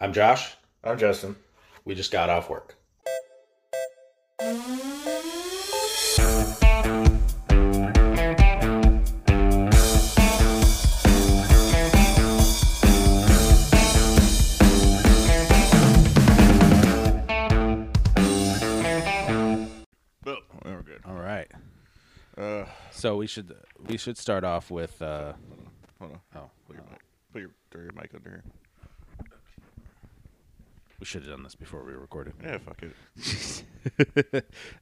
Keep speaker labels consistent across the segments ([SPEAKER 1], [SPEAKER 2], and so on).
[SPEAKER 1] I'm Josh.
[SPEAKER 2] I'm Justin.
[SPEAKER 1] We just got off work.
[SPEAKER 2] Oh, we're good.
[SPEAKER 1] All right.
[SPEAKER 2] Uh,
[SPEAKER 1] So we should we should start off with uh
[SPEAKER 2] hold on.
[SPEAKER 1] oh
[SPEAKER 2] Put your mic. Put your, throw your mic under here.
[SPEAKER 1] we should have done this before we recorded.
[SPEAKER 2] Yeah, fuck it.
[SPEAKER 1] this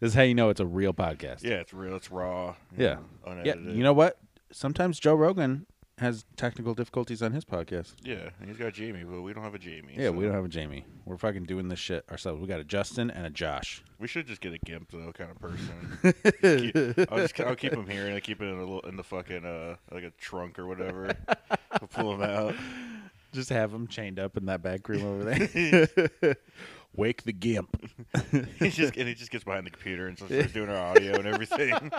[SPEAKER 1] is how you know it's a real podcast.
[SPEAKER 2] Yeah, it's real. It's raw. you
[SPEAKER 1] Yeah.
[SPEAKER 2] know,
[SPEAKER 1] Yeah.
[SPEAKER 2] unedited.
[SPEAKER 1] You know what? Sometimes Joe Rogan has technical difficulties on his podcast.
[SPEAKER 2] Yeah, and he's got Jamie, but we don't have a Jamie.
[SPEAKER 1] Yeah,
[SPEAKER 2] so
[SPEAKER 1] we don't have a Jamie. We're fucking doing this shit ourselves. We got a Justin and a Josh.
[SPEAKER 2] We should just get a gimp though, kind of person. Just keep- I'll just I'll keep him here and I keep it in a little in the fucking uh like a trunk or whatever. I'll pull him out.
[SPEAKER 1] Just have him chained up in that back room over there. Wake the gimp.
[SPEAKER 2] He's just and he just gets behind the computer and starts doing our audio and everything.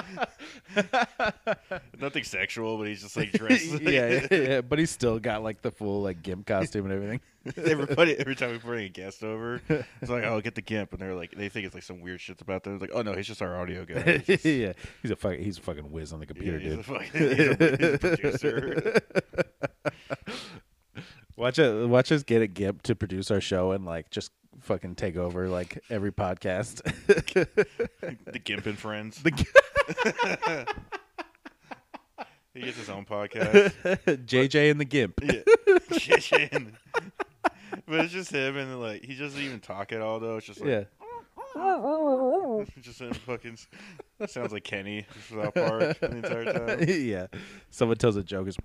[SPEAKER 2] Nothing sexual, but he's just like dressed. like-
[SPEAKER 1] yeah, yeah, yeah, but he's still got like the full like gimp costume and everything.
[SPEAKER 2] Everybody, every time we bring a guest over, it's like, oh, get the gimp, and they're like, they think it's like some weird shit's about them. It's like, oh no, he's just our audio guy. He's just-
[SPEAKER 1] yeah, he's a fucking he's a fucking whiz on the
[SPEAKER 2] yeah,
[SPEAKER 1] computer,
[SPEAKER 2] he's, a
[SPEAKER 1] dude.
[SPEAKER 2] fucking, he's, a, he's a producer.
[SPEAKER 1] Watch us watch us get a gimp to produce our show and like just fucking take over like every podcast.
[SPEAKER 2] The Gimp and Friends.
[SPEAKER 1] The-
[SPEAKER 2] he gets his own podcast.
[SPEAKER 1] JJ and the gimp.
[SPEAKER 2] yeah. Shit. but it's just him, and like he doesn't even talk at all. Though it's just like,
[SPEAKER 1] Yeah,
[SPEAKER 2] just him fucking sounds like Kenny from South Park the entire time.
[SPEAKER 1] yeah. Someone tells a joke. It's,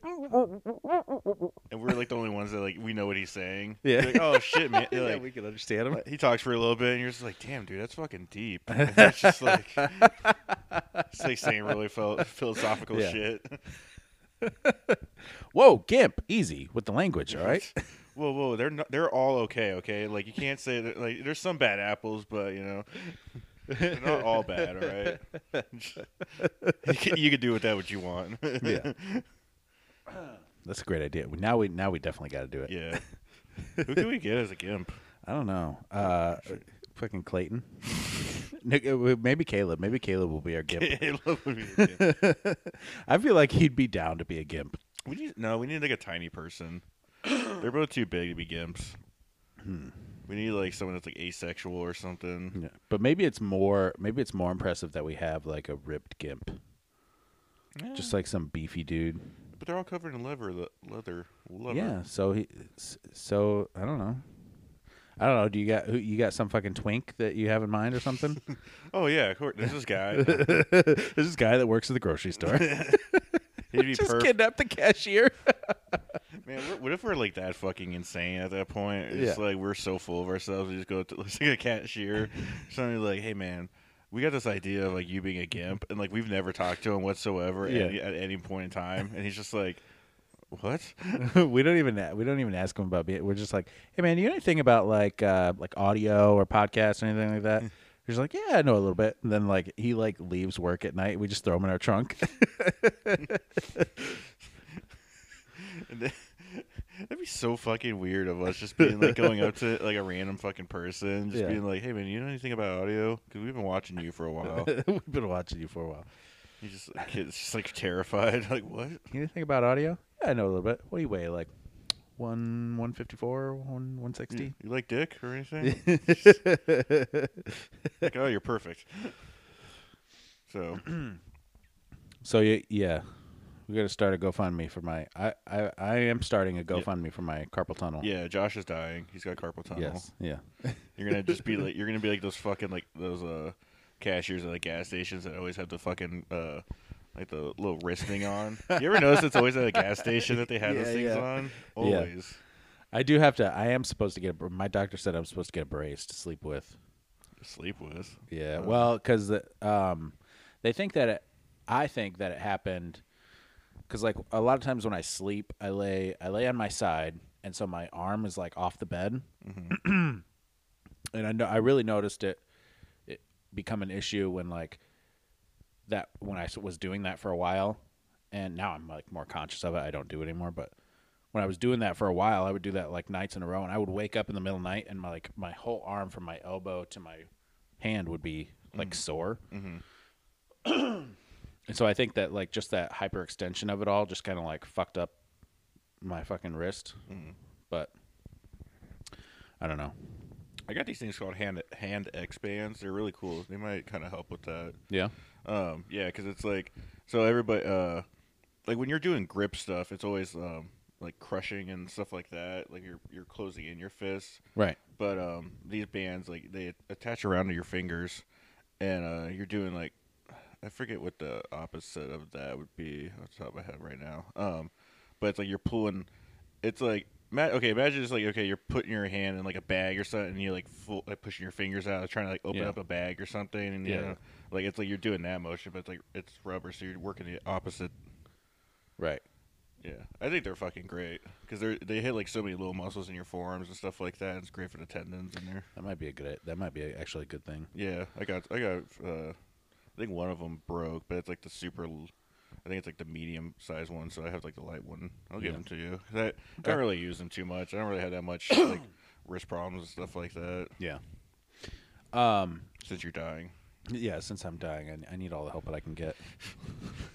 [SPEAKER 2] and we're like the only ones that like we know what he's saying.
[SPEAKER 1] Yeah.
[SPEAKER 2] You're like, oh shit, man. You're
[SPEAKER 1] yeah,
[SPEAKER 2] like-
[SPEAKER 1] we can understand him.
[SPEAKER 2] he talks for a little bit, and you're just like, damn, dude, that's fucking deep. And it's just like, it's like saying really phil- philosophical
[SPEAKER 1] Yeah.
[SPEAKER 2] shit.
[SPEAKER 1] Whoa, gimp, easy with the language. All right.
[SPEAKER 2] Whoa, whoa, they're not, they're all okay, okay. Like you can't say that. Like there's some bad apples, but you know, they're not all bad, all right. you, can, you can do with that what you want.
[SPEAKER 1] Yeah. That's a great idea. Now we now we definitely got to do it.
[SPEAKER 2] yeah. Who can we get as a gimp?
[SPEAKER 1] I don't know. Uh, fucking Clayton. Nick- uh, w- maybe Caleb. Maybe Caleb will be our gimp.
[SPEAKER 2] Caleb would be a gimp.
[SPEAKER 1] I feel like he'd be down to be a gimp.
[SPEAKER 2] We need no. We need like a tiny person. They're both too big to be gimps. We need like someone that's like asexual or something.
[SPEAKER 1] Hmm. Yeah. But maybe it's more maybe it's more impressive that we have like a ripped gimp. Just like some beefy dude.
[SPEAKER 2] But they're all covered in leather. le- Leather. Leather.
[SPEAKER 1] Yeah, so he s- so I don't know. I don't know. Do you got who you got some fucking twink that you have in mind or something?
[SPEAKER 2] Oh yeah. Of course. There's this guy.
[SPEAKER 1] There's this guy that works at the grocery store.
[SPEAKER 2] He'd be
[SPEAKER 1] Just
[SPEAKER 2] perfect.
[SPEAKER 1] kidnapped the cashier.
[SPEAKER 2] Man, what- what if we're like that fucking insane at that point? It's
[SPEAKER 1] Yeah.
[SPEAKER 2] like we're so full of ourselves. We just go to like a cashier. Somebody's like, "Hey, man." We got this idea of like you being a gimp, and like we've never talked to him whatsoever
[SPEAKER 1] Yeah.
[SPEAKER 2] any, at any point in time, and he's just like, "What?
[SPEAKER 1] we don't even a- we don't even ask him about being. We're just like, hey man, you know anything about like uh, like audio or podcasts or anything like that? He's like, yeah, I know a little bit. And then like he like leaves work at night. We just throw him in our trunk.
[SPEAKER 2] And then- That'd be so fucking weird of us just being like going up to like a random fucking person, just
[SPEAKER 1] Yeah.
[SPEAKER 2] being like, "Hey man, you know anything about audio? Because we've been watching you for a
[SPEAKER 1] Oh.
[SPEAKER 2] while."
[SPEAKER 1] We've been watching you for a while.
[SPEAKER 2] He's just like, kid's just like terrified, like what?
[SPEAKER 1] You know anything about audio? Yeah, I know a little bit. What do you weigh? Like one one fifty four, one one sixty.
[SPEAKER 2] You like dick or anything? like, oh, you're perfect. So
[SPEAKER 1] So yeah, yeah, we got to start a GoFundMe for my. I I, I am starting a GoFundMe for my carpal tunnel.
[SPEAKER 2] yeah, Josh is dying. He's got carpal tunnel.
[SPEAKER 1] Yes. Yeah.
[SPEAKER 2] You're gonna just be like, you're gonna be like those fucking like those uh cashiers at like gas stations that always have the fucking uh like the little wrist thing on. You ever notice it's always at a gas station that they have
[SPEAKER 1] Yeah,
[SPEAKER 2] those things
[SPEAKER 1] yeah.
[SPEAKER 2] on? Always.
[SPEAKER 1] I do have to. I am supposed to get. A, br- my doctor said I'm supposed to get a brace to sleep with.
[SPEAKER 2] Sleep with.
[SPEAKER 1] Yeah. Well, because the, um, they think that it. I think that it happened because like a lot of times when I sleep, I lay I lay on my side, and so my arm is like off the bed, Mm-hmm. and I know I really noticed it, it become an issue when like that when I s- was doing that for a while, and now I'm like more conscious of it. I don't do it anymore, but when I was doing that for a while, I would do that like nights in a row, and I would wake up in the middle of the night and my like my whole arm from my elbow to my hand would be like sore.
[SPEAKER 2] Mhm.
[SPEAKER 1] and so I think that like just that hyperextension of it all just kind of like fucked up my fucking wrist. But I don't know.
[SPEAKER 2] I got these things called hand hand X bands. They're really cool. They might kind of help with that.
[SPEAKER 1] Yeah.
[SPEAKER 2] Um, yeah, because it's like so everybody uh, like when you're doing grip stuff, it's always um, like crushing and stuff like that. Like you're you're closing in your fists.
[SPEAKER 1] Right.
[SPEAKER 2] But um, these bands like they attach around to your fingers, and uh, you're doing like I forget what the opposite of that would be off the top of my head right now. Um, but it's like you're pulling. It's like ma- okay, imagine just like okay, you're putting your hand in like a bag or something, and you're like full, like pushing your fingers out, trying to like open
[SPEAKER 1] Yeah.
[SPEAKER 2] up a bag or something, and you
[SPEAKER 1] Yeah.
[SPEAKER 2] know, like it's like you're doing that motion, but it's like it's rubber, so you're working the opposite.
[SPEAKER 1] Right.
[SPEAKER 2] Yeah, I think they're fucking great because they they hit like so many little muscles in your forearms and stuff like that. And it's great for the tendons in there.
[SPEAKER 1] That might be a good. That might be actually a good thing.
[SPEAKER 2] Yeah, I got I got uh, I think one of them broke, but it's like the super. l- I think it's like the medium size one, so I have like the light one. I'll give
[SPEAKER 1] Yeah.
[SPEAKER 2] them to you. 'Cause I, I
[SPEAKER 1] Okay.
[SPEAKER 2] don't really use them too much. I don't really have that much like wrist problems and stuff like that
[SPEAKER 1] Yeah. Um.
[SPEAKER 2] since you're dying.
[SPEAKER 1] Yeah. Since I'm dying, I, I need all the help that I can get.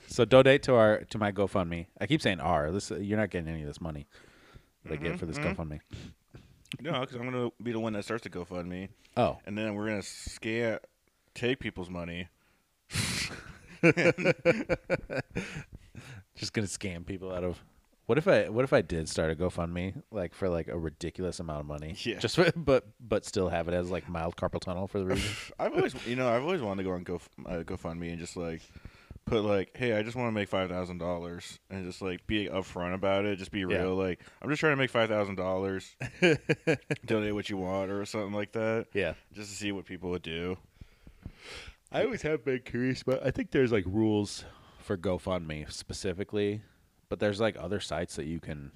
[SPEAKER 1] so donate to our to my GoFundMe. I keep saying "our." This you're not getting any of this money that I get for this GoFundMe.
[SPEAKER 2] No, because I'm gonna be the one that starts to GoFundMe,
[SPEAKER 1] Oh,
[SPEAKER 2] and then we're gonna scam, take people's money.
[SPEAKER 1] just gonna scam people out of. What if I What if I did start a GoFundMe like for like a ridiculous amount of money?
[SPEAKER 2] Yeah.
[SPEAKER 1] Just for, but but still have it as like mild carpal tunnel for the reason.
[SPEAKER 2] I've always, you know, I've always wanted to go on Go uh, GoFundMe and just like put like, hey, I just want to make five thousand dollars, and just like be upfront about it, just be
[SPEAKER 1] Yeah.
[SPEAKER 2] real. Like, I'm just trying to make five thousand dollars. Donate what you want, or something like that.
[SPEAKER 1] yeah.
[SPEAKER 2] Just to see what people would do.
[SPEAKER 1] I always have been curious, but I think there's like rules for GoFundMe specifically, but there's like other sites that you can.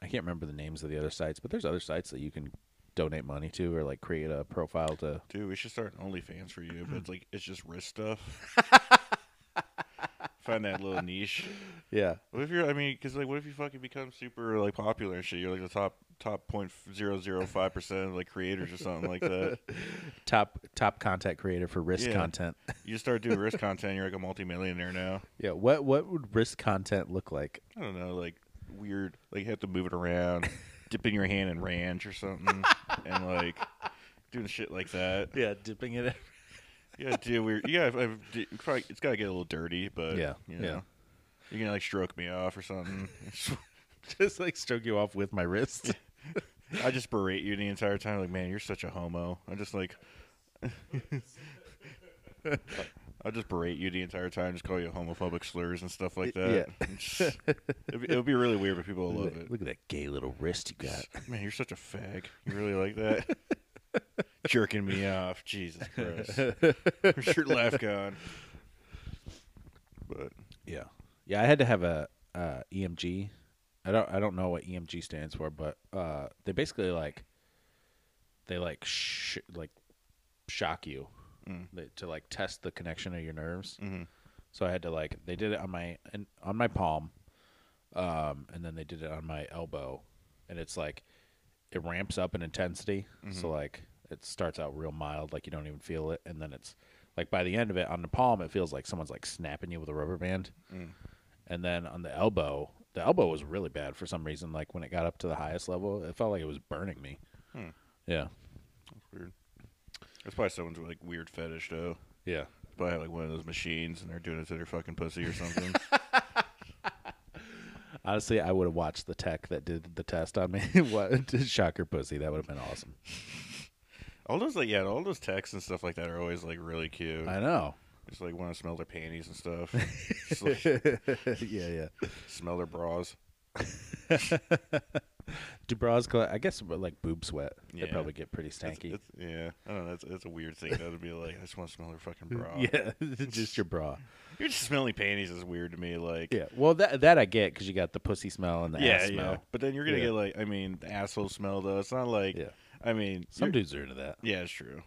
[SPEAKER 1] I can't remember the names of the other sites, but there's other sites that you can donate money to or like create a profile to.
[SPEAKER 2] Dude, we should start an OnlyFans for you, but it's like it's just wrist stuff. Find that little niche.
[SPEAKER 1] Yeah.
[SPEAKER 2] What if you're? I mean, because like, what if you fucking become super like popular and shit? You're like the top top point zero zero five percent of like creators or something like that.
[SPEAKER 1] Top top content creator for risk
[SPEAKER 2] Yeah.
[SPEAKER 1] content.
[SPEAKER 2] You just start doing risk content, you're like a multimillionaire now.
[SPEAKER 1] Yeah. What what would risk content look like?
[SPEAKER 2] I don't know, like weird, like you have to move it around, dipping your hand in ranch or something, and like doing shit like that.
[SPEAKER 1] Yeah, dipping it.
[SPEAKER 2] You gotta do weird. Yeah, I've, probably it's gotta get a little dirty, but
[SPEAKER 1] Yeah,
[SPEAKER 2] you
[SPEAKER 1] yeah.
[SPEAKER 2] know, you're gonna like stroke me off or something.
[SPEAKER 1] Just like stroke you off with my wrist.
[SPEAKER 2] I just berate you the entire time, like, man, you're such a homo. I'm just like. I'll just berate you the entire time, just call you homophobic slurs and stuff like that.
[SPEAKER 1] Yeah.
[SPEAKER 2] Just- it'd, be, it'd be really weird, but people will
[SPEAKER 1] Look
[SPEAKER 2] love
[SPEAKER 1] at,
[SPEAKER 2] it.
[SPEAKER 1] look at that gay little wrist you got.
[SPEAKER 2] Man, you're such a fag. You really like that? Jerking me off. Jesus Christ. Where's your laugh gone? But
[SPEAKER 1] Yeah, yeah. I had to have a uh, EMG. I don't I don't know what EMG stands for, but uh, they basically like they like sh- like shock you
[SPEAKER 2] Mm.
[SPEAKER 1] they, to like test the connection of your nerves.
[SPEAKER 2] mhm.
[SPEAKER 1] So I had to like they did it on my in, on my palm, um, and then they did it on my elbow, and it's like it ramps up in intensity. So like it starts out real mild, like you don't even feel it, and then it's like by the end of it on the palm, it feels like someone's like snapping you with a rubber band, and then on the elbow, the elbow was really bad for some reason. Like when it got up to the highest level, it felt like it was burning me.
[SPEAKER 2] Hmm.
[SPEAKER 1] Yeah,
[SPEAKER 2] that's weird. That's probably someone's like weird fetish though.
[SPEAKER 1] yeah.
[SPEAKER 2] Probably have like one of those machines and they're doing it to their fucking pussy or something.
[SPEAKER 1] Honestly, I would have watched the tech that did the test on me. what to shock your pussy? That would have been awesome.
[SPEAKER 2] all those like yeah, all those texts and stuff like that are always like really cute.
[SPEAKER 1] I know.
[SPEAKER 2] just like want to smell their panties and stuff. just, like,
[SPEAKER 1] yeah, yeah.
[SPEAKER 2] smell their bras.
[SPEAKER 1] Do bras collect? I guess but like boob sweat. They
[SPEAKER 2] Yeah.
[SPEAKER 1] probably get pretty
[SPEAKER 2] It's-
[SPEAKER 1] stanky.
[SPEAKER 2] it's- yeah, I don't know. That's, that's a weird thing. That would be like, I just want to smell their fucking bra.
[SPEAKER 1] yeah, just your bra.
[SPEAKER 2] You're just smelling panties is weird to me. Like,
[SPEAKER 1] Yeah. Well, that that I get because you got the pussy smell and the ass smell.
[SPEAKER 2] But then you're gonna
[SPEAKER 1] Yeah.
[SPEAKER 2] get like, I mean, the asshole smell though. It's not like,
[SPEAKER 1] Yeah.
[SPEAKER 2] I mean,
[SPEAKER 1] Some
[SPEAKER 2] you're-
[SPEAKER 1] dudes are into that.
[SPEAKER 2] yeah, it's true.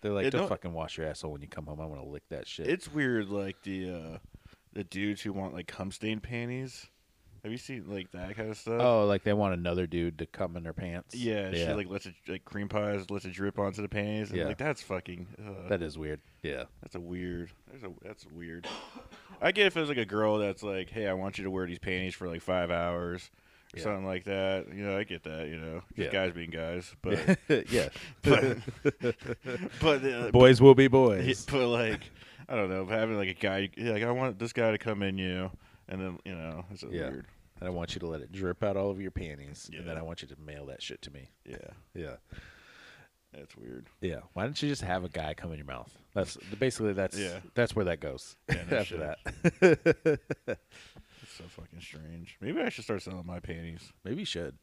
[SPEAKER 1] They're like,
[SPEAKER 2] It
[SPEAKER 1] don't
[SPEAKER 2] don't-
[SPEAKER 1] fucking wash your asshole when you come home. I want to lick that shit.
[SPEAKER 2] It's weird, like the uh the dudes who want like cum stained panties. Have you seen like that kind of stuff?
[SPEAKER 1] Oh, like they want another dude to come in their pants.
[SPEAKER 2] uh, Yeah, she like lets it like cream pies lets it drip onto the panties. And,
[SPEAKER 1] Yeah.
[SPEAKER 2] like that's fucking. Uh,
[SPEAKER 1] that is weird. Yeah,
[SPEAKER 2] that's a weird. That's a that's weird. I get if it was like a girl that's like, hey, I want you to wear these panties for like five hours or
[SPEAKER 1] Yeah.
[SPEAKER 2] something like that. You know, I get that. You know,
[SPEAKER 1] Yeah.
[SPEAKER 2] just guys being guys, but
[SPEAKER 1] yeah.
[SPEAKER 2] but but, uh,
[SPEAKER 1] boys will be
[SPEAKER 2] Yeah,
[SPEAKER 1] boys.
[SPEAKER 2] but like, I don't know, having like a guy, yeah, like I want this guy to come in you, and then you know, it's a
[SPEAKER 1] Yeah.
[SPEAKER 2] weird.
[SPEAKER 1] And I want you to let it drip out all over your panties, and then
[SPEAKER 2] Yeah.
[SPEAKER 1] I want you to mail that shit to me.
[SPEAKER 2] Yeah,
[SPEAKER 1] Yeah,
[SPEAKER 2] that's weird.
[SPEAKER 1] yeah. Why don't you just have a guy come in your mouth? That's basically that's
[SPEAKER 2] Yeah.
[SPEAKER 1] that's where that goes.
[SPEAKER 2] Yeah, no
[SPEAKER 1] after
[SPEAKER 2] shit.
[SPEAKER 1] that,
[SPEAKER 2] It's so fucking strange. Maybe I should start selling my panties.
[SPEAKER 1] maybe you should.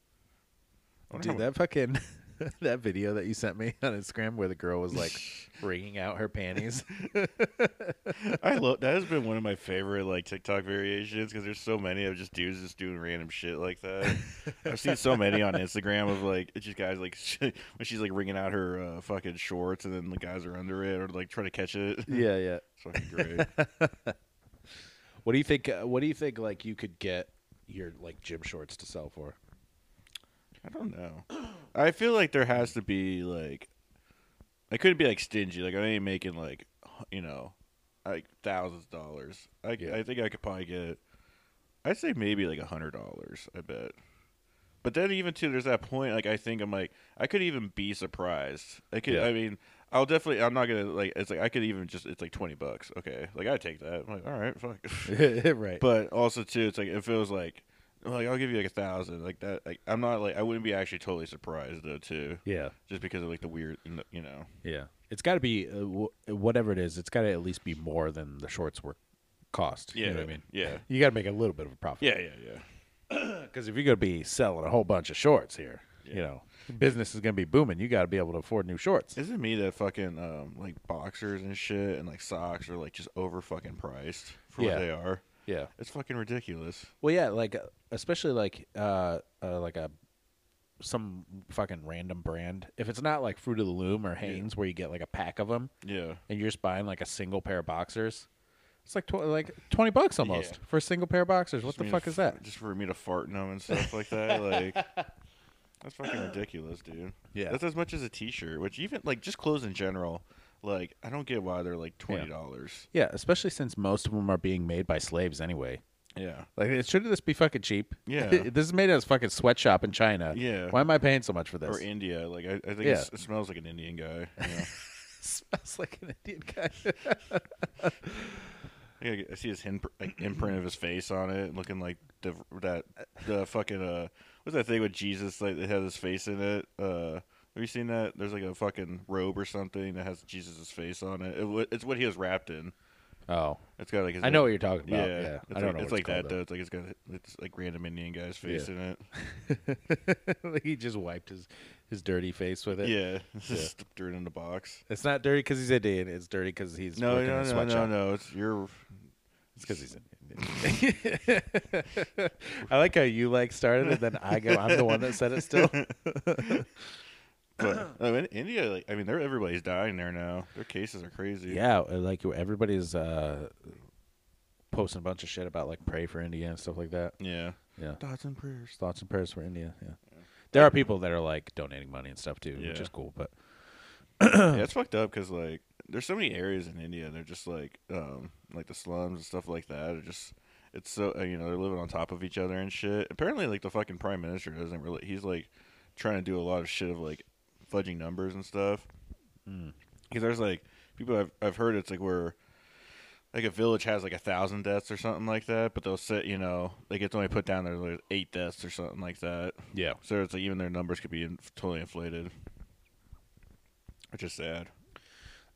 [SPEAKER 2] I wonder
[SPEAKER 1] Dude,
[SPEAKER 2] how
[SPEAKER 1] that fucking that video that you sent me on Instagram where the girl was like wringing out her panties.
[SPEAKER 2] mu- I love that has been one of my favorite like TikTok variations because there's so many of just dudes just doing random shit like that. I've seen so many on Instagram of like it's just guys like when she's like wringing out her uh, fucking shorts and then the guys are under it or like trying to catch it. It's
[SPEAKER 1] yeah, yeah.
[SPEAKER 2] fucking great.
[SPEAKER 1] What do you think? Uh, what do you think? Like you could get your like gym shorts to sell for?
[SPEAKER 2] I don't know. I feel like there has to be like, I couldn't be like stingy. Like I ain't making like, h- you know, like thousands of dollars. I
[SPEAKER 1] Yeah.
[SPEAKER 2] I think I could probably get. I'd say maybe like a hundred dollars. I bet. But then even too, there's that point. Like I think I'm like I could even be surprised. I could.
[SPEAKER 1] Yeah.
[SPEAKER 2] I mean, I'll definitely. I'm not gonna like. It's like I could even just. It's like twenty bucks. Okay. Like I take that. I'm like, all right, fuck.
[SPEAKER 1] right.
[SPEAKER 2] But also too, it's like if it was like, like I'll give you like a thousand, like that. Like I'm not like I wouldn't be actually totally surprised though too,
[SPEAKER 1] yeah,
[SPEAKER 2] just because of like the weird, you know.
[SPEAKER 1] yeah. It's got to be uh, w- whatever it is. It's got to at least be more than the shorts were cost.
[SPEAKER 2] Yeah,
[SPEAKER 1] you know what I mean.
[SPEAKER 2] Yeah,
[SPEAKER 1] You got to make a little bit of a profit.
[SPEAKER 2] yeah, yeah, yeah.
[SPEAKER 1] Because if you're going to be selling a whole bunch of shorts here, you
[SPEAKER 2] Yeah.
[SPEAKER 1] know, business is going to be booming. You got to be able to afford new shorts.
[SPEAKER 2] Isn't me that fucking um like boxers and shit and like socks are like just over fucking priced for
[SPEAKER 1] Yeah.
[SPEAKER 2] what they are?
[SPEAKER 1] yeah.
[SPEAKER 2] It's fucking ridiculous.
[SPEAKER 1] Well, yeah, like uh, especially like uh, uh like a some fucking random brand. If it's not like Fruit of the Loom or Hanes, where you get like a pack of them
[SPEAKER 2] Yeah,
[SPEAKER 1] and you're just buying like a single pair of boxers, it's like tw- like twenty bucks almost
[SPEAKER 2] Yeah.
[SPEAKER 1] for a single pair of boxers. What
[SPEAKER 2] Just
[SPEAKER 1] the
[SPEAKER 2] me to
[SPEAKER 1] fuck
[SPEAKER 2] f-
[SPEAKER 1] is that?
[SPEAKER 2] Just for me to fart in them and stuff like that, like. That's fucking ridiculous, dude.
[SPEAKER 1] Yeah.
[SPEAKER 2] That's as much as a t-shirt, which even like just clothes in general, like I don't get why they're like $20.
[SPEAKER 1] Yeah, especially since most of them are being made by slaves anyway.
[SPEAKER 2] Yeah.
[SPEAKER 1] Like, it- shouldn't this be fucking cheap?
[SPEAKER 2] Yeah.
[SPEAKER 1] this is made at a fucking sweatshop in China.
[SPEAKER 2] Yeah.
[SPEAKER 1] Why am I paying so much for this?
[SPEAKER 2] Or India. Like I, I think
[SPEAKER 1] Yeah.
[SPEAKER 2] it's it smells like an Indian guy. you know.
[SPEAKER 1] smells like an Indian guy.
[SPEAKER 2] I, think I- I see his hin- like, imprint of his face on it, looking like the that the fucking uh what's that thing with Jesus like that has his face in it? Uh have you seen that? There's like a fucking robe or something that has Jesus' face on it. it wa- it's what he was wrapped in.
[SPEAKER 1] oh,
[SPEAKER 2] It's got like his
[SPEAKER 1] I know what you're talking
[SPEAKER 2] Yeah,
[SPEAKER 1] about. Yeah,
[SPEAKER 2] It's
[SPEAKER 1] I don't
[SPEAKER 2] like,
[SPEAKER 1] know.
[SPEAKER 2] It's
[SPEAKER 1] what
[SPEAKER 2] like that
[SPEAKER 1] called,
[SPEAKER 2] though. It's like it's got it's like random Indian guy's face
[SPEAKER 1] Yeah.
[SPEAKER 2] in it.
[SPEAKER 1] Like, he just wiped his his dirty face with it.
[SPEAKER 2] Yeah, it's just dirt in the box.
[SPEAKER 1] It's not dirty because he's Indian. It's dirty because he's
[SPEAKER 2] No,
[SPEAKER 1] working in
[SPEAKER 2] no,
[SPEAKER 1] a
[SPEAKER 2] no,
[SPEAKER 1] sweatshop.
[SPEAKER 2] no, no. It's your
[SPEAKER 1] It's because he's Indian. I like how you like started and then I go. I'm the one that said it still.
[SPEAKER 2] But I mean, India, like, I mean, they're everybody's dying there now. Their cases are crazy.
[SPEAKER 1] yeah, like everybody's uh, posting a bunch of shit about like pray for India and stuff like that.
[SPEAKER 2] yeah.
[SPEAKER 1] Yeah,
[SPEAKER 2] Thoughts and prayers.
[SPEAKER 1] thoughts and prayers for India. Yeah. There are people that are like donating money and stuff too, which
[SPEAKER 2] Yeah.
[SPEAKER 1] is cool. But
[SPEAKER 2] yeah, it's fucked up because like there's so many areas in India. They're just like, um, like the slums and stuff like that. Are just it's so uh, you know they're living on top of each other and shit. Apparently, like the fucking prime minister doesn't really. He's like trying to do a lot of shit of like fudging numbers and stuff. Because there's like people I've I've heard it's like where like a village has like a thousand deaths or something like that, but they'll sit you know like it's only put down there like eight deaths or something like that.
[SPEAKER 1] yeah,
[SPEAKER 2] So it's like even their numbers could be in, totally inflated, which is sad.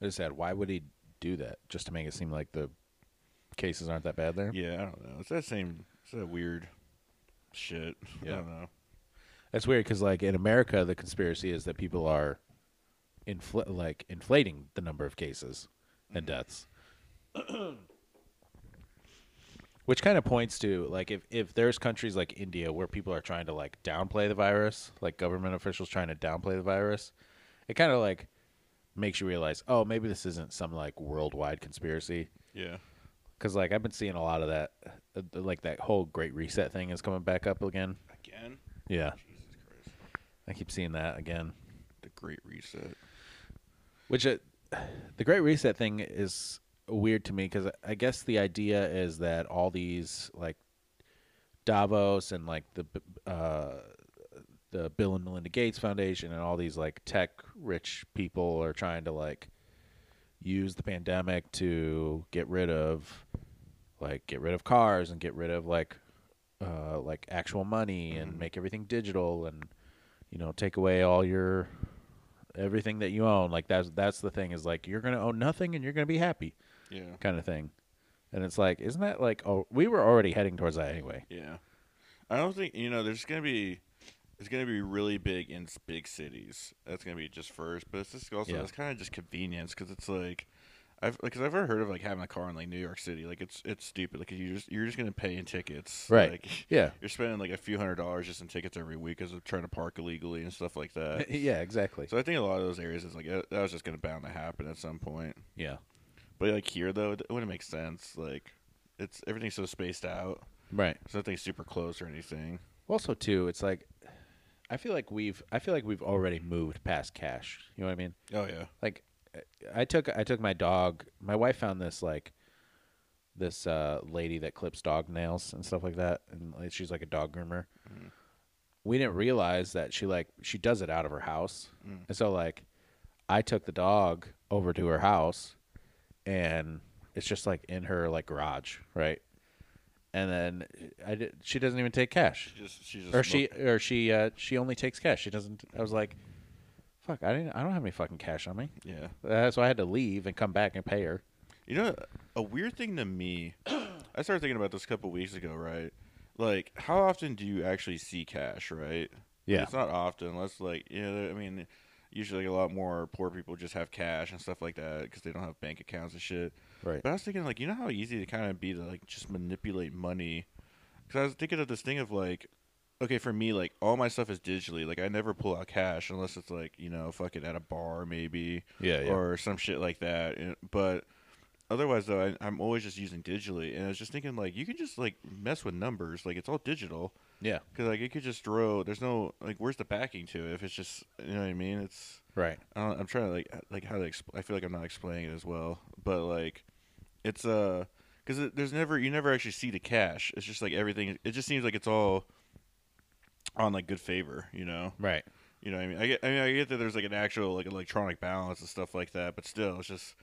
[SPEAKER 1] I just said, why would he do that? Just to make it seem like the cases aren't that bad there.
[SPEAKER 2] Yeah, I don't know. It's that same. It's that weird shit.
[SPEAKER 1] Yeah.
[SPEAKER 2] I don't know.
[SPEAKER 1] That's weird because, like, in America, the conspiracy is that people are, infl- like, inflating the number of cases and deaths, which kind of points to like if if there's countries like India where people are trying to like downplay the virus, like government officials trying to downplay the virus, it kind of like makes you realize, oh, maybe this isn't some like worldwide conspiracy.
[SPEAKER 2] Yeah,
[SPEAKER 1] Because like I've been seeing a lot of that, uh, like that whole Great Reset thing is coming back up again.
[SPEAKER 2] Again?
[SPEAKER 1] Yeah,
[SPEAKER 2] Jesus Christ.
[SPEAKER 1] I keep seeing that again.
[SPEAKER 2] The Great Reset.
[SPEAKER 1] Which uh, the Great Reset thing is weird to me because I guess the idea is that all these like Davos and like the b- uh, the Bill and Melinda Gates Foundation and all these like tech rich people are trying to like use the pandemic to get rid of like get rid of cars and get rid of like uh, like actual money and
[SPEAKER 2] Mhm.
[SPEAKER 1] make everything digital and you know take away all your everything that you own like that's that's the thing is like you're gonna own nothing and you're gonna be happy
[SPEAKER 2] Yeah.
[SPEAKER 1] kind of thing and it's like isn't that like oh we were already heading towards that anyway
[SPEAKER 2] Yeah. I don't think you know. There's gonna be it's gonna be really big in s- big cities. That's gonna be just first, but it's just also
[SPEAKER 1] Yeah.
[SPEAKER 2] it's kind of just convenience because it's like I've because I've ever heard of like having a car in like New York City. Like it's it's stupid. Like you just you're just gonna pay in tickets.
[SPEAKER 1] Right.
[SPEAKER 2] Like,
[SPEAKER 1] yeah
[SPEAKER 2] you're spending like a few hundred dollars just in tickets every week because of trying to park illegally and stuff like that.
[SPEAKER 1] yeah exactly
[SPEAKER 2] so I think a lot of those areas is like uh, that was just gonna bound to happen at some point.
[SPEAKER 1] yeah
[SPEAKER 2] But like here though, it wouldn't make sense. Like it's everything's so spaced out.
[SPEAKER 1] right
[SPEAKER 2] It's nothing super close or anything.
[SPEAKER 1] also too it's like i feel like we've i feel like we've already moved past cash you know what i mean
[SPEAKER 2] Oh yeah.
[SPEAKER 1] like i took i took my dog my wife found this like this uh lady that clips dog nails and stuff like that and like, she's like a dog groomer
[SPEAKER 2] Mhm.
[SPEAKER 1] we didn't realize that she like she does it out of her house
[SPEAKER 2] Mm.
[SPEAKER 1] and so like i took the dog over to her house and it's just like in her like garage right and then i did, she doesn't even take cash
[SPEAKER 2] She just, she just
[SPEAKER 1] or she or she uh she only takes cash she doesn't i was like fuck i didn't i don't have any fucking cash on me
[SPEAKER 2] Yeah.
[SPEAKER 1] uh, so I had to leave and come back and pay her.
[SPEAKER 2] You know, a weird thing to me, I started thinking about this a couple weeks ago, right? Like, how often do you actually see cash, right?
[SPEAKER 1] Yeah.
[SPEAKER 2] It's not often, unless, like, you know, I mean, usually a lot more poor people just have cash and stuff like that because they don't have bank accounts and shit.
[SPEAKER 1] Right.
[SPEAKER 2] But I was thinking, like, you know how easy it kind of be to, like, just manipulate money? Because I was thinking of this thing of, like, okay, for me, like, all my stuff is digitally. Like, I never pull out cash unless it's, like, you know, fucking at a bar, maybe
[SPEAKER 1] Yeah,
[SPEAKER 2] or some shit like that. And- But otherwise, though, I, I'm always just using digitally, and I was just thinking like you can just like mess with numbers, like it's all digital,
[SPEAKER 1] yeah,
[SPEAKER 2] because like you could just throw. There's no like where's the backing to it if it's just you know what I mean. It's
[SPEAKER 1] right.
[SPEAKER 2] I don't, I'm trying to like like how to exp- I feel like I'm not explaining it as well, but like it's uh because there's never you never actually see the cash. It's just like everything. It just seems like it's all on like good favor, you know.
[SPEAKER 1] Right.
[SPEAKER 2] You know, what I mean, I get, I mean, I get that there's like an actual like electronic balance and stuff like that, but still, it's just,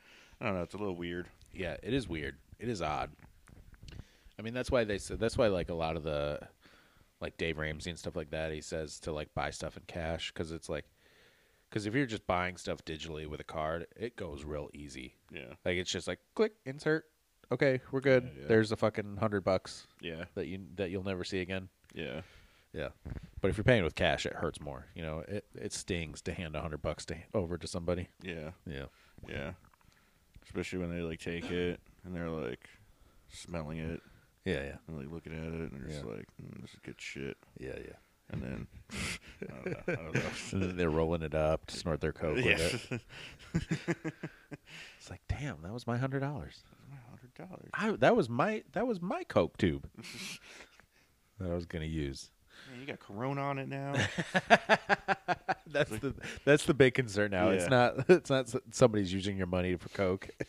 [SPEAKER 2] I don't know, it's a little weird.
[SPEAKER 1] Yeah, it is weird. It is odd. I mean, that's why they said that's why like a lot of the like Dave Ramsey and stuff like that, he says to like buy stuff in cash cuz it's like cuz if you're just buying stuff digitally with a card, it goes real easy.
[SPEAKER 2] Yeah,
[SPEAKER 1] Like it's just like click insert. Okay, we're good.
[SPEAKER 2] Yeah, yeah.
[SPEAKER 1] There's a fucking 100 bucks
[SPEAKER 2] yeah,
[SPEAKER 1] that you that you'll never see again.
[SPEAKER 2] yeah,
[SPEAKER 1] Yeah. But if you're paying with cash, it hurts more. You know, it it stings to hand a 100 bucks to over to somebody.
[SPEAKER 2] yeah,
[SPEAKER 1] Yeah.
[SPEAKER 2] yeah. Especially when they like take it and they're like smelling it
[SPEAKER 1] Yeah, yeah.
[SPEAKER 2] and like looking at it and they're just
[SPEAKER 1] Yeah.
[SPEAKER 2] like, mm, this is good shit.
[SPEAKER 1] Yeah, yeah.
[SPEAKER 2] And then, I don't know, I don't know.
[SPEAKER 1] And then they're rolling it up to snort their coke
[SPEAKER 2] yeah,
[SPEAKER 1] with it. It's like, damn, that was my hundred dollars.
[SPEAKER 2] hundred dollars.
[SPEAKER 1] I that was my that was my coke tube that I was gonna use.
[SPEAKER 2] Man, you got Corona on it now.
[SPEAKER 1] That's the that's the big concern now. It's
[SPEAKER 2] Yeah.
[SPEAKER 1] not it's not s- somebody's using your money for coke.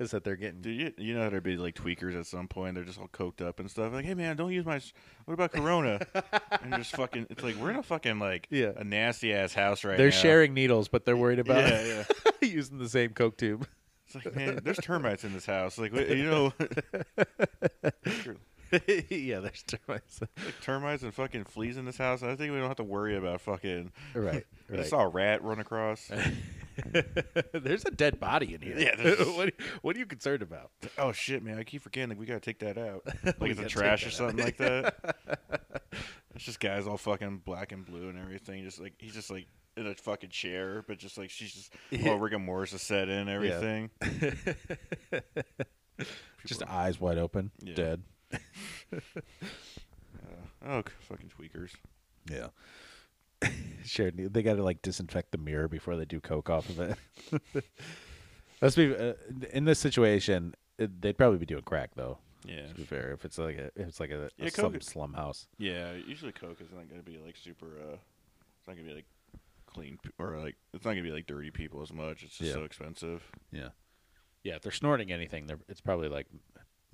[SPEAKER 1] It's that they're getting
[SPEAKER 2] Dude, you, you know how there'd be like tweakers at some point. They're just all coked up and stuff. Like, hey man, don't use my. s- What about Corona? and just fucking. It's like we're in a fucking like
[SPEAKER 1] Yeah.
[SPEAKER 2] a nasty ass house right
[SPEAKER 1] they're
[SPEAKER 2] now.
[SPEAKER 1] sharing needles, but they're worried about
[SPEAKER 2] Yeah, yeah.
[SPEAKER 1] using the same coke tube.
[SPEAKER 2] It's like man, there's termites in this house. Like what- you know,
[SPEAKER 1] yeah, there's termites.
[SPEAKER 2] like, termites and fucking fleas in this house. I think we don't have to worry about fucking.
[SPEAKER 1] Right,
[SPEAKER 2] I
[SPEAKER 1] right.
[SPEAKER 2] saw a rat run across.
[SPEAKER 1] there's a dead body in here.
[SPEAKER 2] Yeah, there's-
[SPEAKER 1] what, are- what are you concerned about?
[SPEAKER 2] oh shit, man! I keep forgetting. Like we gotta take that out. Like it's
[SPEAKER 1] gotta
[SPEAKER 2] a
[SPEAKER 1] take
[SPEAKER 2] trash
[SPEAKER 1] that
[SPEAKER 2] or
[SPEAKER 1] out.
[SPEAKER 2] something like that. it's just guys all fucking black and blue and everything. Just like he's just like in a fucking chair, but just like she's just
[SPEAKER 1] Yeah.
[SPEAKER 2] all rigor mortis is set in and everything.
[SPEAKER 1] Just eyes wide open,
[SPEAKER 2] Yeah.
[SPEAKER 1] dead.
[SPEAKER 2] Uh, oh, c- fucking tweakers.
[SPEAKER 1] Yeah. sure. They got to like disinfect the mirror before they do coke off of it. Let's be uh, in this situation. it, they'd probably be doing crack though.
[SPEAKER 2] Yeah.
[SPEAKER 1] To be fair, if it's like a if it's like a, a
[SPEAKER 2] Yeah,
[SPEAKER 1] slum,
[SPEAKER 2] coke-
[SPEAKER 1] slum house.
[SPEAKER 2] Yeah, usually coke is not going to be like super. uh It's not going to be like clean p- or like it's not going to be like dirty people as much. It's just
[SPEAKER 1] Yeah.
[SPEAKER 2] so expensive.
[SPEAKER 1] Yeah, yeah. If they're snorting anything, they're it's probably like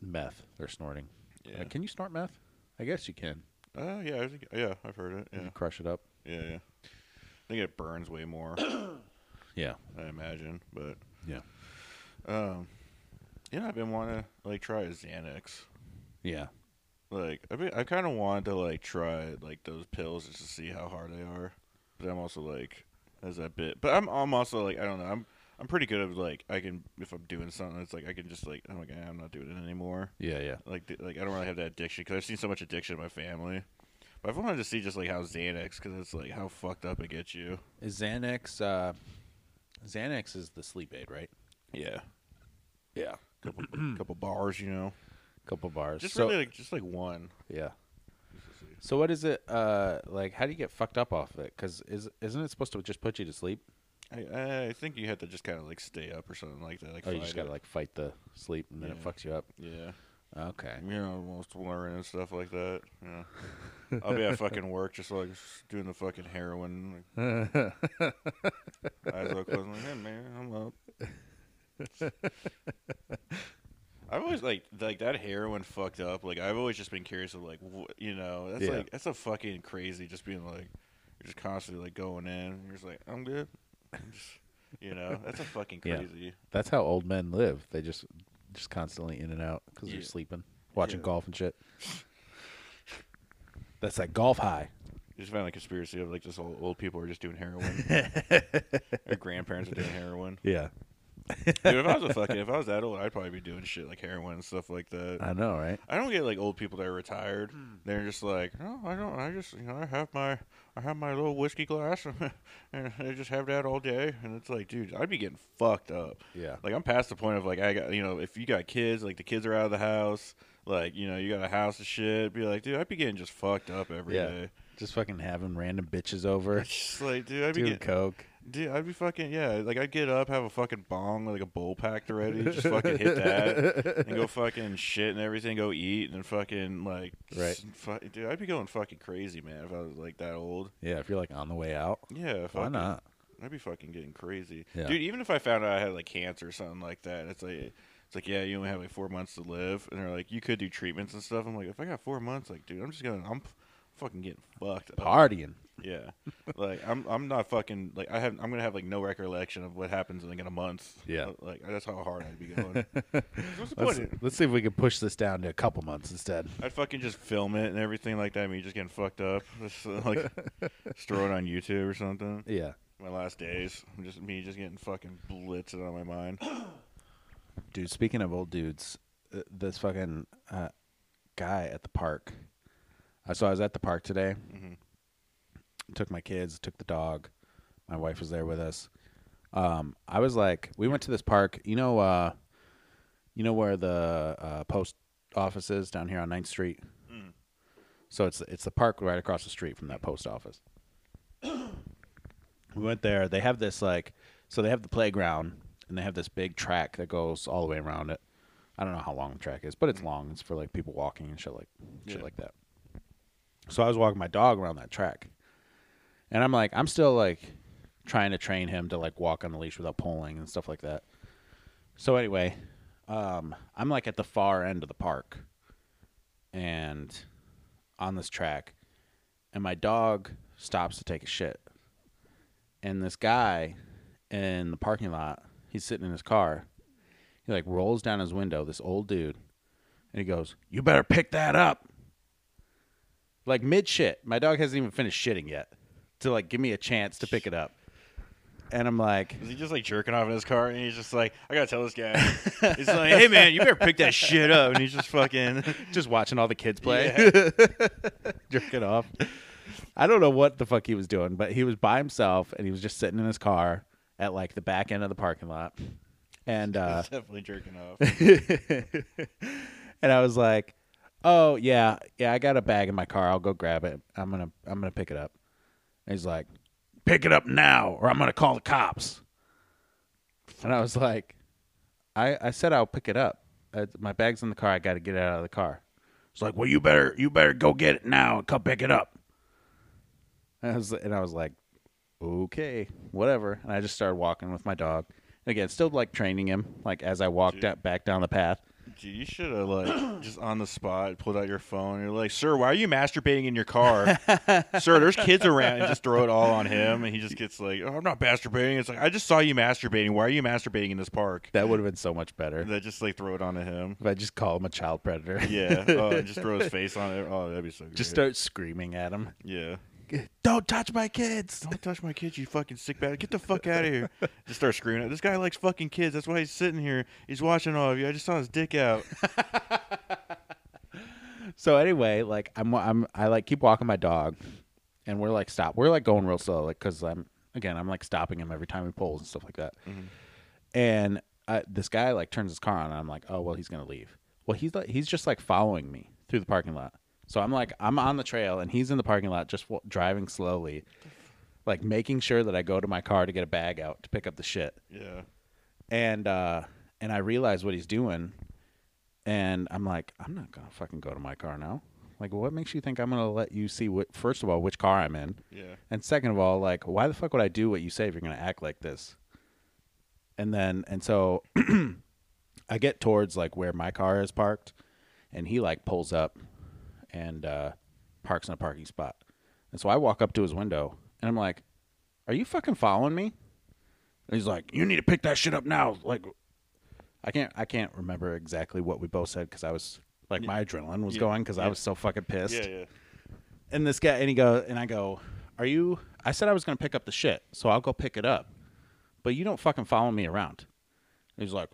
[SPEAKER 1] meth. They're snorting. Uh,
[SPEAKER 2] Yeah.
[SPEAKER 1] can you snort meth? I guess you can.
[SPEAKER 2] Oh yeah, I think yeah, I've heard it.
[SPEAKER 1] You
[SPEAKER 2] Yeah,
[SPEAKER 1] crush it up.
[SPEAKER 2] yeah, yeah. I think it burns way more,
[SPEAKER 1] Yeah,
[SPEAKER 2] I imagine. But
[SPEAKER 1] yeah,
[SPEAKER 2] um, yeah, I've been wanting to like try a Xanax.
[SPEAKER 1] yeah.
[SPEAKER 2] Like I been I kind of wanted to like try like those pills just to see how hard they are. But I'm also like as that bit. But I'm I'm also like I don't know. I'm I'm pretty good at like I can if I'm doing something. It's like I can just like I'm like "Ah, I'm not doing it anymore.
[SPEAKER 1] Yeah, yeah.
[SPEAKER 2] Like th- like I don't really have that addiction because I've seen so much addiction in my family. But I've wanted to see just like how Xanax because it's like how fucked up it gets you.
[SPEAKER 1] Is Xanax uh Xanax is the sleep aid, right?
[SPEAKER 2] Yeah,
[SPEAKER 1] Yeah.
[SPEAKER 2] couple couple bars, you know.
[SPEAKER 1] Couple bars.
[SPEAKER 2] Just
[SPEAKER 1] So-
[SPEAKER 2] really like just like one.
[SPEAKER 1] Yeah. So what is it uh like how do you get fucked up off it? Cuz is isn't it supposed to just put you to sleep?
[SPEAKER 2] I I think you had to just kind of like stay up or something like that. Like
[SPEAKER 1] Oh, you
[SPEAKER 2] fight
[SPEAKER 1] just got
[SPEAKER 2] it.
[SPEAKER 1] to like fight the sleep and then it
[SPEAKER 2] Yeah.
[SPEAKER 1] fucks you up.
[SPEAKER 2] yeah.
[SPEAKER 1] Okay.
[SPEAKER 2] You know, most learning and stuff like that. Yeah. I'll be at fucking work just like s- doing the fucking heroin. Like, eyes all closed. Like, hey, man, I'm up. I've always like like that heroin fucked up. Like I've always just been curious of like wh- you know that's
[SPEAKER 1] Yeah.
[SPEAKER 2] like that's a fucking crazy just being like you're just constantly like going in. And you're just like I'm good. I'm just, you know that's a fucking
[SPEAKER 1] Yeah.
[SPEAKER 2] crazy.
[SPEAKER 1] That's how old men live. They just just constantly in and out cuz they're
[SPEAKER 2] Yeah.
[SPEAKER 1] sleeping, watching
[SPEAKER 2] Yeah.
[SPEAKER 1] golf and shit. That's that golf high.
[SPEAKER 2] You just found a conspiracy of like just old, old people are just doing heroin. Their grandparents are doing heroin.
[SPEAKER 1] Yeah.
[SPEAKER 2] Dude, if I was a fucking, if I was that old, I'd probably be doing shit like heroin and stuff like that.
[SPEAKER 1] I know, right?
[SPEAKER 2] I don't get like old people that are retired. They're just like, no, I don't. I just, you know, I have my, I have my little whiskey glass, and I just have that all day. And it's like, dude, I'd be getting fucked up.
[SPEAKER 1] Yeah.
[SPEAKER 2] Like I'm past the point of like I got, you know, if you got kids, like the kids are out of the house, like you know, you got a house and shit. Be like, dude, I'd be getting just fucked up every day.
[SPEAKER 1] yeah. Just fucking having random bitches over,
[SPEAKER 2] Just like, dude, I'd be
[SPEAKER 1] doing
[SPEAKER 2] getting,
[SPEAKER 1] coke.
[SPEAKER 2] Dude, I'd be fucking yeah. Like I'd get up, have a fucking bong, like a bowl packed already, just fucking hit that, and go fucking shit and everything, go eat and then fucking like
[SPEAKER 1] Right.
[SPEAKER 2] s- Fu- dude, I'd be going fucking crazy, man, if I was like that old.
[SPEAKER 1] Yeah, if you're like on the way out,
[SPEAKER 2] Yeah,
[SPEAKER 1] why
[SPEAKER 2] fucking-
[SPEAKER 1] not?
[SPEAKER 2] I'd be fucking getting crazy,
[SPEAKER 1] Yeah.
[SPEAKER 2] dude. Even if I found out I had like cancer or something like that, it's like. It's like, yeah, you only have like four months to live, and they're like, you could do treatments and stuff. I'm like, if I got four months, like, dude, I'm just gonna, I'm f- fucking getting fucked. up.
[SPEAKER 1] Partying.
[SPEAKER 2] Yeah, like I'm I'm not fucking like I have I'm gonna have like no recollection of what happens in like in a month. Uh,
[SPEAKER 1] Yeah.
[SPEAKER 2] like that's how hard I'd be going. What's the
[SPEAKER 1] Let's,
[SPEAKER 2] point?
[SPEAKER 1] let's see if we can push this down to a couple months instead.
[SPEAKER 2] I'd fucking just film it and everything like that. I mean, just getting fucked up, just uh, like just throw it on YouTube or something.
[SPEAKER 1] Yeah,
[SPEAKER 2] My last days, I'm just me just getting fucking blitzed out of my mind.
[SPEAKER 1] dude. Speaking of old dudes, uh, this fucking uh, guy at the park. I so I was at the park today.
[SPEAKER 2] Mhm.
[SPEAKER 1] Took my kids. Took the dog. My wife was there with us. Um, I was like, we went to this park. You know, uh, you know where the uh, post office is down here on 9th Street.
[SPEAKER 2] Mm.
[SPEAKER 1] So it's it's the park right across the street from that post office. we went there. They have this like so they have the playground and they have this big track that goes all the way around it. I don't know how long the track is, but it's long. It's for like people walking and shit like shit
[SPEAKER 2] Yeah.
[SPEAKER 1] like that. So I was walking my dog around that track. And I'm like I'm still like trying to train him to like walk on the leash without pulling and stuff like that. So anyway, um I'm like at the far end of the park and on this track and my dog stops to take a shit. And this guy in the parking lot, he's sitting in his car. He like rolls down his window, this old dude, and he goes, "You better pick that up." Like mid shit. My dog hasn't even finished shitting yet to like give me a chance to pick it up. And I'm like,
[SPEAKER 2] Is he just like jerking off in his car and he's just like, I gotta tell this guy. he's like, hey man, you better pick that shit up, and he's just fucking.
[SPEAKER 1] just watching all the kids play,
[SPEAKER 2] Yeah.
[SPEAKER 1] jerking off. I don't know what the fuck he was doing, but he was by himself and he was just sitting in his car at like the back end of the parking lot. And uh,
[SPEAKER 2] He's definitely jerking off.
[SPEAKER 1] and I was like, "Oh yeah, yeah, I got a bag in my car. I'll go grab it. I'm gonna I'm gonna pick it up." And he's like, "Pick it up now, or I'm gonna call the cops." And I was like, "I I said I'll pick it up. uh, my bag's in the car. I got to get it out of the car. It's like, well, you better you better go get it now and come pick it up. And I was and I was like, okay, whatever. And I just started walking with my dog. And again, still like training him, like as I walked out, back down the path.
[SPEAKER 2] Dude, you should have like just on the spot pulled out your phone. You're like, "Sir, why are you masturbating in your car?" "Sir, there's kids around." And just throw it all on him, and he just gets like, "Oh, I'm not masturbating." It's like, "I just saw you masturbating. Why are you masturbating in this park?"
[SPEAKER 1] That would have been so much better
[SPEAKER 2] And they just like throw it onto him.
[SPEAKER 1] if I just call him a child predator.
[SPEAKER 2] Yeah, oh, and just throw his face on it. Oh, that'd be so. Great.
[SPEAKER 1] just start screaming at him.
[SPEAKER 2] Yeah.
[SPEAKER 1] Don't touch my kids.
[SPEAKER 2] Don't touch my kids, you fucking sick bastard. Get the fuck out of here. Just start screaming. This guy likes fucking kids. That's why he's sitting here. He's watching all of you. I just saw his dick out.
[SPEAKER 1] So anyway, like I'm, I'm, I like keep walking my dog, and we're like stop. We're like going real slow, like because I'm again, I'm like stopping him every time he pulls and stuff like that. And I, this guy like turns his car on, and I'm like, oh well, he's gonna leave. Well, he's like, he's just like following me through the parking lot. So I'm like, I'm on the trail, and he's in the parking lot, just w- driving slowly, like making sure that I go to my car to get a bag out to pick up the shit
[SPEAKER 2] Yeah.
[SPEAKER 1] and uh and I realize what he's doing, and I'm like, I'm not gonna fucking go to my car now. Like, what makes you think I'm gonna let you see what? First of all, which car I'm in,
[SPEAKER 2] Yeah.
[SPEAKER 1] and second of all, like, why the fuck would I do what you say if you're gonna act like this? And then and so, I get towards like where my car is parked, and he like pulls up, and uh, parks in a parking spot, and so I walk up to his window, and I'm like, "Are you fucking following me?" And he's like, "You need to pick that shit up now." Like, I can't, I can't remember exactly what we both said because I was like, my adrenaline was
[SPEAKER 2] Yeah.
[SPEAKER 1] going because I
[SPEAKER 2] Yeah.
[SPEAKER 1] was so fucking pissed.
[SPEAKER 2] Yeah. Yeah.
[SPEAKER 1] And this guy, and he goes, and I go, "Are you?" I said I was going to pick up the shit, so I'll go pick it up. But you don't fucking follow me around. And he's like,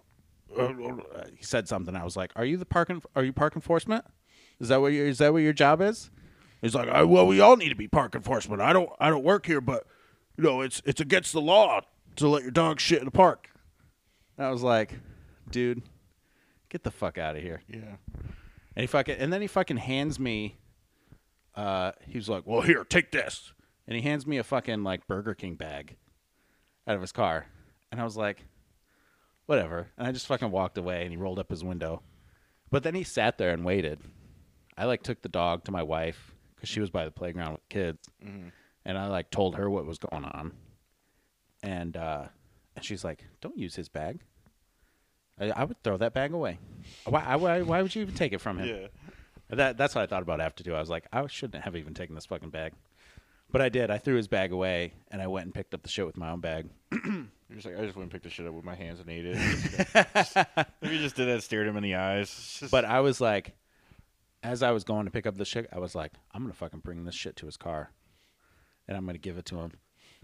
[SPEAKER 1] uh, uh, he said something. I was like, "Are you the parking? Are you park enforcement? Is that what your is that what your job is?" He's like, I, "Well, we all need to be park enforcement. I don't I don't work here, but you know it's it's against the law to let your dog shit in the park." And I was like, "Dude, get the fuck out of here."
[SPEAKER 2] Yeah.
[SPEAKER 1] And he fucking and then he fucking hands me uh he was like, Well here, take this and he hands me a fucking like Burger King bag out of his car. And I was like, Whatever. And I just fucking walked away and he rolled up his window. But then he sat there and waited. I like took the dog to my wife because she was by the playground with kids, and I like told her what was going on, and uh, and she's like, "Don't use his bag. I, I would throw that bag away. Why, I- why? Why would you even take it from him?
[SPEAKER 2] Yeah.
[SPEAKER 1] That that's what I thought about after too. I was like, I shouldn't have even taken this fucking bag, but I did. I threw his bag away, and I went and picked up the shit with my own bag.
[SPEAKER 2] You're just like, I just wouldn't pick the shit up with my hands and ate it. Just- you just did that, stared him in the eyes.
[SPEAKER 1] But I was like, as I was going to pick up the shit, I was like, I'm gonna fucking bring this shit to his car, and I'm gonna give it to him.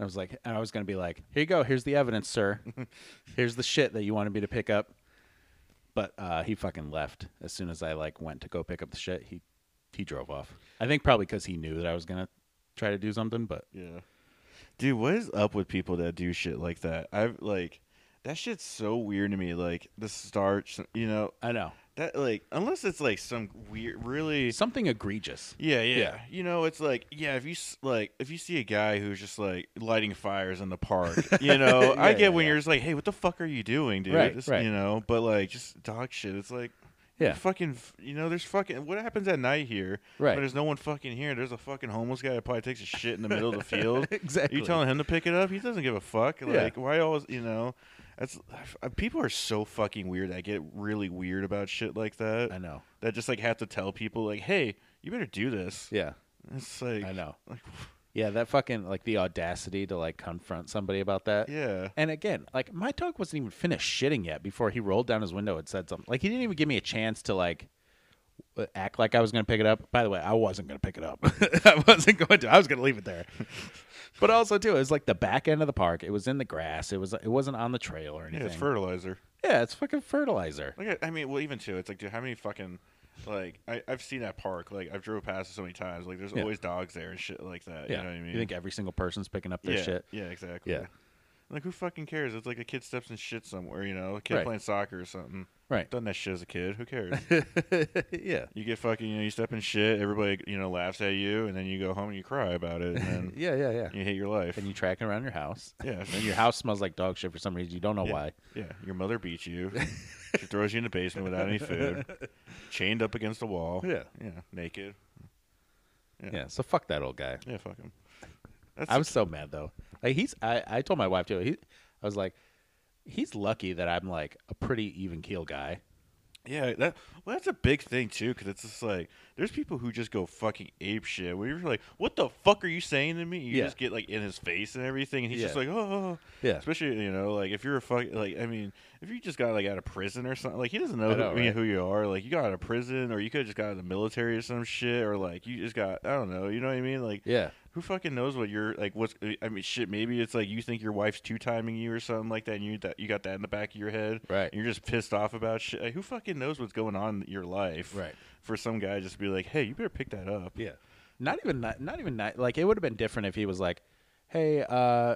[SPEAKER 1] I was like, and I was gonna be like, here you go, here's the evidence, sir. here's the shit that you wanted me to pick up. But uh, he fucking left as soon as I like went to go pick up the shit. He he drove off. I think probably because he knew that I was gonna try to do something. But
[SPEAKER 2] yeah. Dude, what is up with people that do shit like that? I've like, that shit's so weird to me. Like the starch, you know,
[SPEAKER 1] I know
[SPEAKER 2] that like unless it's like some weird, really
[SPEAKER 1] something egregious.
[SPEAKER 2] Yeah, yeah,
[SPEAKER 1] Yeah.
[SPEAKER 2] You know, it's like yeah, if you s- like if you see a guy who's just like lighting fires in the park, you know, I
[SPEAKER 1] Yeah,
[SPEAKER 2] get
[SPEAKER 1] yeah,
[SPEAKER 2] when
[SPEAKER 1] yeah.
[SPEAKER 2] you're just like, hey, what the fuck are you doing, dude?
[SPEAKER 1] Right,
[SPEAKER 2] This-
[SPEAKER 1] right.
[SPEAKER 2] You know, but like just dog shit. It's like.
[SPEAKER 1] Yeah.
[SPEAKER 2] Fucking, f- you know, there's fucking. What happens at night here?
[SPEAKER 1] Right.
[SPEAKER 2] When there's no one fucking here. There's a fucking homeless guy that probably takes a shit in the middle of the field.
[SPEAKER 1] Exactly.
[SPEAKER 2] You telling him to pick it up? He doesn't give a fuck.
[SPEAKER 1] Yeah.
[SPEAKER 2] Like, why always? You know, that's I- people are so fucking weird. I get really weird about shit like that
[SPEAKER 1] I know.
[SPEAKER 2] that just like have to tell people like, "Hey, you better do this."
[SPEAKER 1] Yeah,
[SPEAKER 2] It's like
[SPEAKER 1] I know.
[SPEAKER 2] Like,
[SPEAKER 1] Yeah, that fucking like the audacity to like confront somebody about that.
[SPEAKER 2] yeah,
[SPEAKER 1] And again, like my dog wasn't even finished shitting yet before he rolled down his window and said something. Like he didn't even give me a chance to like w- act like I was going to pick it up. By the way, I wasn't going to pick it up. I wasn't going to. I was going to leave it there. but also too, it was like the back end of the park. It was in the grass. It was it wasn't on the trail or
[SPEAKER 2] yeah.
[SPEAKER 1] anything.
[SPEAKER 2] It's fertilizer.
[SPEAKER 1] Yeah, it's fucking fertilizer.
[SPEAKER 2] Like, I I mean, well, even too, it's like, dude, how many fucking like I, I've seen that park. Like, I've drove past it so many times. Like, there's
[SPEAKER 1] Yeah.
[SPEAKER 2] always dogs there and shit like that.
[SPEAKER 1] Yeah.
[SPEAKER 2] You know what I mean?
[SPEAKER 1] think every single person's picking up their
[SPEAKER 2] yeah,
[SPEAKER 1] shit?
[SPEAKER 2] Yeah, exactly.
[SPEAKER 1] Yeah.
[SPEAKER 2] Like who fucking cares? It's like a kid steps and shit somewhere, you know, a kid
[SPEAKER 1] Right.
[SPEAKER 2] playing soccer or something.
[SPEAKER 1] Right.
[SPEAKER 2] Done that shit as a kid. Who cares?
[SPEAKER 1] yeah.
[SPEAKER 2] you get fucking, you know, you step in shit. Everybody, you know, laughs at you, and then you go home and you cry about it, and then
[SPEAKER 1] Yeah, yeah, yeah.
[SPEAKER 2] you hate your life.
[SPEAKER 1] And you track it around your house.
[SPEAKER 2] yeah,
[SPEAKER 1] And your house smells like dog shit for some reason. You don't know
[SPEAKER 2] Yeah.
[SPEAKER 1] why.
[SPEAKER 2] Yeah, your mother beats you. she throws you in the basement without any food, chained up against the wall.
[SPEAKER 1] Yeah.
[SPEAKER 2] yeah, naked. Yeah.
[SPEAKER 1] Yeah. So fuck that old guy.
[SPEAKER 2] Yeah, fuck him. That's
[SPEAKER 1] I was so mad though. Like he's, I, I told my wife too. He, I was like, he's lucky that I'm like a pretty even keel guy.
[SPEAKER 2] yeah. That well, that's a big thing too, because it's just like there's people who just go fucking ape shit. Where you're like, what the fuck are you saying to me? You
[SPEAKER 1] Yeah.
[SPEAKER 2] just get like in his face and everything, and he's just
[SPEAKER 1] Yeah.
[SPEAKER 2] like, oh.
[SPEAKER 1] Yeah.
[SPEAKER 2] Especially you know, like if you're a fuck, like I mean, if you just got like out of prison or something, like he doesn't know,
[SPEAKER 1] I
[SPEAKER 2] who,
[SPEAKER 1] know,
[SPEAKER 2] I mean,
[SPEAKER 1] right?
[SPEAKER 2] who you are. Like you got out of prison, or you could have just got out of the military or some shit, or like you just got I don't know. You know what I mean? Like
[SPEAKER 1] Yeah.
[SPEAKER 2] Who fucking knows what you're like? What's I mean? Shit, maybe it's like you think your wife's two timing you or something like that, and you that you got that in the back of your head,
[SPEAKER 1] Right.
[SPEAKER 2] And you're just pissed off about shit. Like, who fucking knows what's going on in your life,
[SPEAKER 1] Right.
[SPEAKER 2] For some guy just to be like, hey, you better pick that up.
[SPEAKER 1] Yeah. Not even not, not even ni- like it would have been different if he was like, "Hey, uh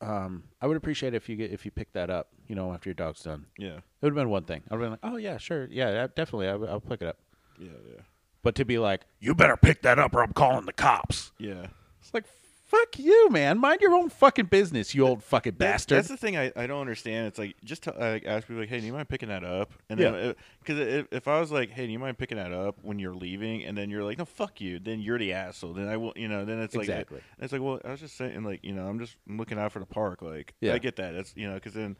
[SPEAKER 1] um I would appreciate if you get if you pick that up, you know, after your dog's done."
[SPEAKER 2] yeah,
[SPEAKER 1] It would have been one thing. I'd have been like, "Oh yeah, sure. Yeah, that- definitely. I, will pick it up."
[SPEAKER 2] yeah, yeah.
[SPEAKER 1] But to be like, "You better pick that up or I'm calling the cops."
[SPEAKER 2] yeah.
[SPEAKER 1] It's like, "Fuck you, man. Mind your own fucking business, you old fucking
[SPEAKER 2] That-
[SPEAKER 1] bastard."
[SPEAKER 2] That's the thing I, I don't understand. It's like just to, like ask people like, hey, do you mind picking that up? And then because if, if I was like, hey, do you mind picking that up when you're leaving? And then you're like, no, fuck you. Then you're the asshole. Then I will, you know. Then it's like
[SPEAKER 1] Exactly.
[SPEAKER 2] It's like, well, I was just saying, like, you know, I'm just looking out for the park. Like,
[SPEAKER 1] Yeah.
[SPEAKER 2] I get that. That's you know, because then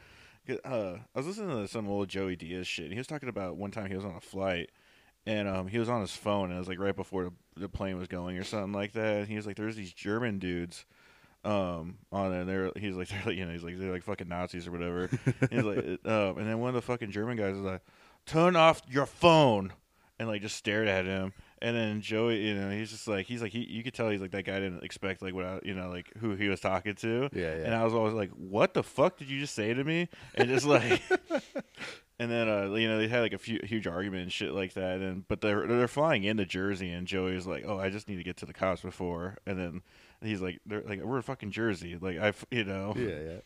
[SPEAKER 2] 'cause, uh, I was listening to some old Joey Diaz shit. And he was talking about one time he was on a flight. And um, he was on his phone, and it was like right before the, the plane was going or something like that. And he was like, "There's these German dudes um on it and they're he's like they're like you know he's like they're like fucking nazis or whatever he's like uh, um, and then one of the fucking german guys is like turn off your phone and like just stared at him and then joey you know he's just like he's like he you could tell he's like that guy didn't expect like what I, you know like who he was talking to
[SPEAKER 1] Yeah, yeah.
[SPEAKER 2] and i was always like what the fuck did you just say to me and just like and then uh, you know they had like a few, huge argument and shit like that. And but they're they're flying into Jersey, and Joey's like, "Oh, I just need to get to the cops before." And then he's like, "They're like we're in fucking Jersey, like I, you know."
[SPEAKER 1] yeah,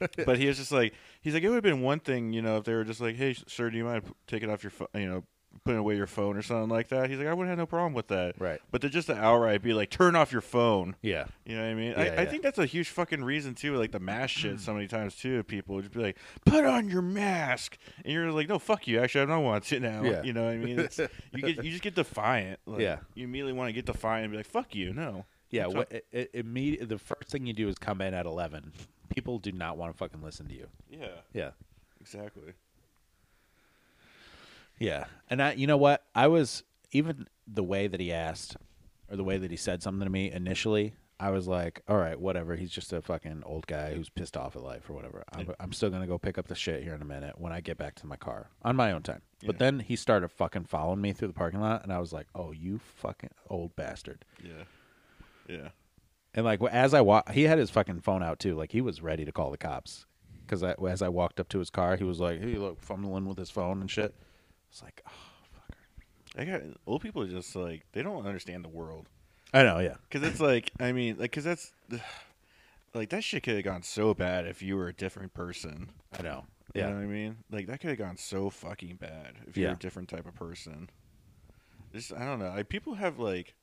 [SPEAKER 1] yeah.
[SPEAKER 2] But he was just like, he's like, it would have been one thing, you know, if they were just like, "Hey, sir, do you mind p- taking off your, pho- you know, putting away your phone or something like that?" He's like, "I would have no problem with that."
[SPEAKER 1] Right.
[SPEAKER 2] But they're just to outright be like, "Turn off your phone."
[SPEAKER 1] Yeah.
[SPEAKER 2] You know what I mean? I,
[SPEAKER 1] Yeah,
[SPEAKER 2] I
[SPEAKER 1] yeah.
[SPEAKER 2] think that's a huge fucking reason too. Like the mask shit, so many times too. People would just be like, "Put on your mask," and you're like, "No, fuck you. Actually, I don't want to now."
[SPEAKER 1] Yeah.
[SPEAKER 2] You know what I mean? It's, you get you just get defiant. Like,
[SPEAKER 1] Yeah.
[SPEAKER 2] You immediately want to get defiant and be like, "Fuck you, no."
[SPEAKER 1] Yeah,
[SPEAKER 2] That's
[SPEAKER 1] what, it, it, immediate, the first thing you do is come in at 11. People do not want to fucking listen to you.
[SPEAKER 2] Yeah.
[SPEAKER 1] Yeah.
[SPEAKER 2] Exactly.
[SPEAKER 1] Yeah. And I you know what? I was even the way that he asked or the way that he said something to me initially, I was like, all right, whatever. He's just a fucking old guy who's pissed off at life or whatever. I'm, I'm still going to go pick up the shit here in a minute when I get back to my car on my own time.
[SPEAKER 2] Yeah.
[SPEAKER 1] But then he started fucking following me through the parking lot and I was like, "Oh, you fucking old bastard."
[SPEAKER 2] Yeah. Yeah.
[SPEAKER 1] And like as I walk, he had his fucking phone out too. Like he was ready to call the cops. Because as I walked up to his car, he was like, "Hey, look, fumbling with his phone and shit." It's like, oh, fucker.
[SPEAKER 2] I got old people are just like they don't understand the world.
[SPEAKER 1] I know, yeah,
[SPEAKER 2] Because it's like, I mean, like, because that's like that shit could have gone so bad if you were a different person.
[SPEAKER 1] I know,
[SPEAKER 2] You
[SPEAKER 1] yeah,
[SPEAKER 2] know what I mean? Like that could have gone so fucking bad if you're
[SPEAKER 1] Yeah.
[SPEAKER 2] a different type of person. Just I don't know. I, people have like,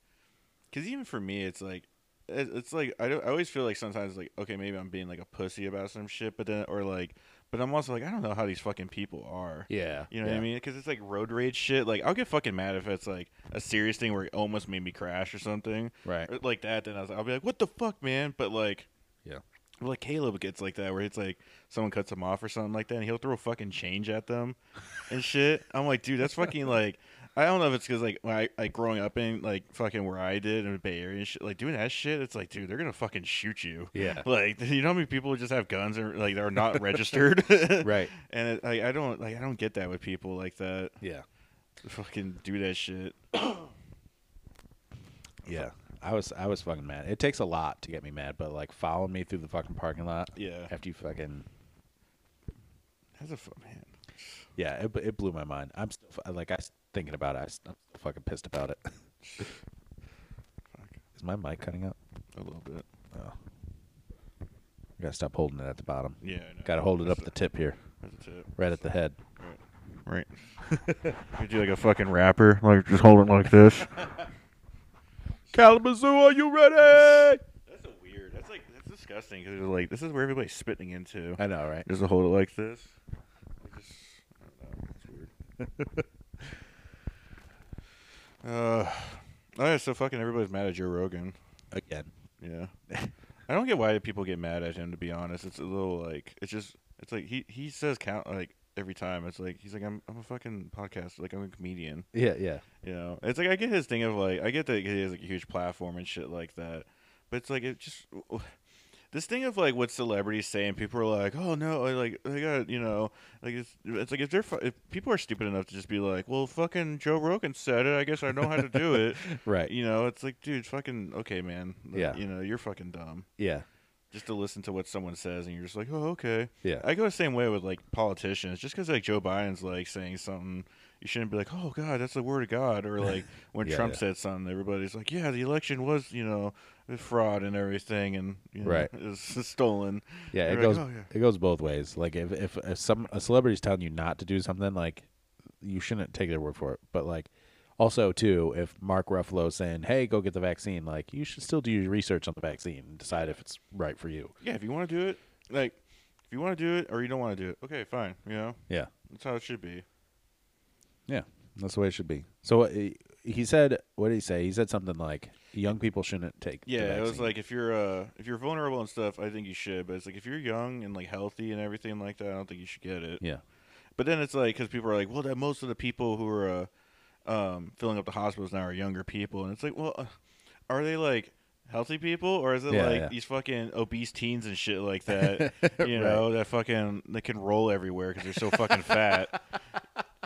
[SPEAKER 2] because even for me, it's like, it, it's like I don't. I always feel like sometimes like okay, maybe I'm being like a pussy about some shit, but then or like, but I'm also like I don't know how these fucking people are.
[SPEAKER 1] yeah.
[SPEAKER 2] You know what I mean? Because it's like road rage shit. Like I'll get fucking mad if it's like a serious thing where it almost made me crash or something,
[SPEAKER 1] Right.
[SPEAKER 2] Or like that. Then I was, I'll be like, "What the fuck, man?" But like,
[SPEAKER 1] Yeah.
[SPEAKER 2] well, like Caleb gets like that, where it's like someone cuts him off or something like that, and he'll throw a fucking change at them and shit. I'm like, dude, that's fucking like, I don't know if it's because like when I like growing up in like fucking where I did in the Bay Area and shit, like doing that shit, it's like, dude, they're gonna fucking shoot you.
[SPEAKER 1] Yeah.
[SPEAKER 2] Like, you know how many people just have guns and like they're not registered,
[SPEAKER 1] Right.
[SPEAKER 2] And it, like, I don't like, I don't get that with people like that.
[SPEAKER 1] Yeah,
[SPEAKER 2] Fucking do that shit.
[SPEAKER 1] yeah. I was, I was fucking mad. It takes a lot to get me mad, but like following me through the fucking parking lot
[SPEAKER 2] Yeah.
[SPEAKER 1] after you fucking,
[SPEAKER 2] That's a fu- man.
[SPEAKER 1] yeah, it, it blew my mind. I'm still fu- like, I was thinking about it. I s- I'm still fucking pissed about it.
[SPEAKER 2] Fuck.
[SPEAKER 1] Is my mic cutting up?
[SPEAKER 2] A little bit.
[SPEAKER 1] Oh. I gotta stop holding it at the bottom.
[SPEAKER 2] Yeah, I know.
[SPEAKER 1] Gotta hold it up
[SPEAKER 2] That's
[SPEAKER 1] at the tip here,
[SPEAKER 2] That's it.
[SPEAKER 1] right at the head.
[SPEAKER 2] Right. you do like a fucking rapper, like just hold it like this.
[SPEAKER 1] Kalamazoo, are you ready?
[SPEAKER 2] That's a weird. That's like that's disgusting because like this is where everybody's spitting into.
[SPEAKER 1] I know, right?
[SPEAKER 2] Just to hold it like this. I just, I don't know. It's weird. uh, oh yeah. So fucking everybody's mad at Joe Rogan.
[SPEAKER 1] Again.
[SPEAKER 2] Yeah. I don't get why people get mad at him. To be honest, it's a little like it's just it's like he he says count like every time. It's like he's like I'm I'm a fucking podcast like I'm a comedian.
[SPEAKER 1] Yeah, yeah.
[SPEAKER 2] You know, it's like I get his thing of like I get that he has like a huge platform and shit like that, but it's like it just this thing of like what celebrities say and people are like, oh no, I like I got you know like it's, it's like if they're fu- if people are stupid enough to just be like, well, fucking Joe Rogan said it, I guess I know how to do it,
[SPEAKER 1] Right.
[SPEAKER 2] You know, it's like dude, fucking okay, man, Like,
[SPEAKER 1] Yeah.
[SPEAKER 2] you know, you're fucking dumb
[SPEAKER 1] Yeah.
[SPEAKER 2] just to listen to what someone says and you're just like, oh, okay.
[SPEAKER 1] Yeah.
[SPEAKER 2] I go the same way with like politicians. Just because like Joe Biden's like saying something, you shouldn't be like, oh God, that's the word of God. Or like when
[SPEAKER 1] Yeah,
[SPEAKER 2] Trump
[SPEAKER 1] yeah.
[SPEAKER 2] said something, everybody's like, yeah, the election was you know fraud and everything and you know,
[SPEAKER 1] Right.
[SPEAKER 2] it was stolen.
[SPEAKER 1] Yeah, it
[SPEAKER 2] You're
[SPEAKER 1] goes
[SPEAKER 2] like, "Oh, yeah."
[SPEAKER 1] it goes both ways. Like if, if if some a celebrity's telling you not to do something, like you shouldn't take their word for it. But like also too, if Mark Ruffalo's saying, "Hey, go get the vaccine," like you should still do your research on the vaccine and decide if it's right for you.
[SPEAKER 2] Yeah, if you want to do it, like if you want to do it or you don't want to do it, okay, fine. You know,
[SPEAKER 1] Yeah.
[SPEAKER 2] that's how it should be.
[SPEAKER 1] Yeah. That's the way it should be. So uh, he said, what did he say? He said something like, "Young people shouldn't take." the
[SPEAKER 2] Yeah, it was
[SPEAKER 1] vaccine."
[SPEAKER 2] like if you're uh if you're vulnerable and stuff, I think you should. But it's like if you're young and like healthy and everything like that, I don't think you should get it.
[SPEAKER 1] yeah,
[SPEAKER 2] But then it's like because people are like, well, that most of the people who are uh, um, filling up the hospitals now are younger people, and it's like, well, uh, are they like healthy people or is it
[SPEAKER 1] Yeah,
[SPEAKER 2] like
[SPEAKER 1] yeah.
[SPEAKER 2] these fucking obese teens and shit like that? you know, that fucking that can roll everywhere because they're so fucking fat.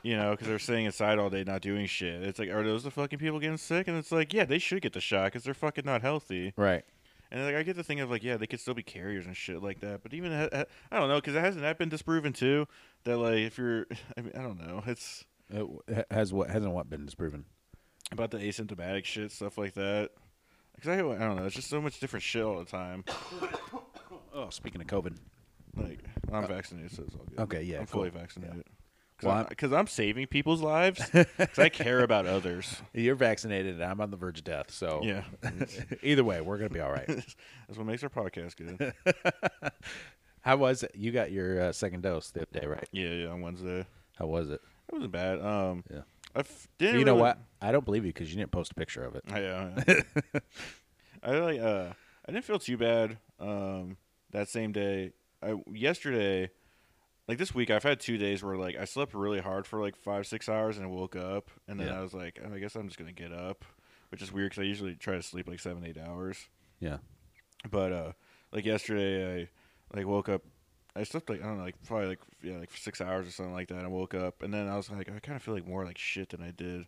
[SPEAKER 2] You know, because they're sitting inside all day not doing shit. It's like, are those the fucking people getting sick? And it's like, yeah, they should get the shot because they're fucking not healthy.
[SPEAKER 1] right.
[SPEAKER 2] And like I get the thing of like, yeah, they could still be carriers and shit like that. But even ha- ha- I don't know because hasn't that been disproven too? That like if you're, I mean, I don't know. It's
[SPEAKER 1] It w- Uh, ha- has what hasn't what been disproven?
[SPEAKER 2] about the asymptomatic shit stuff like that. Because I, I don't know. It's just so much different shit all the time.
[SPEAKER 1] Oh, speaking of COVID,
[SPEAKER 2] Like I'm vaccinated, so it's all good.
[SPEAKER 1] Uh, okay, yeah,
[SPEAKER 2] I'm fully
[SPEAKER 1] cool.
[SPEAKER 2] vaccinated. Because
[SPEAKER 1] Well,
[SPEAKER 2] I'm, 'cause I'm saving people's lives. Because I care about others.
[SPEAKER 1] you're vaccinated, and I'm on the verge of death. So
[SPEAKER 2] Yeah,
[SPEAKER 1] Either way, we're gonna be all right.
[SPEAKER 2] that's what makes our podcast good.
[SPEAKER 1] How was it? You got your uh, second dose the other day, right?
[SPEAKER 2] Yeah, yeah. On Wednesday, it
[SPEAKER 1] How was it?
[SPEAKER 2] wasn't bad. Um,
[SPEAKER 1] Yeah.
[SPEAKER 2] I f- didn't.
[SPEAKER 1] you know
[SPEAKER 2] really-
[SPEAKER 1] what? I don't believe you because you didn't post a picture of it.
[SPEAKER 2] Yeah. yeah. I like uh I didn't feel too bad um that same day. I yesterday like this week I've had two days where like I slept really hard for like 5 6 hours and I woke up and then
[SPEAKER 1] Yeah.
[SPEAKER 2] I was like "Oh, I guess I'm just going to get up, which is weird cuz I usually try to sleep like 7 8 hours.
[SPEAKER 1] Yeah.
[SPEAKER 2] But uh like yesterday I like woke up I slept like I don't know like probably like yeah like 6 hours or something like that and I woke up and then I was like I kind of feel like more like shit than I did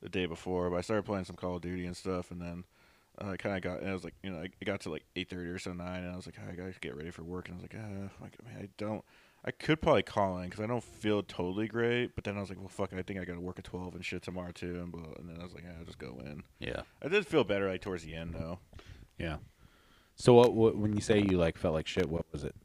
[SPEAKER 2] the day before, but I started playing some Call of Duty and stuff, and then uh, I kind of got. And I was like, you know, it got to like eight thirty or so nine, and I was like, "Ah, I gotta get ready for work, and I was like, ah, like, man, I don't. I could probably call in because I don't feel totally great, but then I was like, well, fuck, I think I gotta work at twelve and shit tomorrow too, and blah, and then I was like, yeah, I'll just go in.
[SPEAKER 1] Yeah.
[SPEAKER 2] I did feel better like towards the end though.
[SPEAKER 1] Yeah. So what, what? When you say you like felt like shit, what was it?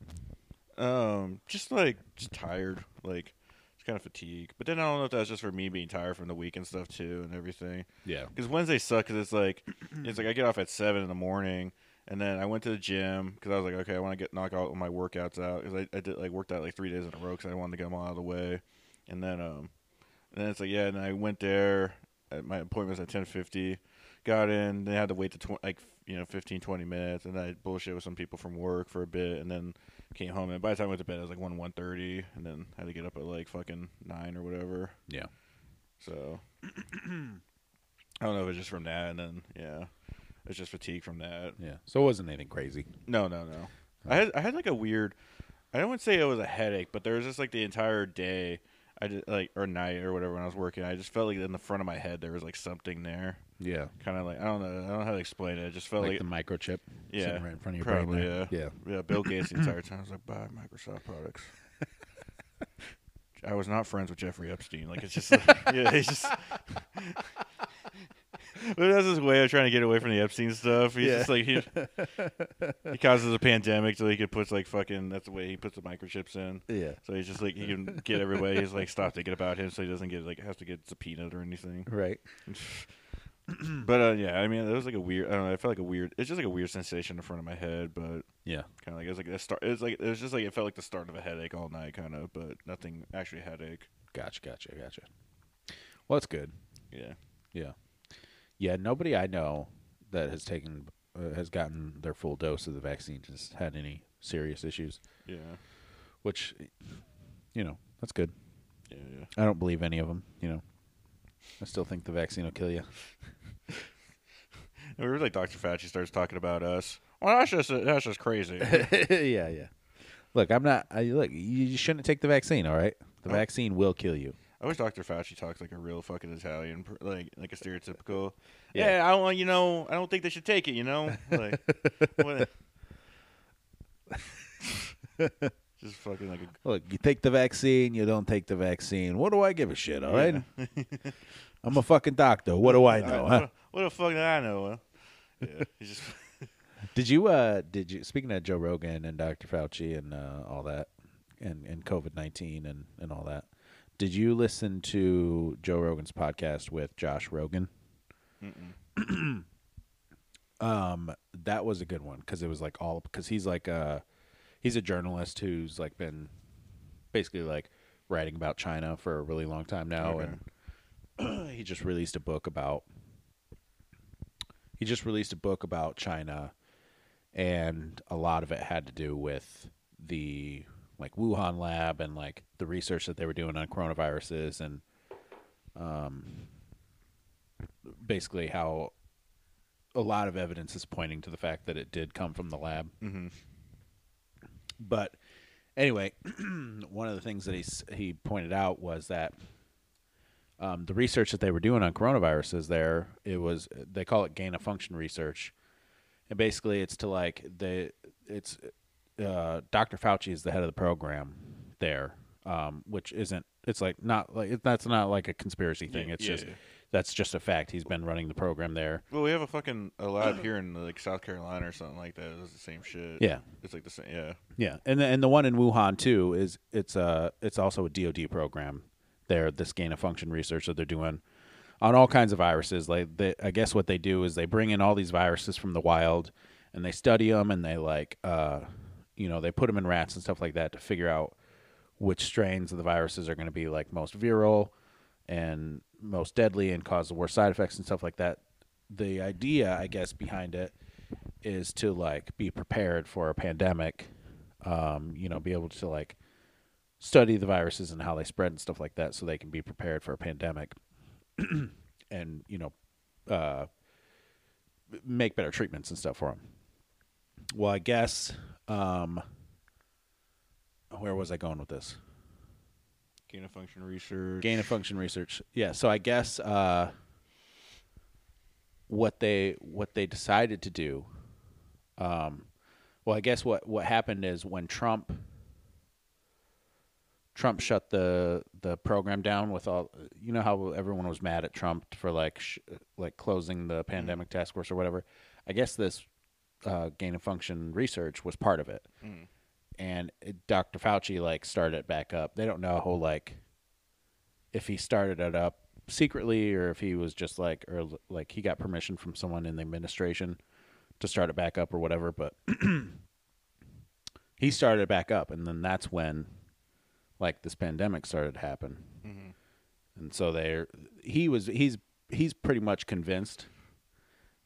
[SPEAKER 2] Um, just like just tired, like just kind of fatigue. But then I don't know if that's just for me being tired from the week and stuff too, and everything.
[SPEAKER 1] Yeah.
[SPEAKER 2] Because Wednesdays suck. Because it's like, it's like I get off at seven in the morning, and then I went to the gym because I was like, okay, I want to get knock out my workouts out because I, I did like worked out like three days in a row because I wanted to get them all out of the way, and then um, and then it's like yeah, and I went there. At my appointment was at ten fifty. Got in. They had to wait to tw- like you know 15, 20 minutes, and I bullshit with some people from work for a bit, and then came home. And by the time I went to bed, it was like one one thirty, and then had to get up at like fucking nine or whatever.
[SPEAKER 1] Yeah.
[SPEAKER 2] So I don't know if it's just from that, and then yeah, it's just fatigue from that.
[SPEAKER 1] Yeah. So it wasn't anything crazy.
[SPEAKER 2] No, no, no. I had I had like a weird. I don't want to say it was a headache, but there was just like the entire day, I just like or night or whatever when I was working, I just felt like in the front of my head there was like something there,
[SPEAKER 1] Yeah.
[SPEAKER 2] kind of like I don't know, I don't know how to explain it. It just felt
[SPEAKER 1] Like,
[SPEAKER 2] like,
[SPEAKER 1] the microchip
[SPEAKER 2] yeah,
[SPEAKER 1] sitting right in front of your
[SPEAKER 2] probably
[SPEAKER 1] brain. there.
[SPEAKER 2] yeah, yeah, Bill Gates the entire time I was like, buy Microsoft products. I was not friends with Jeffrey Epstein. Like it's just, like, yeah, it's just But that's his way of trying to get away from the Epstein stuff. He's
[SPEAKER 1] Yeah.
[SPEAKER 2] just like he, he causes a pandemic so he could put like fucking. That's the way he puts the microchips in.
[SPEAKER 1] Yeah.
[SPEAKER 2] So he's just like he can get everybody. He's like stop thinking about him so he doesn't get like have to get subpoenaed or anything.
[SPEAKER 1] Right.
[SPEAKER 2] But uh, yeah, I mean that was like a weird. I don't know. I felt like a weird. It's just like a weird sensation in front of my head, but
[SPEAKER 1] Yeah.
[SPEAKER 2] kind of like it was like the start. It was like it was just like it felt like the start of a headache all night, kind of, but nothing actually headache.
[SPEAKER 1] Gotcha. Gotcha. Gotcha. Well, that's good.
[SPEAKER 2] Yeah.
[SPEAKER 1] Yeah. Yeah. Nobody I know that has taken uh, has gotten their full dose of the vaccine has had any serious issues,
[SPEAKER 2] Yeah.
[SPEAKER 1] which, you know, that's good.
[SPEAKER 2] Yeah. Yeah.
[SPEAKER 1] I don't believe any of them. You know, I still think the vaccine will kill you.
[SPEAKER 2] I mean, like Dr. Fauci starts talking about us. Well, that's just uh, that's just crazy.
[SPEAKER 1] yeah, yeah. Look, I'm not. I, look, you shouldn't take the vaccine. All right, the
[SPEAKER 2] Oh.
[SPEAKER 1] vaccine will kill you.
[SPEAKER 2] I wish Dr. Fauci talks like a real fucking Italian, per- like like a stereotypical.
[SPEAKER 1] Yeah.
[SPEAKER 2] Yeah, I don't. You know, I don't think they should take it. You know, like what? just fucking like a
[SPEAKER 1] Look, you take the vaccine, you don't take the vaccine. What do I give a shit? All right, I'm a fucking doctor. What do I know? huh?
[SPEAKER 2] What, what the fuck do I know? Huh? Yeah, he's just
[SPEAKER 1] Did you? uh Did you? Speaking of Joe Rogan and Dr. Fauci and uh, all that, and and COVID nineteen and and all that, did you listen to Joe Rogan's podcast with Josh Rogan?
[SPEAKER 2] Mm-mm.
[SPEAKER 1] Um, that was a good one because it was like all because he's like a he's a journalist who's like been basically like writing about China for a really long time now,
[SPEAKER 2] Okay.
[SPEAKER 1] and he just released a book about he just released a book about China, and a lot of it had to do with the like Wuhan lab and like the research that they were doing on coronaviruses and um basically how a lot of evidence is pointing to the fact that it did come from the lab.
[SPEAKER 2] Mhm.
[SPEAKER 1] But anyway, one of the things that he s- he pointed out was that um, the research that they were doing on coronaviruses there it was they call it gain of function research, and basically it's to like the it's uh, Dr. Fauci is the head of the program there, um, which isn't it's like not like it, that's not like a conspiracy thing.
[SPEAKER 2] Yeah,
[SPEAKER 1] it's
[SPEAKER 2] yeah,
[SPEAKER 1] just
[SPEAKER 2] yeah.
[SPEAKER 1] that's just a fact. He's been running the program there.
[SPEAKER 2] Well, we have a fucking a lab here in like South Carolina or something like that. It's the same shit.
[SPEAKER 1] Yeah.
[SPEAKER 2] it's like the same. Yeah,
[SPEAKER 1] Yeah, and the, and the one in Wuhan too is it's a it's also a DoD program. There, this gain of function research that they're doing on all kinds of viruses. Like, they, I guess what they do is they bring in all these viruses from the wild, and they study them, and they like, uh, you know, they put them in rats and stuff like that to figure out which strains of the viruses are going to be like most virile and most deadly and cause the worst side effects and stuff like that. The idea, I guess, behind it is to like be prepared for a pandemic, um, you know, be able to like study the viruses and how they spread and stuff like that so they can be prepared for a pandemic and, you know, uh, make better treatments and stuff for them. Well, I guess, um, where was I going with this?
[SPEAKER 2] gain of function research.
[SPEAKER 1] gain of function research yeah so i guess uh, what they what they decided to do um, well i guess what what happened is when trump trump shut the the program down with all you know how everyone was mad at trump for like sh- like closing
[SPEAKER 2] Mm-hmm.
[SPEAKER 1] the pandemic task force or whatever i guess this uh, gain of function research was part of it
[SPEAKER 2] Mm.
[SPEAKER 1] and it, dr fauci like started it back up they don't know how like if he started it up secretly or if he was just like or like he got permission from someone in the administration to start it back up or whatever but he started it back up and then that's when like this pandemic started to happen
[SPEAKER 2] Mhm.
[SPEAKER 1] and so they he was he's he's pretty much convinced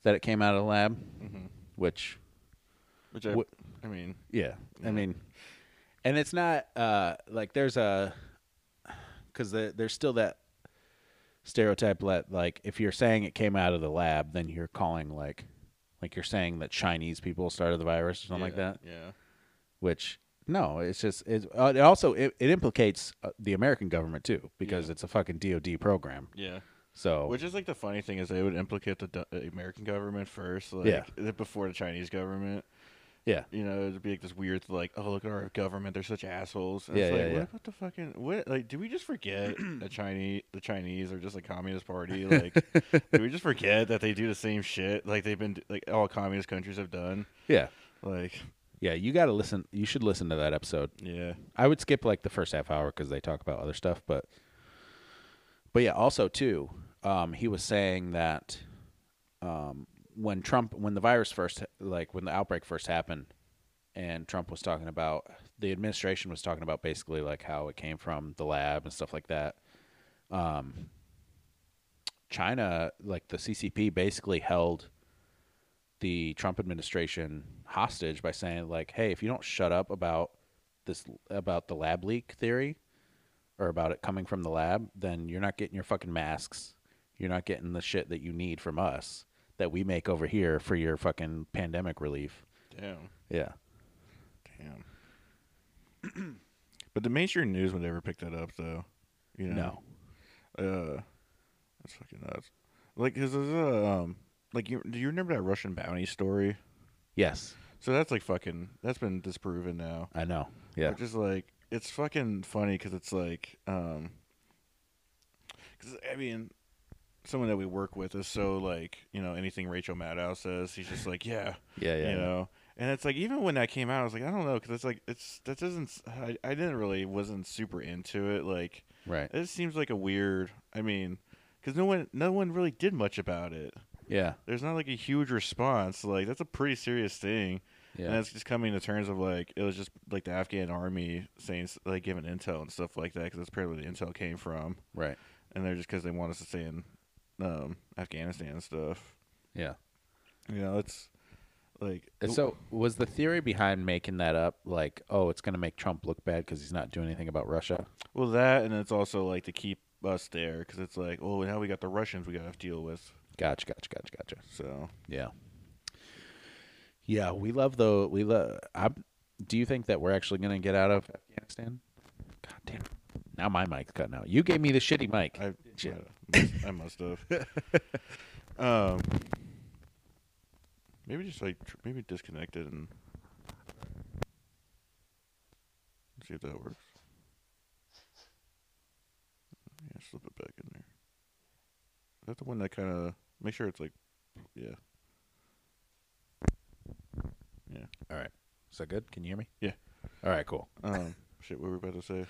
[SPEAKER 1] that it came out of the lab
[SPEAKER 2] Mhm.
[SPEAKER 1] which
[SPEAKER 2] Which I,
[SPEAKER 1] What-
[SPEAKER 2] I mean,
[SPEAKER 1] yeah. I
[SPEAKER 2] Yeah.
[SPEAKER 1] mean, and it's not uh, like there's a because there's still that stereotype that like if you're saying it came out of the lab, then you're calling like like you're saying that Chinese people started the virus or something like
[SPEAKER 2] yeah,
[SPEAKER 1] that.
[SPEAKER 2] Yeah.
[SPEAKER 1] Which no, it's just it. Uh, it also it, it implicates uh, the American government too because
[SPEAKER 2] Yeah.
[SPEAKER 1] it's a fucking DoD program.
[SPEAKER 2] Yeah.
[SPEAKER 1] So
[SPEAKER 2] Which is like the funny thing is they would implicate the du- uh, American government first, like
[SPEAKER 1] Yeah.
[SPEAKER 2] th- before the Chinese government.
[SPEAKER 1] Yeah.
[SPEAKER 2] You know, it'd be like this weird, like, oh, look at our government; they're such assholes. And
[SPEAKER 1] Yeah,
[SPEAKER 2] it's like,
[SPEAKER 1] yeah,
[SPEAKER 2] what
[SPEAKER 1] yeah.
[SPEAKER 2] about the fucking what? Like, do we just forget the Chinese, the Chinese, or just the Communist Party? Like, do we just forget that they do the same shit like they've been, like all communist countries have done?
[SPEAKER 1] Yeah.
[SPEAKER 2] Like,
[SPEAKER 1] Yeah, you got to listen. You should listen to that episode.
[SPEAKER 2] yeah,
[SPEAKER 1] I would skip like the first half hour because they talk about other stuff, but but yeah, also too, um, he was saying that um, when Trump, when the virus first, like when the outbreak first happened, and Trump was talking about the administration was talking about basically like how it came from the lab and stuff like that. Um, China, like the CCP, basically held the Trump administration hostage by saying like, "Hey, if you don't shut up about this about the lab leak theory or about it coming from the lab, then you're not getting your fucking masks. You're not getting the shit that you need from us that we make over here for your fucking pandemic relief."
[SPEAKER 2] damn,
[SPEAKER 1] Yeah.
[SPEAKER 2] damn. but the mainstream news would never pick that up, though. You know?
[SPEAKER 1] No.
[SPEAKER 2] Uh, that's fucking nuts. Like, cause there's a um, like you do you remember that Russian bounty story?
[SPEAKER 1] Yes,
[SPEAKER 2] So that's like fucking that's been disproven now.
[SPEAKER 1] I know. Yeah.
[SPEAKER 2] Which is like it's fucking funny because it's like um, cause I mean, someone that we work with is so like you know anything Rachel Maddow says, he's just like yeah,
[SPEAKER 1] Yeah, yeah.
[SPEAKER 2] you know. And it's like even when that came out, I was like, I don't know, because it's like it's that doesn't. s- I, I didn't really wasn't super into it. Like
[SPEAKER 1] Right.
[SPEAKER 2] it just seems like a weird. I mean, because no one, no one really did much about it.
[SPEAKER 1] Yeah.
[SPEAKER 2] There's not like a huge response. Like that's a pretty serious thing, and
[SPEAKER 1] Yeah.
[SPEAKER 2] that's just coming to terms of like it was just like the Afghan army saying s- like giving intel and stuff like that because that's probably where the intel came from,
[SPEAKER 1] Right.
[SPEAKER 2] and they're just because they want us to stay in um, Afghanistan and stuff.
[SPEAKER 1] Yeah.
[SPEAKER 2] You know, it's like
[SPEAKER 1] And so was the theory behind making that up like, "Oh, it's going to make Trump look bad cuz he's not doing anything about Russia?"
[SPEAKER 2] well that, and it's also like to keep us there because it's like oh now we got the Russians we got to deal with.
[SPEAKER 1] Gotcha, gotcha, gotcha, gotcha.
[SPEAKER 2] So
[SPEAKER 1] Yeah. Yeah, we love though we love. I do you think that we're actually going to get out of Afghanistan? God damn. Now my mic's cutting out. You gave me the shitty mic.
[SPEAKER 2] I
[SPEAKER 1] Shit.
[SPEAKER 2] might've- I must have. um, maybe just like tr- maybe disconnect it and see if that works. Yeah, slip it back in there. Is that the one that kind of make sure it's like, yeah, yeah.
[SPEAKER 1] All right. Is that good? Can you hear me?
[SPEAKER 2] Yeah.
[SPEAKER 1] All right, cool.
[SPEAKER 2] Um, shit, what were we about to say?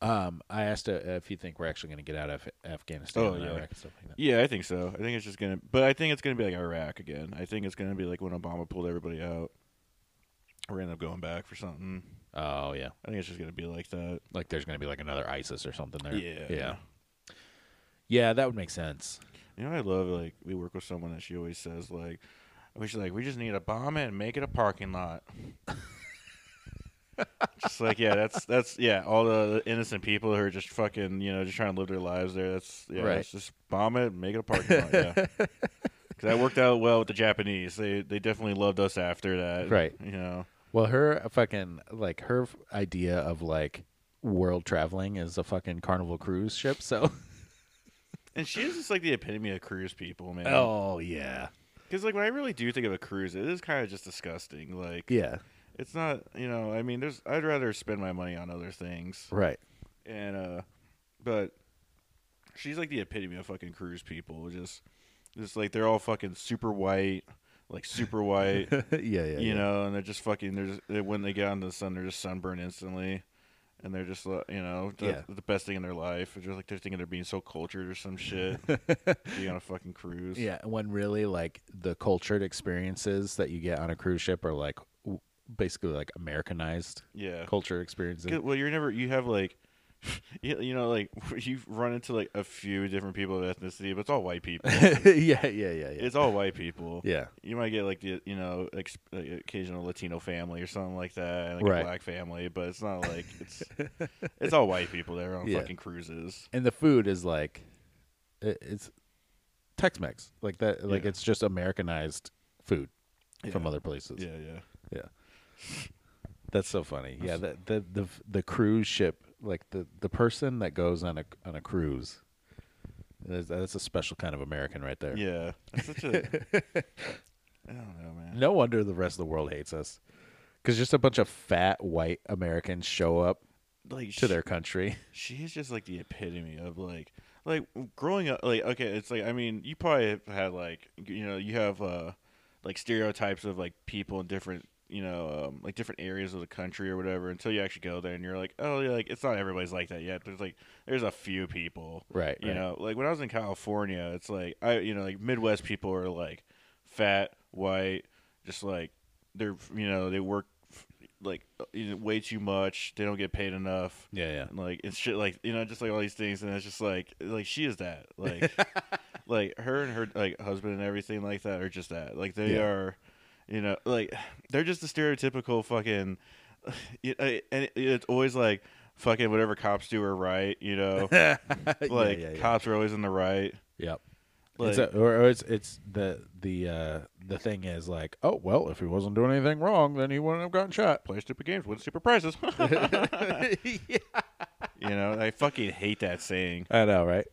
[SPEAKER 1] Um I asked uh, if you think we're actually going to get out of Afghanistan
[SPEAKER 2] Oh,
[SPEAKER 1] and
[SPEAKER 2] yeah.
[SPEAKER 1] Iraq and stuff like that.
[SPEAKER 2] Yeah, I think so. I think it's just gonna, but I think it's gonna be like Iraq again. I think it's gonna be like when Obama pulled everybody out, or end up going back for something.
[SPEAKER 1] Oh, yeah.
[SPEAKER 2] I think it's just gonna be like that.
[SPEAKER 1] Like there's going to be like another ISIS or something there.
[SPEAKER 2] Yeah.
[SPEAKER 1] Yeah. Yeah, that would make sense.
[SPEAKER 2] You know, I love like we work with someone that she always says like, we should like we just need to bomb it and make it a parking lot. just like yeah, that's that's yeah, all the innocent people who are just fucking you know just trying to live their lives there. That's yeah,
[SPEAKER 1] Right.
[SPEAKER 2] let's just bomb it and make it a parking lot. Yeah. Because that worked out well with the Japanese. They they definitely loved us after that.
[SPEAKER 1] Right.
[SPEAKER 2] You know.
[SPEAKER 1] Well, her fucking like her f- idea of like world traveling is a fucking carnival cruise ship, so
[SPEAKER 2] And she is just like the epitome of cruise people, man.
[SPEAKER 1] Oh yeah,
[SPEAKER 2] Because like when I really do think of a cruise, it is kind of just disgusting. Like
[SPEAKER 1] yeah,
[SPEAKER 2] it's not you know I mean there's I'd rather spend my money on other things.
[SPEAKER 1] right.
[SPEAKER 2] And uh, but she's like the epitome of fucking cruise people. Just just like they're all fucking super white, like super white.
[SPEAKER 1] yeah, yeah, yeah.
[SPEAKER 2] you know, and they're just fucking. They're just, they, when they get out in the sun, they're just sunburned instantly, and they're just like, you know that's the best thing in their life. It's just like they're thinking they're being so cultured or some shit. being on a fucking cruise,
[SPEAKER 1] yeah. When really, like the cultured experiences that you get on a cruise ship are like w- basically like Americanized
[SPEAKER 2] yeah.
[SPEAKER 1] culture experiences.
[SPEAKER 2] 'Cause- Well, you're never you have like. You you know, like you've run into like a few different people of ethnicity, but it's all white people.
[SPEAKER 1] yeah, yeah, yeah, yeah.
[SPEAKER 2] it's all white people.
[SPEAKER 1] yeah,
[SPEAKER 2] You might get like the you know ex- like, occasional Latino family or something like that, and like
[SPEAKER 1] Right.
[SPEAKER 2] a black family, but it's not like it's it's all white people there on
[SPEAKER 1] Yeah.
[SPEAKER 2] fucking cruises.
[SPEAKER 1] and the food is like i it's Tex-Mex, like that. Like
[SPEAKER 2] Yeah.
[SPEAKER 1] it's just Americanized food from
[SPEAKER 2] Yeah.
[SPEAKER 1] other places.
[SPEAKER 2] Yeah, yeah.
[SPEAKER 1] Yeah. That's so funny. Yeah, the, the the the cruise ship, like the the person that goes on a on a cruise, that's, that's a special kind of American right there.
[SPEAKER 2] Yeah, that's such a I don't know, man.
[SPEAKER 1] No wonder the rest of the world hates us. Because just a bunch of fat white Americans show up
[SPEAKER 2] Like
[SPEAKER 1] to their country.
[SPEAKER 2] she is just like the epitome of like like growing up like okay it's like i mean you probably have had like you know you have uh like stereotypes of like people in different you know um, like different areas of the country or whatever until you actually go there and you're like oh yeah like it's not everybody's like that yet there's like there's a few people
[SPEAKER 1] Right.
[SPEAKER 2] you know like when i was in california it's like i you know like midwest people are like fat white just like they're you know they work like uh, you know, way too much they don't get paid enough
[SPEAKER 1] Yeah, yeah.
[SPEAKER 2] and, like and shit like you know just like all these things and it's just like like she is that like like her and her like husband and everything like that are just that like they
[SPEAKER 1] Yeah.
[SPEAKER 2] are you know like they're just the stereotypical fucking you I- and it, it's always like fucking whatever cops do are right you know like
[SPEAKER 1] yeah, yeah.
[SPEAKER 2] cops are always in the right
[SPEAKER 1] Yep.
[SPEAKER 2] like
[SPEAKER 1] it's a, or or it's it's the the uh, the thing is like oh well if he wasn't doing anything wrong then he wouldn't have gotten shot.
[SPEAKER 2] play stupid games win stupid prizes you know i fucking hate that saying
[SPEAKER 1] I know, right?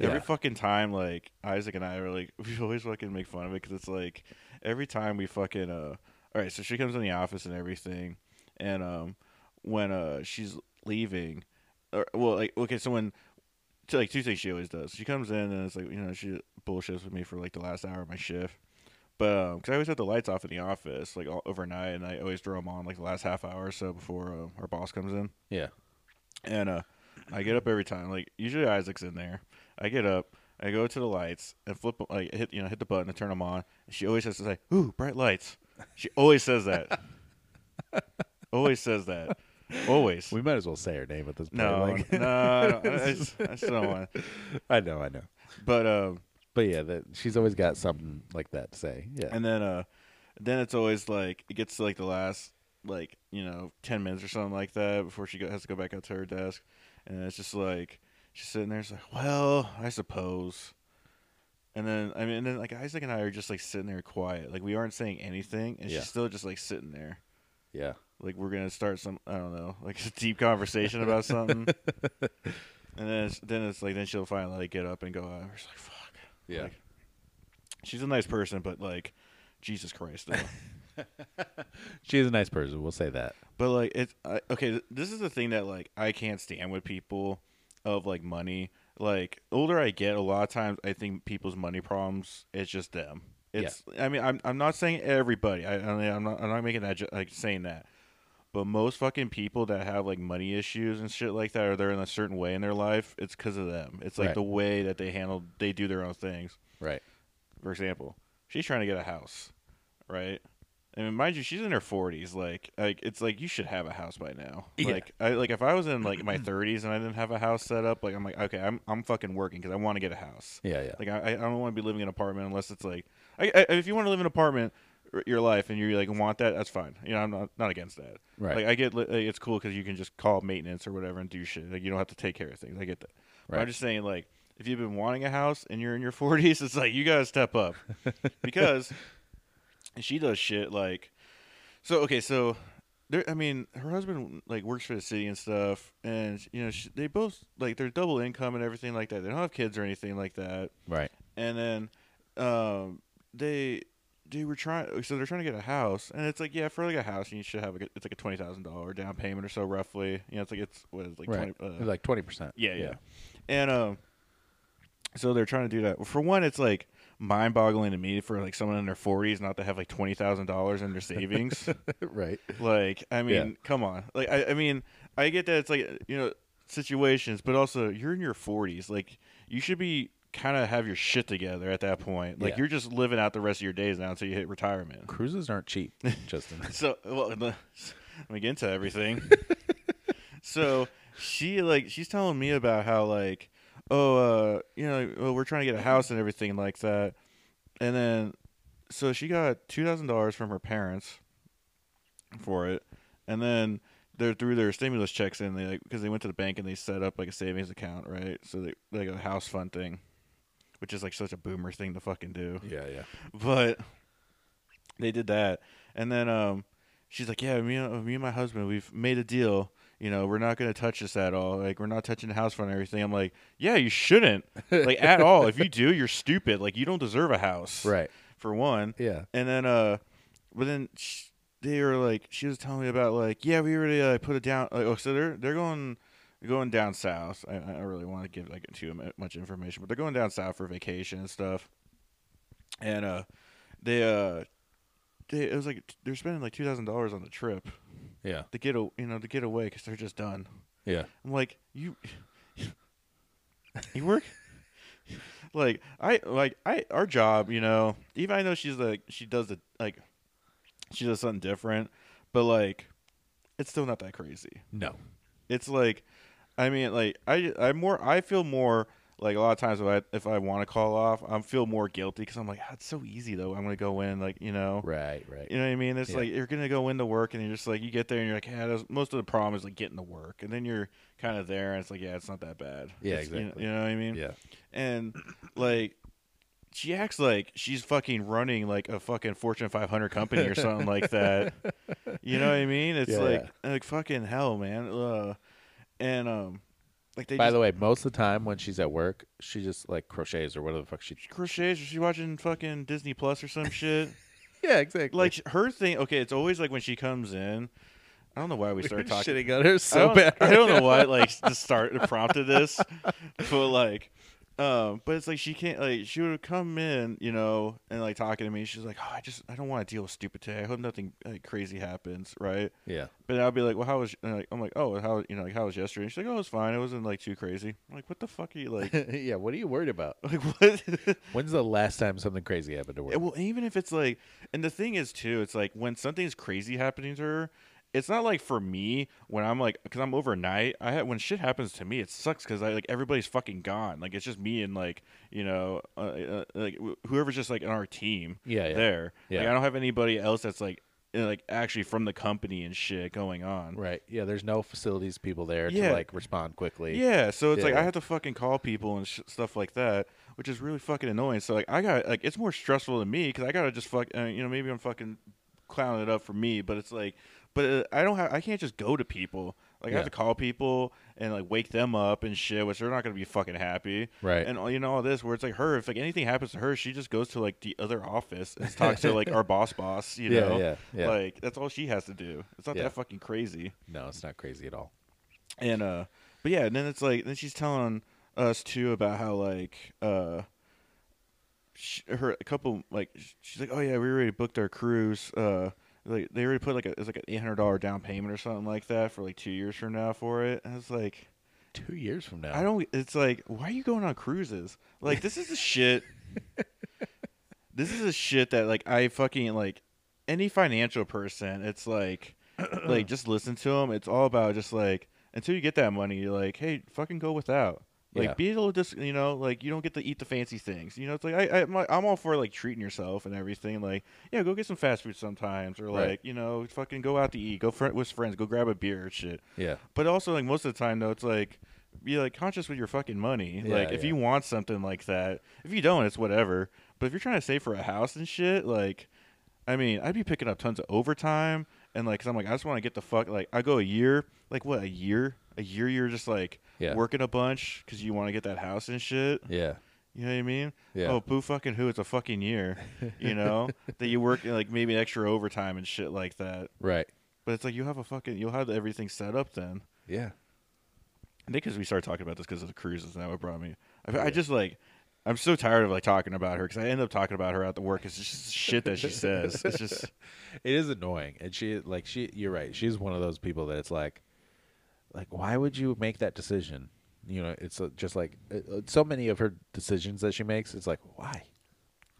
[SPEAKER 2] Every
[SPEAKER 1] Yeah.
[SPEAKER 2] fucking time, like Isaac and I are like, we always fucking make fun of it because it's like every time we fucking uh, all right. So she comes in the office and everything, and um, when uh she's leaving, or well, like okay, so when so, like two things she always does. She comes in and it's like you know she bullshits with me for like the last hour of my shift, but because I always have the lights off in the office like all overnight, and I always throw them on like the last half hour or so before uh, our boss comes in.
[SPEAKER 1] Yeah.
[SPEAKER 2] And uh, I get up every time. Like usually Isaac's in there. I get up. I go to the lights and flip like hit you know hit the button to turn them on. She always has to say, "Ooh, bright lights." She always says that. always says that. Always.
[SPEAKER 1] We might as well say her name at this point.
[SPEAKER 2] no,
[SPEAKER 1] like-
[SPEAKER 2] no, I, don't, I, I just- I just don't want.
[SPEAKER 1] I know, I know.
[SPEAKER 2] But um,
[SPEAKER 1] But yeah, that she's always got something like that to say. Yeah.
[SPEAKER 2] and then uh, then it's always like it gets to like the last like you know ten minutes or something like that before she go, has to go back up to her desk, and it's just like she's sitting there. It's like, well, I suppose. And then I mean, and then like Isaac and I are just like sitting there quiet, like we aren't saying anything, and
[SPEAKER 1] Yeah.
[SPEAKER 2] she's still just like sitting there,
[SPEAKER 1] yeah.
[SPEAKER 2] like we're gonna start some I don't know, like a deep conversation about something. and then it's, then it's like then she'll finally like get up and go. out. We're just like, fuck.
[SPEAKER 1] Yeah.
[SPEAKER 2] Like, she's a nice person, but like, Jesus Christ, though.
[SPEAKER 1] She's a nice person. We'll say that.
[SPEAKER 2] But like it's I, okay. th- This is the thing that like I can't stand with people of like money. Like the older I get, a lot of times I think people's money problems. It's just them. It's. I mean, I'm I'm not saying everybody. I, I mean, I'm not I'm not making that ju- like saying that. But most fucking people that have like money issues and shit like that, or they're in a certain way in their life, it's because of them. It's like
[SPEAKER 1] Right.
[SPEAKER 2] the way that they handle, they do their own things
[SPEAKER 1] Right.
[SPEAKER 2] for example, she's trying to get a house, right? I mean, mind you, she's in her forties. Like, like it's like you should have a house by now.
[SPEAKER 1] Yeah.
[SPEAKER 2] Like, I like if I was in like my thirties and I didn't have a house set up, like I'm like, okay, I'm I'm fucking working because I want to get a house.
[SPEAKER 1] Yeah, yeah.
[SPEAKER 2] Like, I I don't want to be living in an apartment unless it's like, I, I if you want to live in an apartment r- your life and you like want that, that's fine. You know, I'm not not against that.
[SPEAKER 1] Right.
[SPEAKER 2] Like, I get li- like, it's cool because you can just call maintenance or whatever and do shit. Like, you don't have to take care of things. I get that. But
[SPEAKER 1] Right.
[SPEAKER 2] I'm just saying, like, if you've been wanting a house and you're in your 40s, it's like you gotta step up because she does shit like. So okay, so there. I mean, her husband like works for the city and stuff, and you know she, they both like they're double income and everything like that. They don't have kids or anything like that
[SPEAKER 1] right.
[SPEAKER 2] and then um, they they were trying so they're trying to get a house and it's like yeah for like a house you should have like a, it's like a twenty thousand dollar down payment or so roughly you know it's like it's what is it, like
[SPEAKER 1] right.
[SPEAKER 2] 20, uh,
[SPEAKER 1] like 20%.
[SPEAKER 2] yeah, yeah. And um, so they're trying to do that. For one, it's like mind-boggling to me for like someone in their forties not to have like twenty thousand dollars in their savings.
[SPEAKER 1] right.
[SPEAKER 2] like, I mean,
[SPEAKER 1] Yeah.
[SPEAKER 2] come on. Like, I, I mean, I get that it's like you know situations, but also you're in your forties. Like, you should be kind of have your shit together at that point. Like,
[SPEAKER 1] Yeah.
[SPEAKER 2] you're just living out the rest of your days now until you hit retirement.
[SPEAKER 1] Cruises aren't cheap, Justin.
[SPEAKER 2] So, well, the, let me get into everything. so she like she's telling me about how like oh uh you know well, we're trying to get a house and everything like that, and then so she got two thousand dollars from her parents for it, and then they threw their stimulus checks in they like because they went to the bank and they set up like a savings account right so they like a house fund thing, which is like such a boomer thing to fucking do
[SPEAKER 1] yeah, yeah.
[SPEAKER 2] but they did that and then um she's like yeah me, and- me and my husband we've made a deal you know we're not going to touch this at all like we're not touching the house fund and everything i'm like yeah you shouldn't like at all if you do you're stupid like you don't deserve a house
[SPEAKER 1] Right.
[SPEAKER 2] for one.
[SPEAKER 1] Yeah.
[SPEAKER 2] And then, uh, but then sh they were like, she was telling me about like, yeah, we already uh, put it down. Like, oh, so they're they're going they're going down south. I, I don't really want to give like too mu- much information, but they're going down south for vacation and stuff. And uh, they uh, they it was like they're spending like two thousand dollars on the trip
[SPEAKER 1] Yeah.
[SPEAKER 2] to get a you know to get away because they're just done.
[SPEAKER 1] Yeah.
[SPEAKER 2] I'm like, you, you work, like I like I our job, you know. Even I know she's like she does the like, she does something different, but like, it's still not that crazy.
[SPEAKER 1] No.
[SPEAKER 2] It's like, I mean, like I I more I feel more like a lot of times if I if I want to call off, I feel more guilty because I'm like, ah, it's so easy though. I'm gonna go in like you know,
[SPEAKER 1] Right. Right.
[SPEAKER 2] you know what I mean? It's
[SPEAKER 1] Yeah.
[SPEAKER 2] like you're gonna go into work and you're just like you get there and you're like, yeah. That's, most of the problem is like getting to work, and then you're kind of there and it's like, yeah, it's not that bad.
[SPEAKER 1] Yeah,
[SPEAKER 2] It's- you know-
[SPEAKER 1] exactly.
[SPEAKER 2] You know, what I mean?
[SPEAKER 1] Yeah.
[SPEAKER 2] And like, she acts like she's fucking running like a fucking Fortune 500 company or something like that. You know what I mean? It's
[SPEAKER 1] Yeah,
[SPEAKER 2] like like fucking hell, man. Uh, and um, like they
[SPEAKER 1] By
[SPEAKER 2] just
[SPEAKER 1] the way, most of the time when she's at work, she just like crochets or whatever the fuck she.
[SPEAKER 2] crochets. Is she watching fucking Disney Plus or some shit?
[SPEAKER 1] Yeah, exactly.
[SPEAKER 2] like her thing. Okay, it's always like when she comes in. I don't know why we started talking.
[SPEAKER 1] shitting on her
[SPEAKER 2] I
[SPEAKER 1] so
[SPEAKER 2] don't,
[SPEAKER 1] bad.
[SPEAKER 2] I don't know what like the start that prompted this, but like, um, but it's like she can't like she would come in, you know, and like talking to me. She's like, oh, I just I don't want to deal with stupid today. I hope nothing like, crazy happens, right?
[SPEAKER 1] Yeah.
[SPEAKER 2] But I'll be like, well, how was and, like I'm like, oh, how you know like how was yesterday? And she's like, oh, it was fine. It wasn't like too crazy. I'm like, what the fuck are you like?
[SPEAKER 1] yeah. What are you worried about?
[SPEAKER 2] like what?
[SPEAKER 1] When's the last time something crazy happened to
[SPEAKER 2] Yeah,
[SPEAKER 1] work?
[SPEAKER 2] Well, even if it's like, and the thing is too, it's like when something's crazy happening to her, it's not like for me when I'm like, because I'm overnight. I ha- when shit happens to me, it sucks because I like everybody's fucking gone. Like it's just me and like you know, uh, uh, like wh- whoever's just like on our team.
[SPEAKER 1] Yeah, yeah.
[SPEAKER 2] There. Like
[SPEAKER 1] Yeah.
[SPEAKER 2] I don't have anybody else that's like, uh, like actually from the company and shit going on.
[SPEAKER 1] Right. Yeah. There's no facilities people there
[SPEAKER 2] Yeah.
[SPEAKER 1] to like respond quickly.
[SPEAKER 2] Yeah, so it's like I
[SPEAKER 1] Yeah.
[SPEAKER 2] have to fucking call people and sh- stuff like that, which is really fucking annoying. So like I got like it's more stressful to me because I gotta just fuck. Uh, you know, maybe I'm fucking clowning it up for me, but it's like, but uh, I don't have. I can't just go to people. Like I have
[SPEAKER 1] Yeah.
[SPEAKER 2] to call people and like wake them up and shit, which they're not gonna be fucking happy.
[SPEAKER 1] Right.
[SPEAKER 2] And all you know all this where it's like her. If like anything happens to her, she just goes to like the other office and talks to like our boss, boss. You
[SPEAKER 1] Yeah,
[SPEAKER 2] know.
[SPEAKER 1] yeah, yeah.
[SPEAKER 2] Like that's all she has to do. It's not
[SPEAKER 1] Yeah.
[SPEAKER 2] that fucking crazy.
[SPEAKER 1] No, it's not crazy at all.
[SPEAKER 2] And uh but yeah, and then it's like then she's telling us too about how like uh sh her a couple like sh- she's like, "Oh yeah, we already booked our cruise." Uh like they already put like a it's like an $800 down payment or something like that for like 2 years from now for it. And it's like
[SPEAKER 1] Two years from now.
[SPEAKER 2] I don't it's like why are you going on cruises? Like this is the shit This is the shit that like I fucking like any financial person, it's like like just listen to them. It's all about just like until you get that money, you're like, "Hey, fucking go without." Like
[SPEAKER 1] Yeah.
[SPEAKER 2] be a little dis, you know, like you don't get to eat the fancy things. You know, it's like I, I I'm like- I'm all for like treating yourself and everything. Like, yeah, go get some fast food sometimes, or
[SPEAKER 1] Right.
[SPEAKER 2] like you know, fucking go out to eat, go fr- with friends, go grab a beer and shit.
[SPEAKER 1] Yeah.
[SPEAKER 2] But also, like most of the time, though, it's like be like conscious with your fucking money.
[SPEAKER 1] Yeah,
[SPEAKER 2] like if
[SPEAKER 1] yeah.
[SPEAKER 2] you want something like that, if you don't, it's whatever. But if you're trying to save for a house and shit, like, I mean, I'd be picking up tons of overtime and like, i I'm like, I just want to get the fuck. Like, I go a year, like what a year, a year you're just like
[SPEAKER 1] Yeah.
[SPEAKER 2] working a bunch because you want to get that house and shit.
[SPEAKER 1] Yeah.
[SPEAKER 2] You know what I mean?
[SPEAKER 1] Yeah.
[SPEAKER 2] Oh, boo fucking who? It's a fucking year, you know that you work like maybe extra overtime and shit like that.
[SPEAKER 1] Right.
[SPEAKER 2] But it's like you have a fucking you'll have everything set up then.
[SPEAKER 1] Yeah.
[SPEAKER 2] I think because we started talking about this because of the cruises, and that what brought me. I, I just like, I'm so tired of like talking about her because I end up talking about her at the work. It's just shit that she says. It's just
[SPEAKER 1] It is annoying, and she like she. You're right. She's one of those people that it's like, like why would you make that decision? You know, it's uh, just like uh, uh, so many of her decisions that she makes. It's like why?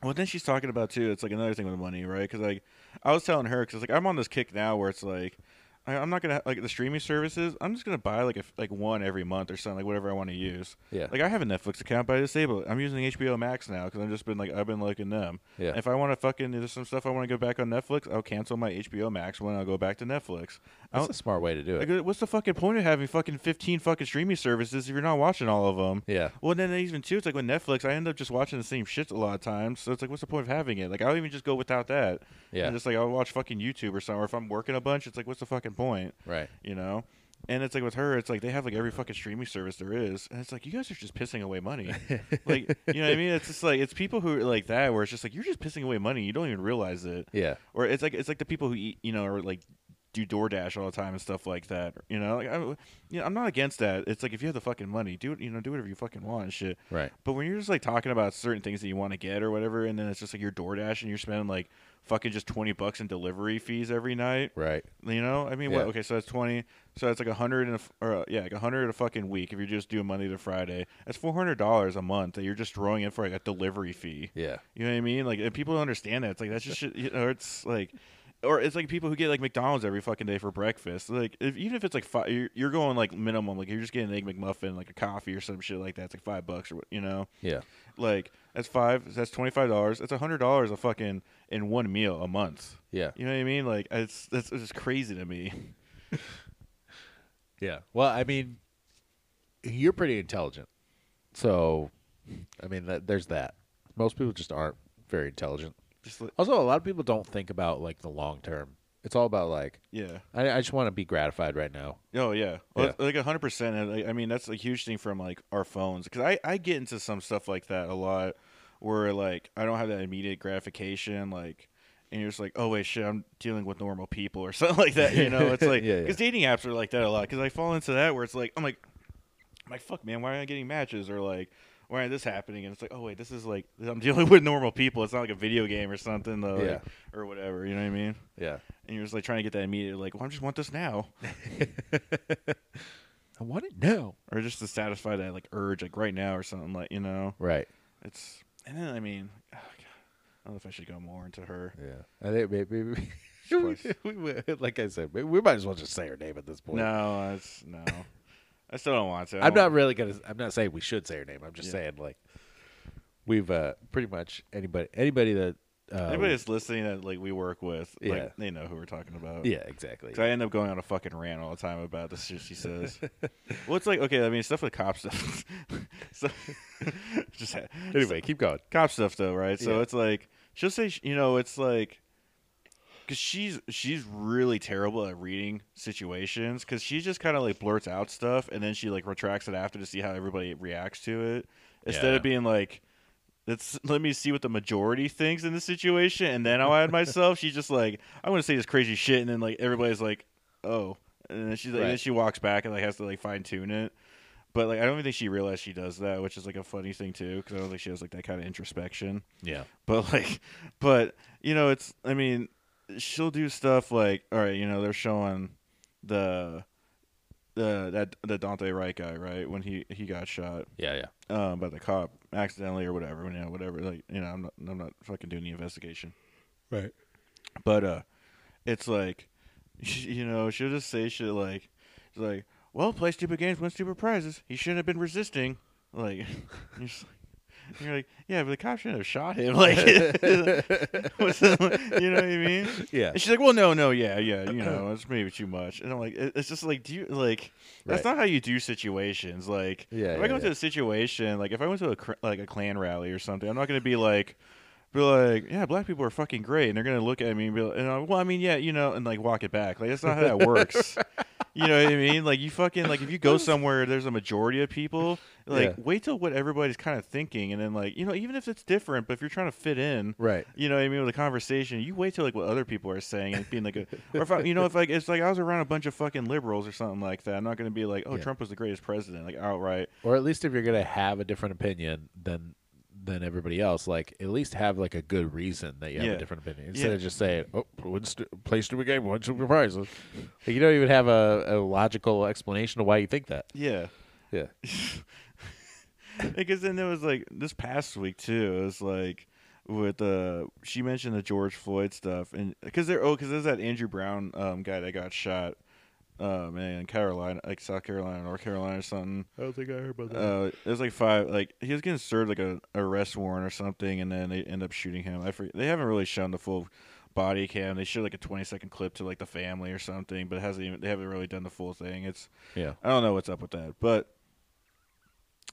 [SPEAKER 2] Well, then she's talking about too. It's like another thing with money, right? Because like I was telling her, because like I'm on this kick now where it's like I, I'm not gonna like the streaming services. I'm just gonna buy like a, like one every month or something, like whatever I want to use.
[SPEAKER 1] Yeah.
[SPEAKER 2] Like I have a Netflix account, but I disable it. I'm using HBO Max now because I've just been like I've been liking them.
[SPEAKER 1] Yeah.
[SPEAKER 2] If I want to fucking there's some stuff I want to go back on Netflix, I'll cancel my HBO Max when I'll go back to Netflix. Oh. I
[SPEAKER 1] That's
[SPEAKER 2] don't,
[SPEAKER 1] a smart way to do it.
[SPEAKER 2] like, what's the fucking point of having fucking 15 fucking streaming services if you're not watching all of them?
[SPEAKER 1] Yeah.
[SPEAKER 2] Well, then even too, it's like with Netflix, I end up just watching the same shit a lot of times. So it's like, what's the point of having it? Like, I'll even just go without that.
[SPEAKER 1] Yeah.
[SPEAKER 2] And just like I'll watch fucking YouTube or something. Or if I'm working a bunch, it's like, what's the fucking point?
[SPEAKER 1] Right.
[SPEAKER 2] You know. And it's like with her, it's like they have like every fucking streaming service there is, and it's like you guys are just pissing away money. like you know what I mean? It's just like it's people who are like that where it's just like you're just pissing away money. You don't even realize it.
[SPEAKER 1] Yeah.
[SPEAKER 2] Or it's like it's like the people who eat, you know, or like do DoorDash all the time and stuff like that. You know, like I, you know, I'm not against that. It's like if you have the fucking money, do it. You know, do whatever you fucking want and shit.
[SPEAKER 1] Right.
[SPEAKER 2] But when you're just like talking about certain things that you want to get or whatever, and then it's just like your DoorDash and you're spending like fucking just twenty bucks in delivery fees every night.
[SPEAKER 1] Right.
[SPEAKER 2] You know, I mean, what?
[SPEAKER 1] Yeah.
[SPEAKER 2] Okay, so that's twenty. So that's like a hundred and a, f- or uh, yeah, like a hundred a fucking week if you're just doing Monday to Friday. That's four hundred dollars a month that you're just throwing in for like a delivery fee.
[SPEAKER 1] Yeah.
[SPEAKER 2] You know what I mean? Like, and people don't understand that. It's like that's just shit. You know, it's like, or it's like people who get like McDonald's every fucking day for breakfast. Like, if, even if it's like five, you're, you're going like minimum. Like, you're just getting an egg McMuffin, like a coffee or some shit like that. It's like five bucks or what, you know.
[SPEAKER 1] Yeah.
[SPEAKER 2] Like that's five. That's twenty five dollars. That's a hundred dollars a fucking in one meal a month.
[SPEAKER 1] Yeah.
[SPEAKER 2] You know what I mean? Like it's that's it's just crazy to me.
[SPEAKER 1] Yeah. Well, I mean, you're pretty intelligent. So, I mean, that, there's that. Most people just aren't very intelligent.
[SPEAKER 2] Just like,
[SPEAKER 1] Also, a lot of people don't think about like the long term. It's all about like
[SPEAKER 2] yeah.
[SPEAKER 1] I, I just want to be gratified right now.
[SPEAKER 2] Oh yeah, well,
[SPEAKER 1] Yeah.
[SPEAKER 2] it's, like hundred percent. And like, I mean, that's a huge thing from like our phones because I I get into some stuff like that a lot, where like I don't have that immediate gratification, like, and you're just like, oh wait, shit, I'm dealing with normal people or something like that. You know, it's like
[SPEAKER 1] Yeah, yeah.
[SPEAKER 2] because dating apps are like that a lot because I fall into that where it's like I'm like, I'm like fuck man, why am I getting matches or like. Why is this happening? And it's like, oh wait, this is like I'm dealing with normal people. It's not like a video game or something, though, like,
[SPEAKER 1] Yeah.
[SPEAKER 2] or whatever. You know what I mean?
[SPEAKER 1] Yeah.
[SPEAKER 2] And you're just like trying to get that immediate, like, well, I just want this now.
[SPEAKER 1] I want it now.
[SPEAKER 2] or just to satisfy that like urge like right now or something like you know
[SPEAKER 1] Right.
[SPEAKER 2] it's and then i mean oh, God. i don't know if i should go more into her
[SPEAKER 1] Yeah. I think maybe. we-
[SPEAKER 2] Twice.
[SPEAKER 1] we- we- like I said, we- we might as well just say her name at this point.
[SPEAKER 2] no it's no i still don't want to I
[SPEAKER 1] I'm not
[SPEAKER 2] don't-
[SPEAKER 1] really gonna. I'm not saying we should say her name. I'm just
[SPEAKER 2] Yeah.
[SPEAKER 1] saying like we've uh, pretty much anybody anybody that uh,
[SPEAKER 2] anybody that's listening that like we work with
[SPEAKER 1] Yeah.
[SPEAKER 2] like they know who we're talking about
[SPEAKER 1] yeah exactly
[SPEAKER 2] 'Cause I end up going on a fucking rant all the time about the shit she says. well, it's like okay, I mean stuff with cop stuff. so, just ha-
[SPEAKER 1] Anyway, keep going.
[SPEAKER 2] cop stuff though, right? So
[SPEAKER 1] Yeah.
[SPEAKER 2] it's like she'll say, sh- you know, it's like because she's she's really terrible at reading situations because she just kind of like blurts out stuff and then she like retracts it after to see how everybody reacts to it instead
[SPEAKER 1] Yeah.
[SPEAKER 2] of being like. Let's let me see what the majority thinks in this situation, and then I'll add myself. She's just like, I'm gonna say this crazy shit, and then like everybody's like, oh, and then she's like,
[SPEAKER 1] Right.
[SPEAKER 2] then she walks back and like has to like fine tune it. But like, I don't even think she realized she does that, which is like a funny thing too, because I don't think she has like that kind of introspection.
[SPEAKER 1] Yeah.
[SPEAKER 2] But like, but you know, it's I mean, she'll do stuff like, all right, you know, they're showing the the that the Dante Wright guy, right, when he he got shot
[SPEAKER 1] Yeah. Yeah.
[SPEAKER 2] um, by the cop accidentally or whatever, you know, whatever. Like, you know, I'm not I'm not fucking doing the investigation
[SPEAKER 1] Right.
[SPEAKER 2] but uh it's like you know she'll just say shit like it's like well play stupid games win stupid prizes he shouldn't have been resisting like you're, just like, you're like yeah but the cop shouldn't have shot him like what's the- you know what i mean
[SPEAKER 1] Yeah.
[SPEAKER 2] and she's like well no no yeah yeah you know it's maybe too much and i'm like it- it's just like do you like that's
[SPEAKER 1] Right.
[SPEAKER 2] not how you do situations like
[SPEAKER 1] Yeah,
[SPEAKER 2] if
[SPEAKER 1] yeah,
[SPEAKER 2] i go into
[SPEAKER 1] yeah.
[SPEAKER 2] a situation like if i went to a cr- like a clan rally or something i'm not going to be like be like, yeah, black people are fucking great, and they're gonna look at me and be like, and I'm, well, I mean, yeah, you know, and like walk it back. Like that's not how that works. you know what I mean? Like you fucking like if you go somewhere, there's a majority of people. Like
[SPEAKER 1] Yeah.
[SPEAKER 2] wait till what everybody's kind of thinking, and then like you know, even if it's different, but if you're trying to fit in,
[SPEAKER 1] Right.
[SPEAKER 2] you know what I mean, with a conversation, you wait till like what other people are saying and being like, a, or if I, you know, if like it's like I was around a bunch of fucking liberals or something like that, I'm not gonna be like, oh,
[SPEAKER 1] Yeah.
[SPEAKER 2] Trump was the greatest president, like outright.
[SPEAKER 1] Or at least if you're gonna have a different opinion than than everybody else, like at least have like a good reason that you have
[SPEAKER 2] Yeah.
[SPEAKER 1] a different opinion instead
[SPEAKER 2] Yeah.
[SPEAKER 1] of just saying, "Oh, win stu- play stupid game, win stupid prizes." Like, you don't even have a, a logical explanation of why you think that.
[SPEAKER 2] Yeah.
[SPEAKER 1] Yeah.
[SPEAKER 2] because then there was like this past week too. It was like with uh she mentioned the George Floyd stuff and because there oh because there's that Andrew Brown um guy that got shot um in Carolina like South Carolina North Carolina or something.
[SPEAKER 1] I don't think I heard about
[SPEAKER 2] Uh, it was like five like he was getting served like a arrest warrant or something and then they end up shooting him. I forget, they haven't really shown the full body cam. They showed like a 20 second clip to like the family or something, but it hasn't even they haven't really done the full thing. It's
[SPEAKER 1] yeah.
[SPEAKER 2] I don't know what's up with that, but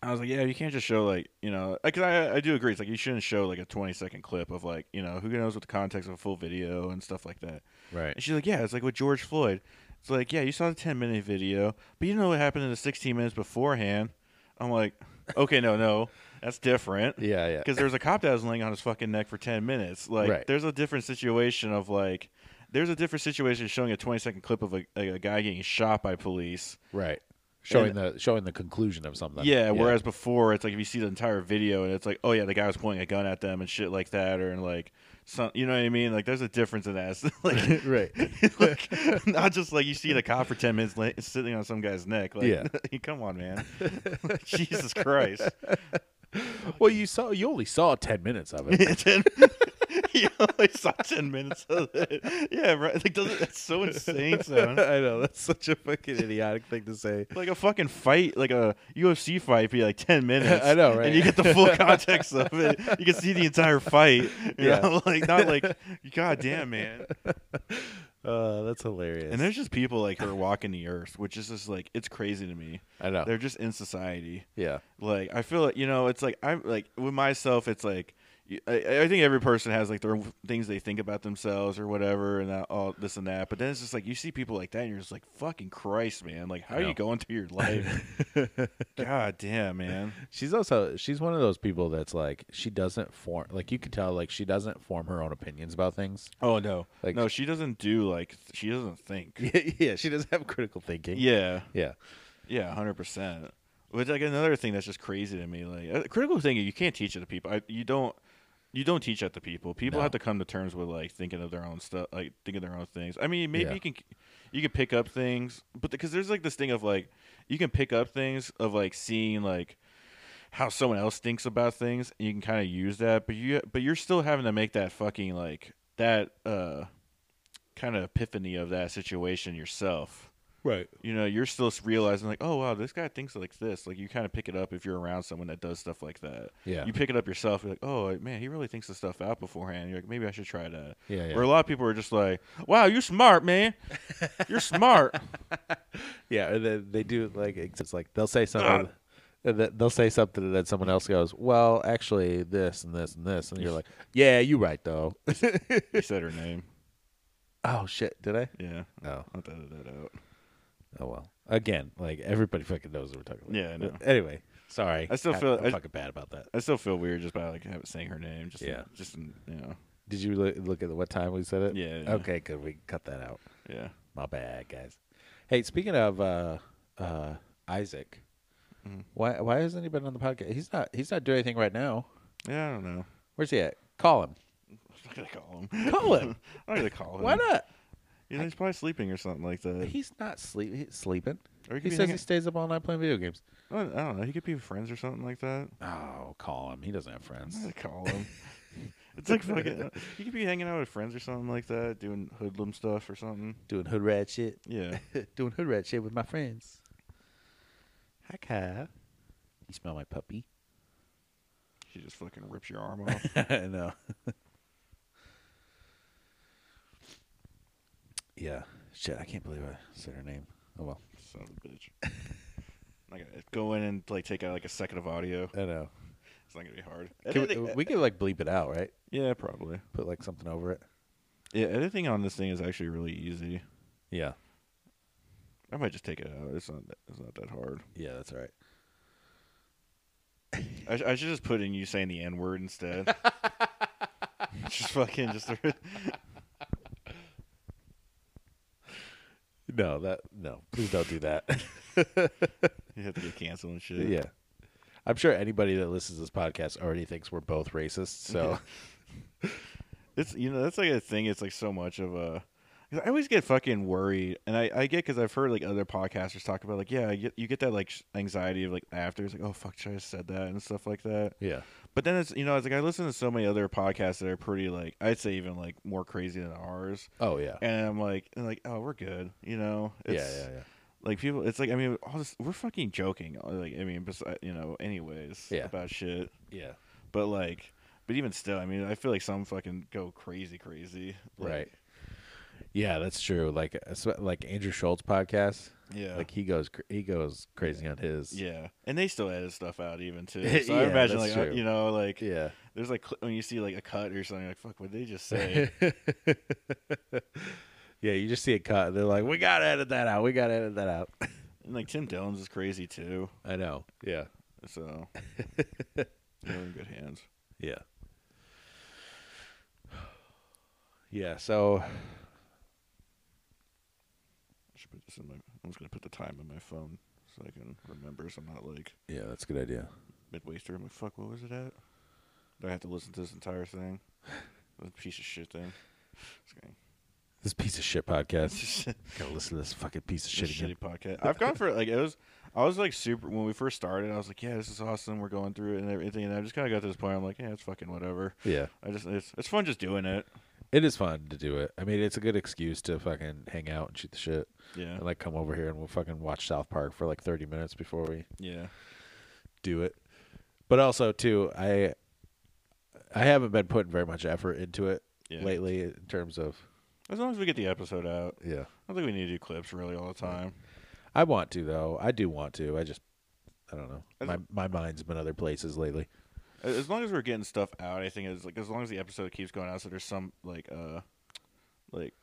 [SPEAKER 2] I was like, yeah, you can't just show like you know, because I I do agree. It's like you shouldn't show like a twenty second clip of like you know who knows what the context of a full video and stuff like that.
[SPEAKER 1] Right.
[SPEAKER 2] And she's like, yeah, it's like with George Floyd. It's like, yeah, you saw the 10 minute video, but you know what happened in the 16 minutes beforehand. I'm like, okay, no, no, that's different.
[SPEAKER 3] Yeah, yeah.
[SPEAKER 2] Because there was a cop that was laying on his fucking neck for 10 minutes. Like,
[SPEAKER 3] Right.
[SPEAKER 2] there's a different situation of like, there's a different situation showing a 20 second clip of a, a, a guy getting shot by police.
[SPEAKER 3] Right. Showing the showing the conclusion of something.
[SPEAKER 2] Yeah, Whereas before, it's like if you see the entire video and it's like, oh yeah, the guy was pointing a gun at them and shit like that, or and like, some, you know what I mean? Like, there's a difference in that. It's like,
[SPEAKER 3] right.
[SPEAKER 2] like, not just like you see the cop for ten minutes la- sitting on some guy's neck. Like,
[SPEAKER 3] Yeah.
[SPEAKER 2] come on, man. Jesus Christ.
[SPEAKER 3] Well, you saw you only saw ten minutes of it.
[SPEAKER 2] ten, you only saw ten minutes of it. Yeah, right. Like, doesn't, that's so insane. Son.
[SPEAKER 1] I know that's such a fucking idiotic thing to say.
[SPEAKER 2] Like a fucking fight, like a UFC fight, be like ten minutes.
[SPEAKER 1] I know, right?
[SPEAKER 2] And you get the full context of it. You can see the entire fight. You
[SPEAKER 1] Yeah.
[SPEAKER 2] know? like not like, god damn, man.
[SPEAKER 1] Uh, that's hilarious.
[SPEAKER 2] And there's just people like who are walking the earth, which is just like it's crazy to me.
[SPEAKER 3] I know.
[SPEAKER 2] They're just in society.
[SPEAKER 3] Yeah.
[SPEAKER 2] Like I feel like you know, it's like I'm like with myself. It's like you- I, I think every person has like their own things they think about themselves or whatever, and that, all this and that. But then it's just like you see people like that, and you're just like, "Fucking Christ, man! Like, how
[SPEAKER 3] I
[SPEAKER 2] are
[SPEAKER 3] know.
[SPEAKER 2] you going through your life? God damn, man!
[SPEAKER 1] she's also she's one of those people that's like she doesn't form like you could tell like she doesn't form her own opinions about things.
[SPEAKER 2] Oh no,
[SPEAKER 1] Like-
[SPEAKER 2] no, she doesn't do like she doesn't think.
[SPEAKER 1] yeah, she doesn't have critical thinking.
[SPEAKER 2] yeah,
[SPEAKER 1] yeah,
[SPEAKER 2] yeah, hundred percent. Which like another thing that's just crazy to me. Like uh, critical thinking, you can't teach it to people. I, you don't. You don't teach that to people. People
[SPEAKER 1] No.
[SPEAKER 2] have to come to terms with like thinking of their own stuff, like thinking their own things. I mean, maybe
[SPEAKER 3] Yeah.
[SPEAKER 2] you can you can pick up things, but because there's like this thing of like you can pick up things of like seeing like how someone else thinks about things and you can kind of use that but you but you're still having to make that fucking like that uh kind of epiphany of that situation yourself
[SPEAKER 3] Right.
[SPEAKER 2] you know you're still s- realizing like oh wow this guy thinks like this like you kind of pick it up if you're around someone that does stuff like that
[SPEAKER 3] Yeah.
[SPEAKER 2] you pick it up yourself you're like oh like, man he really thinks this stuff out beforehand you're like maybe i should try that
[SPEAKER 3] Yeah, yeah.
[SPEAKER 2] where a lot of people are just like wow you smart man you're smart
[SPEAKER 1] yeah. Or they, they do like it's like they'll say something. that They'll say something that someone else goes, well, actually, this and this and this, and you're like, yeah, you right though.
[SPEAKER 2] you said her name
[SPEAKER 1] oh shit, did I?
[SPEAKER 2] yeah
[SPEAKER 1] Oh,
[SPEAKER 2] i'll edit that out
[SPEAKER 1] oh well. Again, like everybody fucking knows what we're talking about.
[SPEAKER 2] Yeah, I know.
[SPEAKER 1] Anyway, sorry.
[SPEAKER 2] I still feel-
[SPEAKER 1] I'm
[SPEAKER 2] I-
[SPEAKER 1] fucking bad about that.
[SPEAKER 2] I still feel weird just by like having saying her name. Just
[SPEAKER 1] Yeah.
[SPEAKER 2] just you know.
[SPEAKER 1] Did you look, look at what time we said it?
[SPEAKER 2] Yeah, yeah.
[SPEAKER 1] Okay, good. We can cut that out.
[SPEAKER 2] Yeah.
[SPEAKER 1] My bad, guys. Hey, speaking of uh, uh, Isaac, why why hasn't he been on the podcast? He's not he's not doing anything right now.
[SPEAKER 2] Yeah, I don't know.
[SPEAKER 1] Where's he at? Call him.
[SPEAKER 2] I'm not gonna call him.
[SPEAKER 1] Call him.
[SPEAKER 2] I'm not gonna call him.
[SPEAKER 1] Why not?
[SPEAKER 2] You know, he's probably sleeping or something like that.
[SPEAKER 1] He's not sleep. He's sleeping.
[SPEAKER 2] Or he could
[SPEAKER 1] He
[SPEAKER 2] be
[SPEAKER 1] says he
[SPEAKER 2] hanging-
[SPEAKER 1] stays up all night playing video games.
[SPEAKER 2] I don't I don't know. He could be friends or something like that.
[SPEAKER 1] Oh, call him. He doesn't have friends.
[SPEAKER 2] I'm not gonna call him. it's like fucking. He could be hanging out with friends or something like that, doing hoodlum stuff or something.
[SPEAKER 1] Doing hood rat shit.
[SPEAKER 2] Yeah.
[SPEAKER 1] doing hood rat shit with my friends. Hi, Kyle. You smell my puppy?
[SPEAKER 2] She just fucking rips your arm off.
[SPEAKER 1] I know. yeah. Shit, I can't believe I said her name. Oh well.
[SPEAKER 2] Son of a bitch. I'm not gonna go in and like take out like a second of audio.
[SPEAKER 1] I know.
[SPEAKER 2] It's not gonna be hard.
[SPEAKER 1] Can we, uh,
[SPEAKER 2] Editing-
[SPEAKER 1] we could like bleep it out, right?
[SPEAKER 2] yeah, probably.
[SPEAKER 1] Put like something over it.
[SPEAKER 2] Yeah, editing on this thing is actually really easy.
[SPEAKER 1] Yeah.
[SPEAKER 2] I might just take it out. It's not that, it's not that hard.
[SPEAKER 1] Yeah, that's all right.
[SPEAKER 2] I, sh- I should just put in you saying the N word instead. just fucking just.
[SPEAKER 1] No, that no. Please don't do that.
[SPEAKER 2] you have to get canceled and shit.
[SPEAKER 1] yeah. I'm sure anybody that listens to this podcast already thinks we're both racist, so
[SPEAKER 2] It's you know that's like a thing. It's like so much of a. 'cause I always get fucking worried, and I, I get because I've heard like other podcasters talk about like yeah you get, you get that like sh- anxiety of like after it's like oh fuck should I have said that and stuff like that.
[SPEAKER 1] yeah.
[SPEAKER 2] But then it's you know it's like I listen to so many other podcasts that are pretty like I'd say even like more crazy than ours,
[SPEAKER 1] Oh yeah.
[SPEAKER 2] and I'm like and like oh we're good you know
[SPEAKER 1] Yeah,
[SPEAKER 2] It's-
[SPEAKER 1] yeah, yeah.
[SPEAKER 2] like people it's like i mean all this we're fucking joking like i mean besides, you know anyways
[SPEAKER 1] Yeah.
[SPEAKER 2] about shit
[SPEAKER 1] Yeah.
[SPEAKER 2] but like but even still i mean i feel like some fucking go crazy crazy Like,
[SPEAKER 1] Right. Yeah, that's true. Like uh, so- like Andrew Schultz podcast.
[SPEAKER 2] yeah
[SPEAKER 1] Like he goes cr- he goes crazy on his.
[SPEAKER 2] yeah and they still edit stuff out even too so i
[SPEAKER 1] Yeah,
[SPEAKER 2] imagine
[SPEAKER 1] that's
[SPEAKER 2] like I-
[SPEAKER 1] true.
[SPEAKER 2] you know like
[SPEAKER 1] Yeah.
[SPEAKER 2] there's like cl- when you see like a cut or something like fuck what they just say
[SPEAKER 1] Yeah, you just see it cut. They're like, we gotta edit that out. We gotta edit that out.
[SPEAKER 2] And like Tim Dillon's is crazy too.
[SPEAKER 1] I know. Yeah.
[SPEAKER 2] So you're in good hands.
[SPEAKER 1] Yeah. Yeah. So
[SPEAKER 2] I should put this in my. I'm just gonna put the time in my phone so I can remember. So I'm not like
[SPEAKER 1] yeah, that's a good idea.
[SPEAKER 2] midway through. I'm like, fuck, what was it at? Do I have to listen to this entire thing? What a piece of shit thing. Just kidding.
[SPEAKER 1] This piece of shit podcast. gotta listen to this fucking piece of shit
[SPEAKER 2] This
[SPEAKER 1] again.
[SPEAKER 2] shitty podcast. I've gone for like it was. I was like super when we first started. I was like, yeah, this is awesome. We're going through it and everything. And I just kind of got to this point. I'm like, yeah, it's fucking whatever.
[SPEAKER 1] Yeah,
[SPEAKER 2] I just it's it's fun just doing it.
[SPEAKER 1] it is fun to do it. I mean, it's a good excuse to fucking hang out and shoot the shit,
[SPEAKER 2] Yeah,
[SPEAKER 1] and like come over here and we'll fucking watch South Park for like thirty minutes before we
[SPEAKER 2] yeah.
[SPEAKER 1] do it. But also too, I I haven't been putting very much effort into it
[SPEAKER 2] Yeah.
[SPEAKER 1] lately in terms of
[SPEAKER 2] As long as we get the episode out, I
[SPEAKER 1] yeah.
[SPEAKER 2] don't think we need to do clips really all the time.
[SPEAKER 1] I want to though. I do want to. I just I don't know.
[SPEAKER 2] I
[SPEAKER 1] My my mind's been other places lately.
[SPEAKER 2] A- As long as we're getting stuff out, I think is like as long as the episode keeps going out, so there's some like uh, like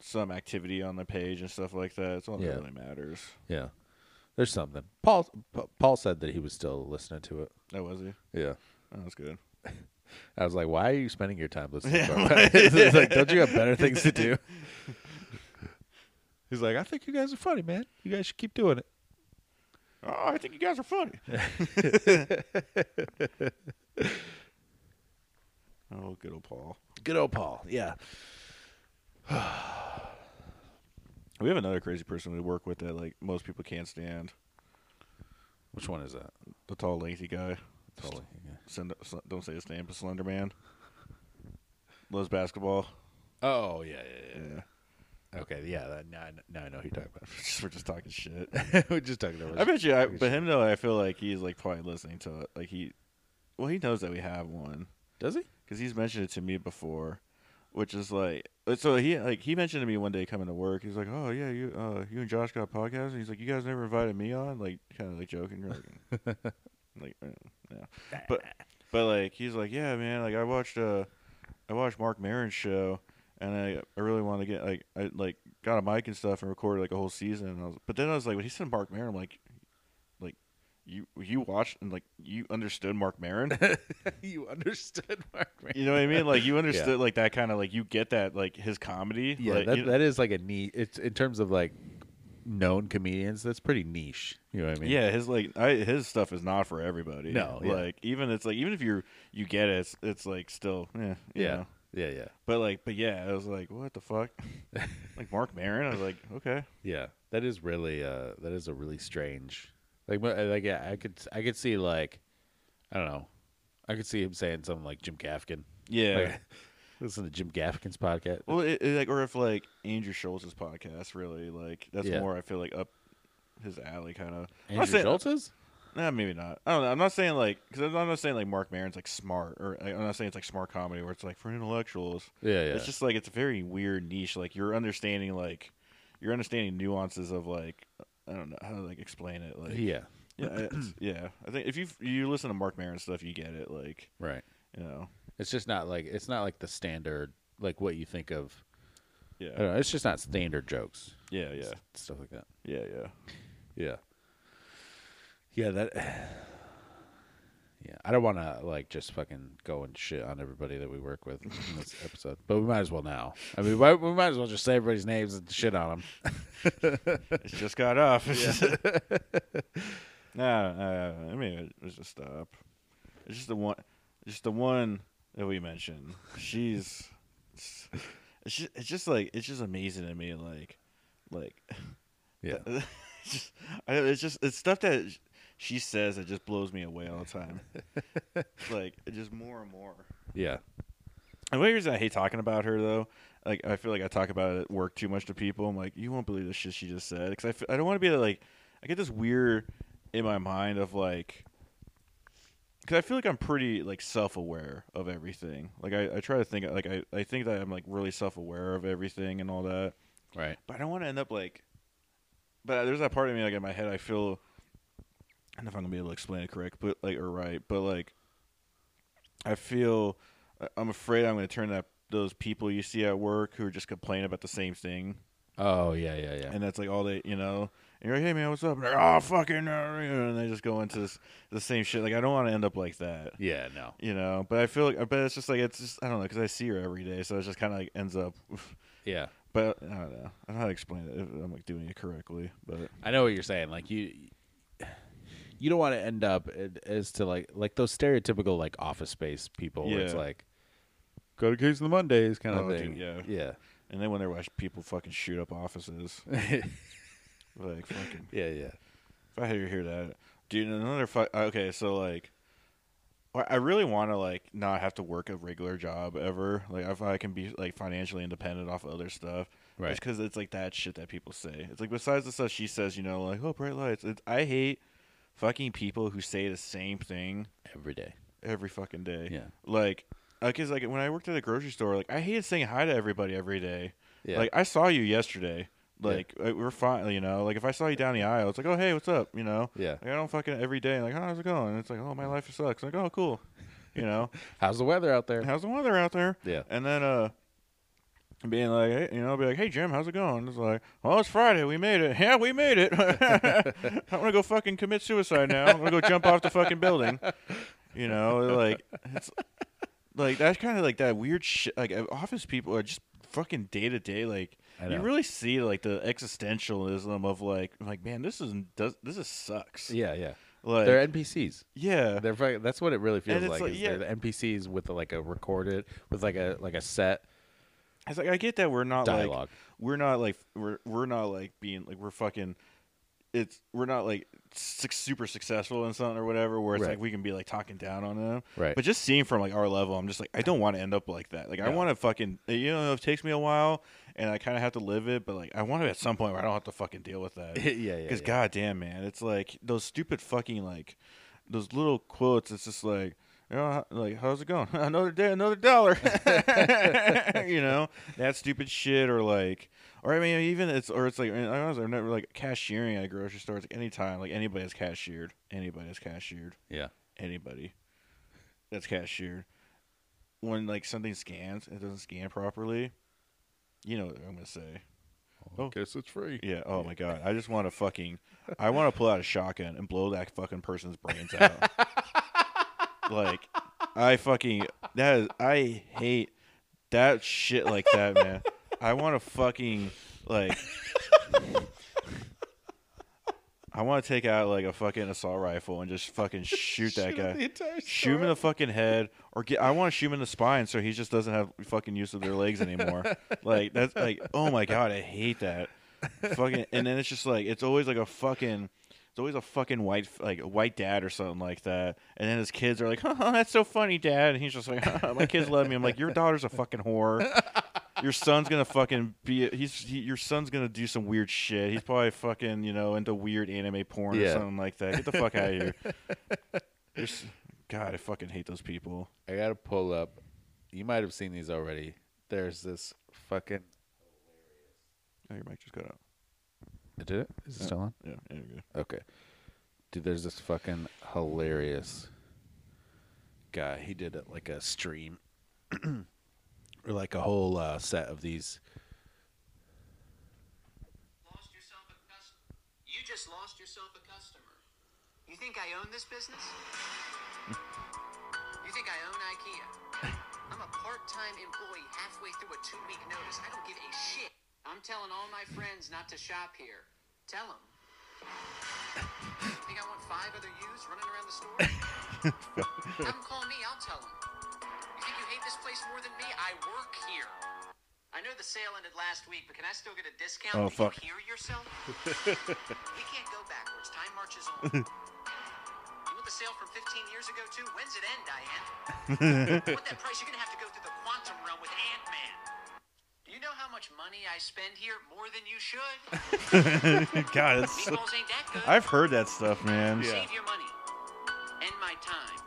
[SPEAKER 2] some activity on the page and stuff like that. It's all
[SPEAKER 1] Yeah.
[SPEAKER 2] that really matters.
[SPEAKER 1] Yeah. There's something. Paul Pa- Paul said that he was still listening to it.
[SPEAKER 2] That was he.
[SPEAKER 1] Yeah.
[SPEAKER 2] That was good.
[SPEAKER 1] I was like, "Why are you spending your time listening?" to Paul?" It's like, don't you have better things to do? He's like, "I think you guys are funny, man. You guys should keep doing it."
[SPEAKER 2] Oh, I think you guys are funny. oh, good old Paul.
[SPEAKER 1] Good old Paul. Yeah.
[SPEAKER 2] We have another crazy person we work with that like most people can't stand.
[SPEAKER 1] Which one is that?
[SPEAKER 2] The tall, lengthy guy.
[SPEAKER 1] Totally. Yeah.
[SPEAKER 2] Send, don't say his name, but Slender Man. Loves basketball.
[SPEAKER 1] Oh yeah, yeah,
[SPEAKER 2] Yeah.
[SPEAKER 1] yeah. Okay, yeah. That, now, I kn- now I know who you're talking
[SPEAKER 2] We're just talking shit.
[SPEAKER 1] about. We're just talking about.
[SPEAKER 2] I bet you, I, but him though, I feel like he's like probably listening to it. Like he, well, he knows that we have one
[SPEAKER 1] Does he?
[SPEAKER 2] because he's mentioned it to me before, which is like, so he like he mentioned to me one day coming to work. He's like, oh yeah, you uh you and Josh got a podcast, and he's like, you guys never invited me on, like kind of like joking, You're like, like uh, yeah, but but like he's like, yeah man, like I watched uh I watched Mark Maron's show. And I, I really want to get like I like got a mic and stuff and recorded like a whole season. And I was, but then I was like, when he said Mark Maron, I'm like, like you you watched and like you understood Mark Maron.
[SPEAKER 1] you understood Mark.
[SPEAKER 2] You know what I mean? Like you understood like that kind of like you get that like his comedy.
[SPEAKER 1] Yeah,
[SPEAKER 2] like,
[SPEAKER 1] that,
[SPEAKER 2] you-
[SPEAKER 1] that is like a niche. It's in terms of like known comedians. That's pretty niche. You know what I mean?
[SPEAKER 2] yeah. His like I, his stuff is not for everybody.
[SPEAKER 1] No, yeah.
[SPEAKER 2] like even it's like even if you you get it, it's, it's like still yeah
[SPEAKER 1] yeah,
[SPEAKER 2] yeah.
[SPEAKER 1] yeah, yeah,
[SPEAKER 2] But like but yeah, I was like what the fuck, like Mark Maron. I was like okay
[SPEAKER 1] yeah. That is really uh, that is a really strange. Like, mo- like yeah, I could I could see like, I don't know, I could see him saying something like Jim Gaffigan.
[SPEAKER 2] yeah.
[SPEAKER 1] Like, listen to Jim Gaffigan's podcast.
[SPEAKER 2] well, it, it, like or if like Andrew Schultz's podcast really like that's
[SPEAKER 1] Yeah.
[SPEAKER 2] more I feel like up his alley kind of.
[SPEAKER 1] Andrew Schultz's.
[SPEAKER 2] Nah, maybe not. I don't know. I'm not saying like because I'm not saying like Mark Maron's like smart or like, I'm not saying it's like smart comedy where it's like for intellectuals.
[SPEAKER 1] Yeah, yeah.
[SPEAKER 2] It's just like it's a very weird niche. Like you're understanding like you're understanding nuances of like I don't know how to like explain it. Like
[SPEAKER 1] yeah,
[SPEAKER 2] yeah, it's- yeah. I think if you you listen to Mark Maron stuff, you get it. Like
[SPEAKER 1] right.
[SPEAKER 2] you know,
[SPEAKER 1] It's just not like it's not like the standard like what you think of. I
[SPEAKER 2] yeah,
[SPEAKER 1] don't know. It's just not standard jokes.
[SPEAKER 2] yeah, yeah,
[SPEAKER 1] S- stuff like that.
[SPEAKER 2] yeah, yeah.
[SPEAKER 1] Yeah. Yeah, that Yeah, I don't want to like just fucking go and shit on everybody that we work with in this episode, but we might as well now. I mean, why- we might as well just say everybody's names and shit on them.
[SPEAKER 2] It's just got off. no, uh, I mean, it was just stop. It's just the one, just the one that we mentioned. She's, it's just, it's just like it's just amazing to me. Like, like,
[SPEAKER 1] Yeah.
[SPEAKER 2] it's just, I, it's just it's stuff that she says that just blows me away all the time. like, it just more and more.
[SPEAKER 1] Yeah.
[SPEAKER 2] And one reason I hate talking about her though, like I feel like I talk about it at work too much to people. I'm like, you won't believe the shit she just said because I, f- I don't want to be like I get this weird in my mind of like because I feel like I'm pretty like self aware of everything. Like I, I try to think like I, I think that I'm like really self aware of everything and all that,
[SPEAKER 1] Right.
[SPEAKER 2] but I don't want to end up like. But there's that part of me like in my head I feel. I don't know if I'm gonna be able to explain it correct, but like or right, but like I feel I- I'm afraid I'm going to turn that those people you see at work who are just complaining about the same thing,
[SPEAKER 3] Oh yeah, yeah, yeah.
[SPEAKER 2] and that's like all they, you know. And you're like, hey man, what's up? And they're oh fucking, uh," you know, and they just go into this, the same shit. Like I don't want to end up like that,
[SPEAKER 3] yeah, no.
[SPEAKER 2] you know. But I feel like, but it's just like it's just I don't know because I see her every day, so it just kind of like ends up.
[SPEAKER 3] Yeah.
[SPEAKER 2] But I don't know. I don't know how to explain it if I'm like doing it correctly, but
[SPEAKER 1] I know what you're saying. Like you, you don't want to end up it- as to like like those stereotypical like office space people. Where it's
[SPEAKER 2] Yeah.
[SPEAKER 1] like go to case on the Mondays kind of
[SPEAKER 2] Oh, dude,
[SPEAKER 1] thing.
[SPEAKER 2] yeah.
[SPEAKER 1] yeah,
[SPEAKER 2] and then when they watch people fucking shoot up offices, like fucking.
[SPEAKER 1] yeah, yeah.
[SPEAKER 2] If I hear hear that, dude, another fu- Okay, so like, I I really want to like not have to work a regular job ever. Like, if I can be like financially independent off of other stuff,
[SPEAKER 3] Right.
[SPEAKER 2] Just because it's like that shit that people say. It's like besides the stuff she says, you know, like oh bright lights. It's, I hate fucking people who say the same thing
[SPEAKER 1] Every day.
[SPEAKER 2] every fucking day.
[SPEAKER 1] Yeah.
[SPEAKER 2] Like, because like when I worked at a grocery store, like I hated saying hi to everybody every day.
[SPEAKER 1] Yeah.
[SPEAKER 2] Like I saw you yesterday. Like uh, we're fine, you know. Like if I saw you down the aisle, it's like, oh hey, what's up, you know?
[SPEAKER 1] Yeah.
[SPEAKER 2] Like, I don't fucking every day. Like, oh, how's it going? it's like, oh, my life sucks. Like, oh, cool. You know,
[SPEAKER 1] How's the weather out there?
[SPEAKER 2] how's the weather out there?
[SPEAKER 1] Yeah.
[SPEAKER 2] And then uh, being like, hey, you know, be like, hey Jim, how's it going? It's like, oh, it's Friday. We made it. Yeah, we made it. I want to go fucking commit suicide now. I'm gonna go jump off the fucking building. You know, like it's like that's kind of like that weird shit. Like office people are just fucking day to day. Like
[SPEAKER 1] I
[SPEAKER 2] you
[SPEAKER 1] know.
[SPEAKER 2] really see like the existentialism of like like man, this is does this is sucks.
[SPEAKER 1] Yeah, yeah.
[SPEAKER 2] Like
[SPEAKER 1] they're NPCs.
[SPEAKER 2] yeah,
[SPEAKER 1] They're fucking, that's what it really feels
[SPEAKER 2] it's
[SPEAKER 1] like.
[SPEAKER 2] like-
[SPEAKER 1] is
[SPEAKER 2] yeah.
[SPEAKER 1] They're the NPCs with like a recorded with like a like a set.
[SPEAKER 2] It's like I get that we're not
[SPEAKER 1] Dialogue.
[SPEAKER 2] like we're not like we're we're not like being like we're fucking it's we're not like su- super successful in something or whatever where it's
[SPEAKER 1] Right.
[SPEAKER 2] like we can be like talking down on them.
[SPEAKER 1] Right.
[SPEAKER 2] But just seeing from like our level, I'm just like I don't want to end up like that. Like I
[SPEAKER 1] No.
[SPEAKER 2] want to fucking you know it takes me a while and I kind of have to live it, but like I want to at some point where I don't have to fucking deal with that.
[SPEAKER 1] yeah, yeah.
[SPEAKER 2] Because
[SPEAKER 1] yeah.
[SPEAKER 2] goddamn, man, it's like those stupid fucking like those little quotes. It's just like. You know, how- like how's it going? another day, another dollar. you know that stupid shit, or like, or I mean, even it's or it's like I honestly, I've never like cashiering at a grocery store. It's like anytime, like anybody that's cashiered, anybody that's cashiered,
[SPEAKER 1] yeah.
[SPEAKER 2] anybody that's cashiered. When like something scans, and it doesn't scan properly. You know what I'm gonna say. Oh.
[SPEAKER 3] Guess it's free.
[SPEAKER 2] Yeah. Oh my god. I just want to fucking. I want to pull out a shotgun and blow that fucking person's brains out. like, I fucking that is. I hate that shit like that, man. I want to fucking like. I want to take out like a fucking assault rifle and just fucking shoot that guy. Shoot him in the fucking head, or get. I want to shoot him in the spine, so he just doesn't have fucking use of their legs anymore. like that's like, oh my god, I hate that. Fucking, and then it's just like it's always like a fucking, it's always a fucking white like a white dad or something like that. And then his kids are like, oh, that's so funny, dad. And he's just like, "Huh, my kids love me. I'm like, your daughter's a fucking whore. Your son's gonna fucking be. He's he, your son's gonna do some weird shit. He's probably fucking you know into weird anime porn or
[SPEAKER 1] Yeah.
[SPEAKER 2] something like that. Get the fuck out of here. You're s- God, I fucking hate those people.
[SPEAKER 1] I gotta pull up. You might have seen these already. There's this fucking.
[SPEAKER 2] Oh, your mic just got out.
[SPEAKER 1] Did it? Is it still on?
[SPEAKER 2] Yeah, there you go.
[SPEAKER 1] Okay. Dude, there's this fucking hilarious guy. He did it like a stream or like a whole uh, set of these.
[SPEAKER 4] lost yourself a cus- You just lost yourself a customer. You think I own this business? You think I own IKEA? I'm a part-time employee halfway through a two-week notice. I don't give a shit. I'm telling all my friends not to shop here. Tell them. Think I want five other yous running around the store? Have them call me. I'll tell them. You think you hate this place more than me? I work here. I know the sale ended last week, but can I still get a discount?
[SPEAKER 2] Oh,
[SPEAKER 4] Do
[SPEAKER 2] fuck.
[SPEAKER 4] You hear yourself? you can't go backwards. Time marches on. you want the sale from 15 years ago too? When's it end, Diane? With that price, you're gonna have to go through the quantum realm with Ant-Man. Do you know how much money I spend here? More than you should.
[SPEAKER 2] God, it's so-
[SPEAKER 4] Meatballs ain't that good.
[SPEAKER 2] I've heard that stuff, man.
[SPEAKER 4] Save your money and my time.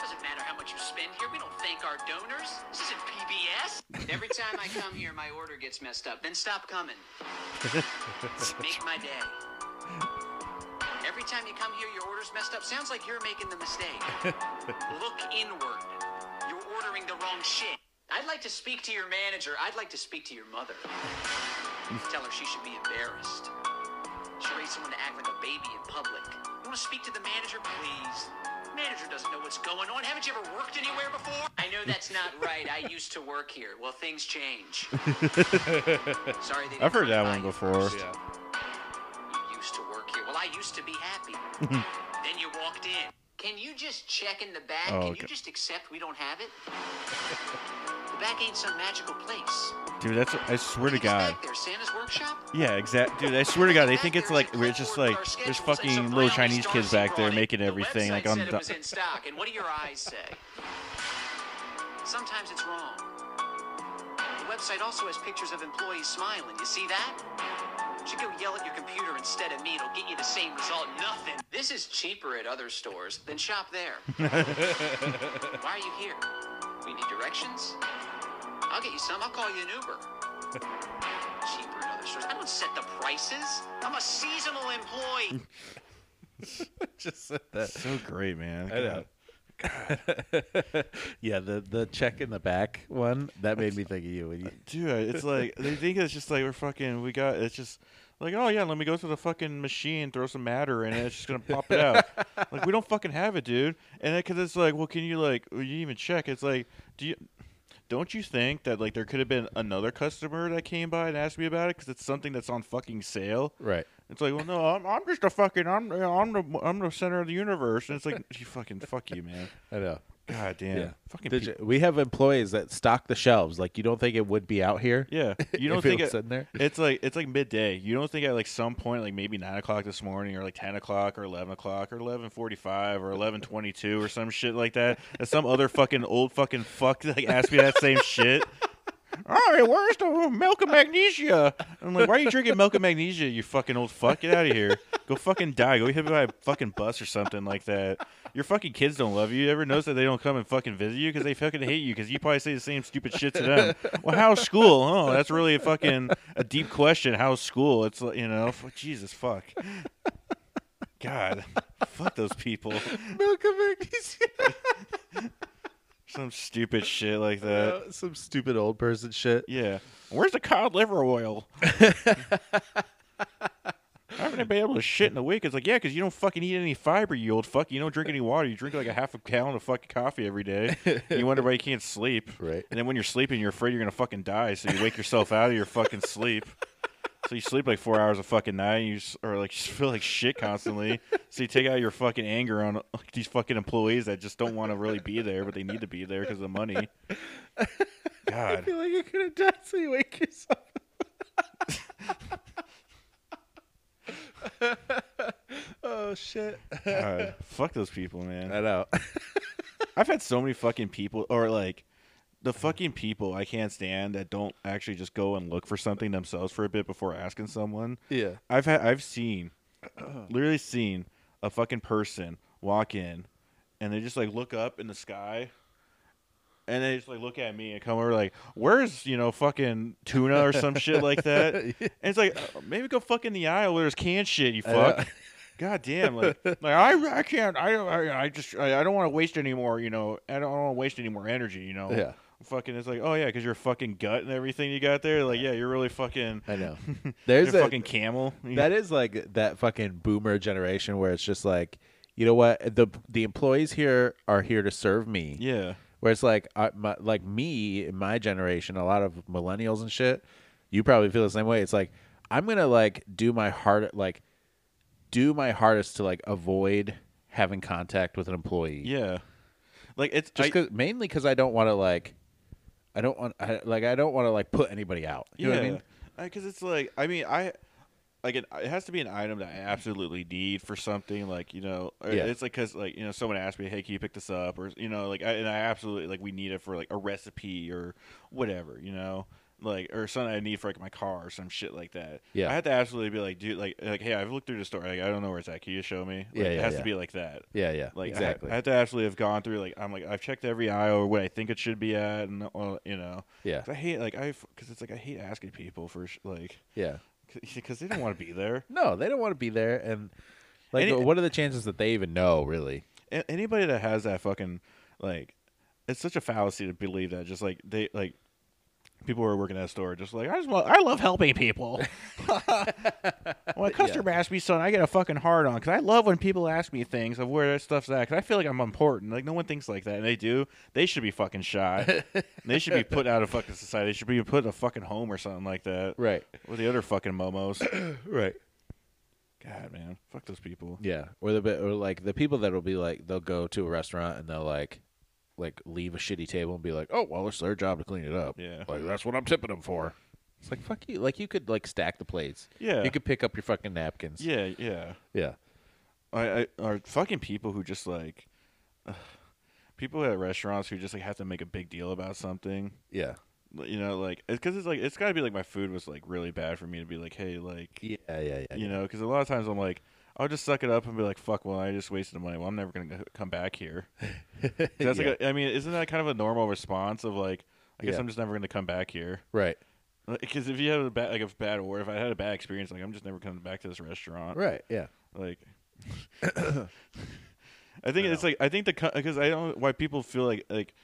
[SPEAKER 4] Doesn't matter how much you spend here. We don't thank our donors. This isn't PBS. Every time I come here, my order gets messed up. Then stop coming. Make my day. Every time you come here, your order's messed up. Sounds like you're making the mistake. Look inward. You're ordering the wrong shit. I'd like to speak to your manager. I'd like to speak to your mother. Tell her she should be embarrassed. She raised someone to act like a baby in public. You want to speak to the manager, please? Manager doesn't know what's going on. Haven't you ever worked anywhere before? I know that's not right. I used to work here. Well, things change. Sorry, they didn't
[SPEAKER 2] I've heard that
[SPEAKER 4] notify
[SPEAKER 2] one
[SPEAKER 4] you
[SPEAKER 2] before.
[SPEAKER 4] first. You used to work here. Well, I used to be happy. then you walked in. Can you just check in the back?
[SPEAKER 2] Oh,
[SPEAKER 4] Can
[SPEAKER 2] okay.
[SPEAKER 4] you just accept we don't have it? the back ain't some magical place.
[SPEAKER 2] Dude, that's I swear to
[SPEAKER 4] Think it's
[SPEAKER 2] God.
[SPEAKER 4] Back there, Santa's workshop.
[SPEAKER 2] Yeah, exact. Dude, I swear to God, they think it's like we're just like there's fucking little Chinese kids back there making everything like on.
[SPEAKER 4] said it was
[SPEAKER 2] the-
[SPEAKER 4] in stock, and what do your eyes say? Sometimes it's wrong. The website also has pictures of employees smiling. You see that? You should go yell at your computer instead of me. It'll get you the same result. Nothing. This is cheaper at other stores. Then shop there. Why are you here? We need directions. I'll get you some. I'll call you an Uber. Cheaper at other stores. I don't set the prices. I'm a seasonal employee.
[SPEAKER 1] Just said that.
[SPEAKER 2] So great, man.
[SPEAKER 1] I know. yeah, the the check in the back one that made me think of you. When you
[SPEAKER 2] Dude, it's like they think it's just like we're fucking. We got it's just like oh yeah, let me go to the fucking machine, throw some matter in it, it's just gonna pop it out. like we don't fucking have it, dude. And because it's like, well, can you like you didn't even check? It's like, do you? Don't you think that like there could have been another customer that came by and asked me about it because it's something that's on fucking sale?
[SPEAKER 1] right.
[SPEAKER 2] It's like, well, no, I'm, I'm just a fucking, I'm, I'm the, I'm the center of the universe, and it's like, you fucking, fuck you, man.
[SPEAKER 1] I know.
[SPEAKER 2] God damn,
[SPEAKER 1] Yeah.
[SPEAKER 2] fucking,
[SPEAKER 1] Did
[SPEAKER 2] peop-
[SPEAKER 1] you- we have employees that stock the shelves. Like you don't think it would be out here?
[SPEAKER 2] yeah. You don't
[SPEAKER 1] If it
[SPEAKER 2] think
[SPEAKER 1] was
[SPEAKER 2] it,
[SPEAKER 1] in there?
[SPEAKER 2] it's like it's like midday. You don't think at like some point, like maybe nine o'clock this morning, or like ten o'clock, or eleven o'clock, or eleven forty-five, or eleven twenty-two, or some shit like that, that some other fucking old fucking fuck like asked me that same shit. All right, where's the milk and magnesia? I'm like, why are you drinking milk and magnesia, you fucking old fuck? Get out of here. Go fucking die. Go get hit by a fucking bus or something like that. Your fucking kids don't love you. You ever notice that they don't come and fucking visit you because they fucking hate you because you probably say the same stupid shit to them. Well, how's school? Oh, that's really a fucking a deep question. How's school? It's like, you know, f- Jesus fuck. God, fuck those people.
[SPEAKER 1] Milk of Magnesia.
[SPEAKER 2] Some stupid shit like
[SPEAKER 1] Uh,
[SPEAKER 2] that.
[SPEAKER 1] Some stupid old person shit.
[SPEAKER 2] Yeah. Where's the cod liver oil? I haven't been able to shit in a week. It's like, yeah, because you don't fucking eat any fiber, you old fuck. You don't drink any water. You drink like a half a gallon of fucking coffee every day. And you wonder why you can't sleep.
[SPEAKER 1] Right.
[SPEAKER 2] And then when you're sleeping, you're afraid you're going to fucking die. So you wake yourself out of your fucking sleep. So you sleep like four hours a fucking night, and you s or like just feel like shit constantly. so you take out your fucking anger on like, these fucking employees that just don't want to really be there, but they need to be there because of the money. God,
[SPEAKER 1] feel like you're gonna die, so you wake yourself. oh shit!
[SPEAKER 2] God, fuck those people, man.
[SPEAKER 1] I know.
[SPEAKER 2] I've had so many fucking people, or like the fucking people I can't stand that don't actually just go and look for something themselves for a bit before asking someone.
[SPEAKER 1] Yeah.
[SPEAKER 2] I've had, I've seen, literally seen a fucking person walk in, and they just like look up in the sky, and they just like look at me and come over like, "Where's you know fucking tuna or some shit like that?" And it's like, "Uh, maybe go fuck in the aisle where there's canned shit, you
[SPEAKER 1] know.
[SPEAKER 2] fuck. God damn, like, like I, I can't, I, I, I just, I, I don't want to waste any more, you know, I don't want to waste any more energy, you know.
[SPEAKER 1] Yeah.
[SPEAKER 2] Fucking, it's like, oh yeah, because your fucking gut and everything you got there, like, yeah, you're really fucking,
[SPEAKER 1] I know.
[SPEAKER 2] you're
[SPEAKER 1] There's a
[SPEAKER 2] fucking camel. you
[SPEAKER 1] that is like that fucking boomer generation where it's just like, you know what? The the employees here are here to serve me.
[SPEAKER 2] Yeah.
[SPEAKER 1] Where it's like, I, my, like me, in my generation, a lot of millennials and shit. You probably feel the same way. It's like I'm gonna like do my hard, like do my hardest to like avoid having contact with an employee.
[SPEAKER 2] Yeah. Like it's
[SPEAKER 1] just
[SPEAKER 2] I-
[SPEAKER 1] cause, mainly because I don't want to like, I don't want, I, like I don't want to like put anybody out. You know what I mean?
[SPEAKER 2] Because it's like I mean I like it, it has to be an item that I absolutely need for something like you know or
[SPEAKER 1] Yeah.
[SPEAKER 2] it's like because like you know someone asked me hey can you pick this up or you know like I, and I absolutely like we need it for like a recipe or whatever you know like or something I need for like my car or some shit like that
[SPEAKER 1] Yeah.
[SPEAKER 2] I had to absolutely be like dude like like hey I've looked through the store like I don't know where it's at can you show me like,
[SPEAKER 1] Yeah,
[SPEAKER 2] it
[SPEAKER 1] yeah,
[SPEAKER 2] has
[SPEAKER 1] yeah.
[SPEAKER 2] to be like that
[SPEAKER 1] Yeah, yeah,
[SPEAKER 2] like I-
[SPEAKER 1] exactly.
[SPEAKER 2] I, had to actually have gone through like I'm like I've checked every aisle or what I think it should be at and well, you know
[SPEAKER 1] Yeah.
[SPEAKER 2] 'Cause I hate like I because it's like I hate asking people for sh- like
[SPEAKER 1] yeah.
[SPEAKER 2] because they don't want to be there.
[SPEAKER 1] No, they don't want to be there. And like,
[SPEAKER 2] And it-
[SPEAKER 1] what are the chances that they even know? Really?
[SPEAKER 2] A- anybody that has that fucking like it's such a fallacy to believe that. Just like they like people who are working at a store, are just like I just want, I love helping people. when a customer asks me something, I get a fucking hard on because I love when people ask me things of where that stuff's at because I feel like I'm important. Like no one thinks like that, and they do. They should be fucking shot. they should be put out of fucking society. They should be put in a fucking home or something like that.
[SPEAKER 1] Right.
[SPEAKER 2] With the other fucking momos.
[SPEAKER 1] Right.
[SPEAKER 2] God, man, fuck those people.
[SPEAKER 1] Yeah, or the bit- or like the people that'll be like they'll go to a restaurant and they'll like like leave a shitty table and be like, oh well, it's their job to clean it up.
[SPEAKER 2] Yeah.
[SPEAKER 1] like that's what I'm tipping them for. It's like fuck you. Like you could like stack the plates.
[SPEAKER 2] Yeah.
[SPEAKER 1] you could pick up your fucking napkins.
[SPEAKER 2] Yeah, yeah.
[SPEAKER 1] yeah.
[SPEAKER 2] I, I are fucking people who just like ugh, people at restaurants who just like have to make a big deal about something.
[SPEAKER 1] yeah.
[SPEAKER 2] You know, like it's because it's like it's got to be like my food was like really bad for me to be like, hey, like
[SPEAKER 1] Yeah, yeah, yeah.
[SPEAKER 2] you know, because a lot of times I'm like. I'll just suck it up and be like, "Fuck! Well, I just wasted the money. Well, I'm never gonna go- come back here." 'Cause That's like, a, I mean, isn't that kind of a normal response of like, "I guess
[SPEAKER 1] Yeah.
[SPEAKER 2] I'm just never gonna come back here."
[SPEAKER 1] Right,
[SPEAKER 2] Because if you have a bad, like a bad, or if I had a bad experience, like I'm just never coming back to this restaurant.
[SPEAKER 1] right, yeah,
[SPEAKER 2] Like, I think it's like I think the because I don't why people feel like like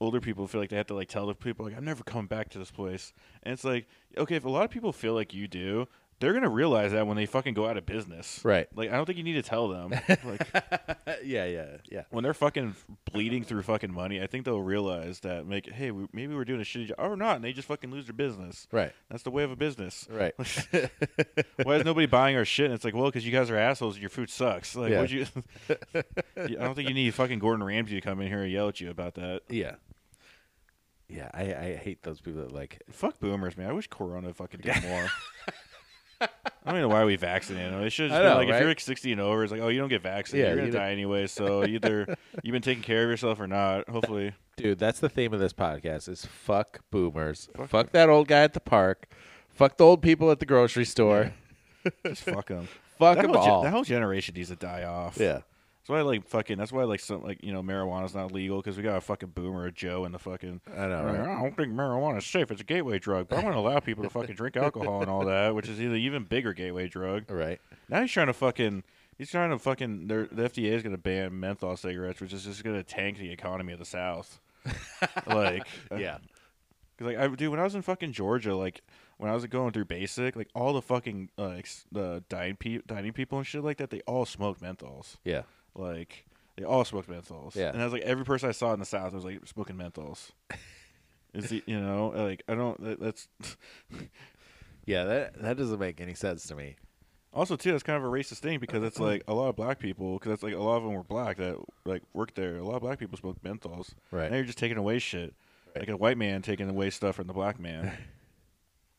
[SPEAKER 2] older people feel like they have to like tell the people like I'm never coming back to this place, and it's like okay if a lot of people feel like you do, they're gonna realize that when they fucking go out of business,
[SPEAKER 1] Right.
[SPEAKER 2] Like I don't think you need to tell them like
[SPEAKER 1] Uh, yeah, yeah, yeah.
[SPEAKER 2] when they're fucking bleeding through fucking money. I think they'll realize that make hey we, maybe we're doing a shitty job or not, and they just fucking lose their business.
[SPEAKER 1] Right,
[SPEAKER 2] That's the way of a business.
[SPEAKER 1] right.
[SPEAKER 2] Why is nobody buying our shit? And it's like, well, because you guys are assholes and your food sucks. Like,
[SPEAKER 1] Yeah.
[SPEAKER 2] would you? I don't think you need fucking Gordon Ramsay to come in here and yell at you about that.
[SPEAKER 1] yeah, yeah. I I hate those people that like.
[SPEAKER 2] Fuck boomers, man. I wish Corona fucking did more. I don't even know why we vaccinated them. They should have
[SPEAKER 1] I
[SPEAKER 2] just been
[SPEAKER 1] know,
[SPEAKER 2] like, if
[SPEAKER 1] right?
[SPEAKER 2] you're like 60 and over, it's like, oh, you don't get vaccinated.
[SPEAKER 1] Yeah,
[SPEAKER 2] you're going
[SPEAKER 1] you
[SPEAKER 2] to
[SPEAKER 1] don't-
[SPEAKER 2] die anyway. So either you've been taking care of yourself or not. Hopefully.
[SPEAKER 1] Dude, that's the theme of this podcast is fuck boomers. Fuck, that old guy at the park. Fuck the old people at the grocery store.
[SPEAKER 2] Just fuck them.
[SPEAKER 1] Fuck
[SPEAKER 2] that,
[SPEAKER 1] them
[SPEAKER 2] whole ge-
[SPEAKER 1] all.
[SPEAKER 2] that whole generation needs to die off.
[SPEAKER 1] yeah.
[SPEAKER 2] That's why, like, fucking. That's why, like, some, like, you know, marijuana's not legal because we got a fucking boomer, a Joe, in the fucking.
[SPEAKER 1] I know,
[SPEAKER 2] Like,
[SPEAKER 1] right?
[SPEAKER 2] I don't think marijuana's safe. It's a gateway drug, but I'm going to allow people to fucking drink alcohol and all that, which is an even bigger gateway drug.
[SPEAKER 1] Right.
[SPEAKER 2] Now he's trying to fucking. He's trying to fucking. they're- The FDA is going to ban menthol cigarettes, which is just going to tank the economy of the South. like,
[SPEAKER 1] Yeah.
[SPEAKER 2] Cause like I dude, when I was in fucking Georgia, like when I was going through basic, like all the fucking uh, like s- the dining pe- dining people and shit like that, they all smoked menthols.
[SPEAKER 1] Yeah.
[SPEAKER 2] Like they all smoked menthols.
[SPEAKER 1] Yeah.
[SPEAKER 2] And I was like, every person I saw in the South was like smoking menthols. Is the you know like I don't that, that's
[SPEAKER 1] Yeah, that that doesn't make any sense to me.
[SPEAKER 2] also too that's kind of a racist thing because it's like a lot of black people because that's like a lot of them were black that like worked there a lot of black people smoked menthols
[SPEAKER 1] Right.
[SPEAKER 2] now you're just taking away shit like a white man taking away stuff from the black man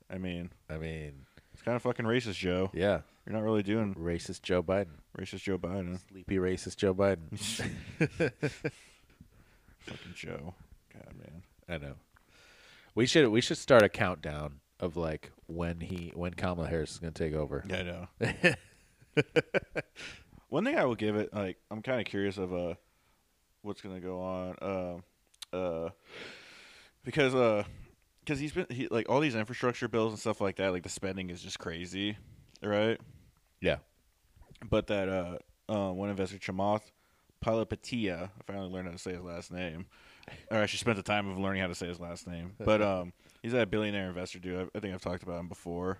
[SPEAKER 2] I mean
[SPEAKER 1] I mean,
[SPEAKER 2] it's kind of fucking racist Joe
[SPEAKER 1] yeah.
[SPEAKER 2] You're not really doing
[SPEAKER 1] Racist Joe Biden.
[SPEAKER 2] racist Joe Biden.
[SPEAKER 1] Sleepy racist Joe Biden.
[SPEAKER 2] Fucking Joe. God, man.
[SPEAKER 1] I know. We should we should start a countdown of like when he when Kamala Harris is going to take over.
[SPEAKER 2] Yeah, I know. One thing I will give it, like, I'm kind of curious of uh, what's gonna go on, uh, uh, because uh, because he's been he like all these infrastructure bills and stuff like that. Like the spending is just crazy, right?
[SPEAKER 1] Yeah.
[SPEAKER 2] But that uh, uh one investor, Chamath Palihapitiya, I finally learned how to say his last name, or I should spent the time of learning how to say his last name. But um, he's that billionaire investor dude. I, I think I've talked about him before.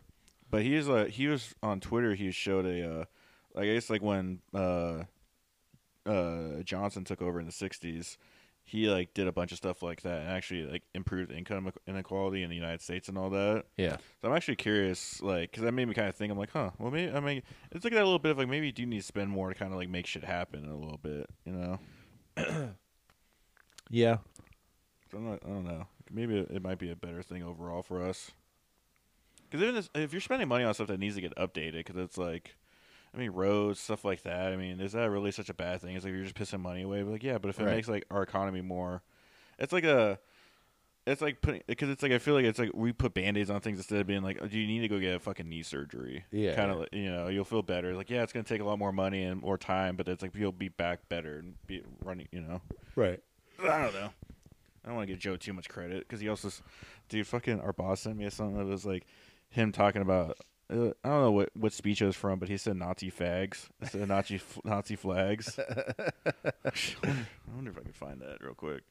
[SPEAKER 2] But he is a he was on Twitter. He showed a, uh, I guess like when uh, uh Johnson took over in the '60s. He like did a bunch of stuff like that, and actually like improved income inequality in the United States and all that.
[SPEAKER 1] Yeah.
[SPEAKER 2] So I'm actually curious, like, because that made me kind of think. I'm like, huh? Well, maybe I mean, it's like that little bit of like maybe you do need to spend more to kind of like make shit happen a little bit, you know?
[SPEAKER 1] Yeah.
[SPEAKER 2] So I'm not, I don't know. Maybe it it might be a better thing overall for us. Because even this, if you're spending money on stuff that needs to get updated, because it's like, I mean, roads, stuff like that. I mean, is that really such a bad thing? It's like you're just pissing money away. But like, yeah, but if it
[SPEAKER 1] Right.
[SPEAKER 2] makes like our economy more, it's like a, it's like putting because it's like I feel like it's like we put band-aids on things instead of being like, oh, do you need to go get a fucking knee surgery?
[SPEAKER 1] Yeah,
[SPEAKER 2] kind
[SPEAKER 1] yeah.
[SPEAKER 2] of you know you'll feel better. Like yeah, it's gonna take a lot more money and more time, but it's like you'll be back better and be running. You know.
[SPEAKER 1] Right.
[SPEAKER 2] I don't know. I don't want to give Joe too much credit because he also, s- dude, fucking our boss sent me something that was like him talking about. Uh, I don't know what, what speech it was from, but he said Nazi fags instead of Nazi f- Nazi flags. I wonder if I can find that real quick.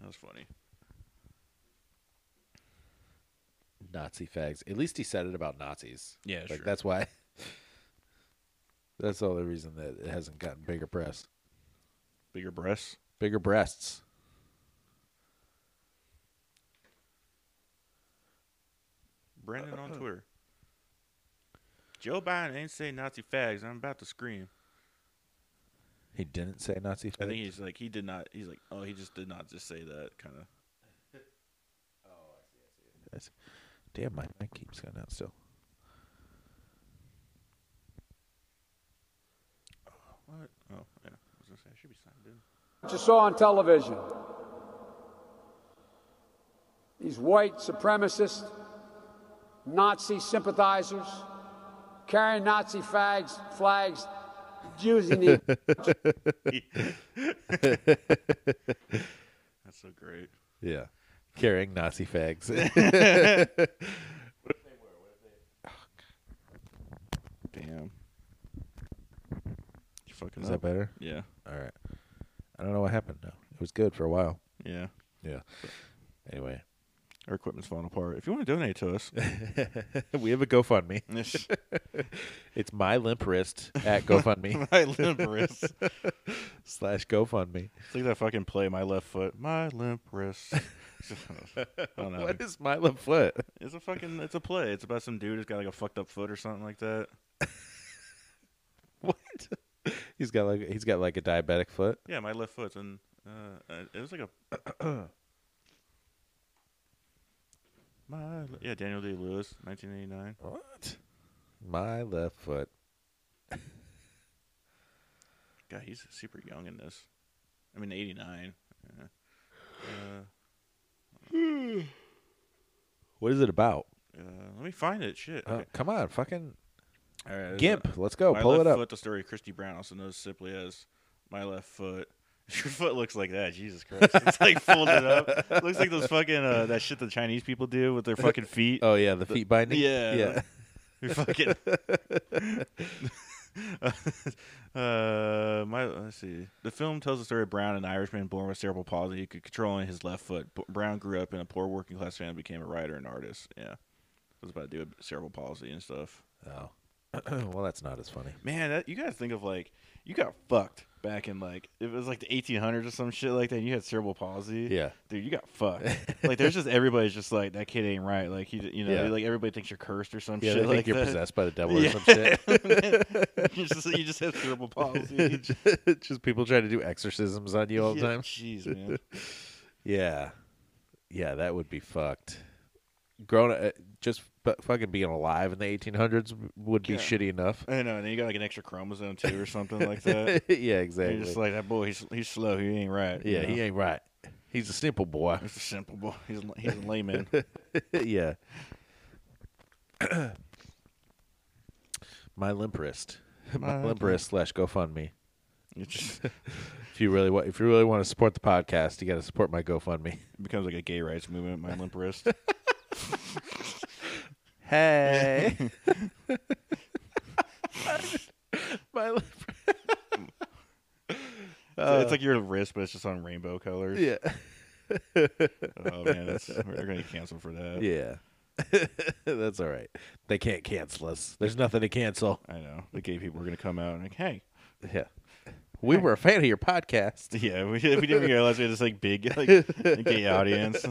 [SPEAKER 2] That was funny.
[SPEAKER 1] Nazi fags. At least he said it about Nazis.
[SPEAKER 2] Yeah,
[SPEAKER 1] like
[SPEAKER 2] sure.
[SPEAKER 1] that's why. that's the only reason that it hasn't gotten bigger breasts.
[SPEAKER 2] Bigger breasts.
[SPEAKER 1] Bigger breasts.
[SPEAKER 2] Brandon on Twitter. Uh, Joe Biden ain't say Nazi fags. I'm about to scream.
[SPEAKER 1] He didn't say Nazi fags.
[SPEAKER 2] I think he's like he did not. He's like oh he just did not just say that kind of.
[SPEAKER 1] That's- Damn, my mic keeps going out still.
[SPEAKER 2] What? Oh yeah. I was gonna say I should be signed in.
[SPEAKER 5] What you saw on television. These white supremacists, Nazi sympathizers, carrying Nazi fags, flags, using the
[SPEAKER 2] That's so great.
[SPEAKER 1] Yeah. Carrying Nazi fags.
[SPEAKER 2] Damn. You fucking
[SPEAKER 1] Is
[SPEAKER 2] up.
[SPEAKER 1] that better?
[SPEAKER 2] Yeah.
[SPEAKER 1] All right. I don't know what happened though. It was good for a while.
[SPEAKER 2] Yeah.
[SPEAKER 1] Yeah. Anyway,
[SPEAKER 2] Our equipment's falling apart. If you want to donate to us,
[SPEAKER 1] we have a GoFundMe.
[SPEAKER 2] my
[SPEAKER 1] It's my limp wrist at GoFundMe
[SPEAKER 2] limp wrist. It's
[SPEAKER 1] slash GoFundMe.
[SPEAKER 2] like that fucking play. My left foot. My limp wrist. I don't know.
[SPEAKER 1] What is my limp foot?
[SPEAKER 2] It's a fucking. It's a play. It's about some dude who's got like a fucked up foot or something like that.
[SPEAKER 1] What? He's got like he's got like a diabetic foot.
[SPEAKER 2] Yeah, my left foot's and uh, uh, it was like a. my le- yeah, Daniel Day Lewis, 1989.
[SPEAKER 1] What? My left foot.
[SPEAKER 2] God, he's super young in this. I mean, 89. Yeah. Uh,
[SPEAKER 1] What is it about?
[SPEAKER 2] uh, let me find it. Shit.
[SPEAKER 1] Uh,
[SPEAKER 2] Okay.
[SPEAKER 1] come on, fucking
[SPEAKER 2] All right, there's
[SPEAKER 1] Gimp.
[SPEAKER 2] a-
[SPEAKER 1] Let's go.
[SPEAKER 2] my
[SPEAKER 1] Pull
[SPEAKER 2] left
[SPEAKER 1] it up.
[SPEAKER 2] foot. The story of Christy Brown, also known simply as my left foot. Your foot looks like that. Jesus Christ! It's like folded up. looks like those fucking uh, that shit the Chinese people do with their fucking feet.
[SPEAKER 1] Oh yeah, the feet binding.
[SPEAKER 2] Yeah.
[SPEAKER 1] Yeah.
[SPEAKER 2] You're fucking. uh, my let's see. The film tells the story of Brown, an Irishman born with cerebral palsy, who could control only his left foot. B- Brown grew up in a poor working class family, became a writer and artist. Yeah, was about to do with cerebral palsy and stuff.
[SPEAKER 1] Oh. well, that's not as funny.
[SPEAKER 2] Man, that, you gotta think of like you got fucked back in like it was like the 1800s or some shit like that. And you had cerebral palsy.
[SPEAKER 1] Yeah.
[SPEAKER 2] dude, you got fucked. like there's just everybody's just like that kid ain't right. Like he, you know,
[SPEAKER 1] Yeah.
[SPEAKER 2] like everybody thinks you're cursed or some
[SPEAKER 1] Yeah,
[SPEAKER 2] shit.
[SPEAKER 1] they think
[SPEAKER 2] like
[SPEAKER 1] you're
[SPEAKER 2] that.
[SPEAKER 1] possessed by the devil or
[SPEAKER 2] Yeah.
[SPEAKER 1] some shit.
[SPEAKER 2] you just you just have cerebral palsy.
[SPEAKER 1] just people try to do exorcisms on you all the
[SPEAKER 2] Yeah,
[SPEAKER 1] time.
[SPEAKER 2] Jeez, man.
[SPEAKER 1] Yeah, yeah, that would be fucked. Grown, uh, just fu- fucking being alive in the 1800s would be
[SPEAKER 2] Yeah.
[SPEAKER 1] shitty enough.
[SPEAKER 2] I know, and then you got like an extra chromosome too, or something like that.
[SPEAKER 1] yeah,
[SPEAKER 2] You're
[SPEAKER 1] exactly.
[SPEAKER 2] just like that boy. He's he's slow. He ain't right.
[SPEAKER 1] yeah,
[SPEAKER 2] you know?
[SPEAKER 1] he ain't right. He's a simple boy.
[SPEAKER 2] He's a simple boy. He's a- he's a layman.
[SPEAKER 1] yeah. My limp wrist. My,
[SPEAKER 2] My
[SPEAKER 1] limp wrist slash GoFundMe.
[SPEAKER 2] It just
[SPEAKER 1] If you really want, if you really want to support the podcast, you got to support my GoFundMe.
[SPEAKER 2] becomes like a gay rights movement. My limp wrist.
[SPEAKER 1] Hey. my limp.
[SPEAKER 2] So it's like your wrist, but it's just on rainbow colors.
[SPEAKER 1] Uh, Yeah.
[SPEAKER 2] Oh man, that's, we're gonna get canceled for that.
[SPEAKER 1] Yeah. That's all right. They can't cancel us. There's nothing to cancel.
[SPEAKER 2] I know. The gay people are gonna come out and like, hey,
[SPEAKER 1] Yeah. We were a fan of your podcast.
[SPEAKER 2] yeah, we, we didn't realize we had this like big like gay audience.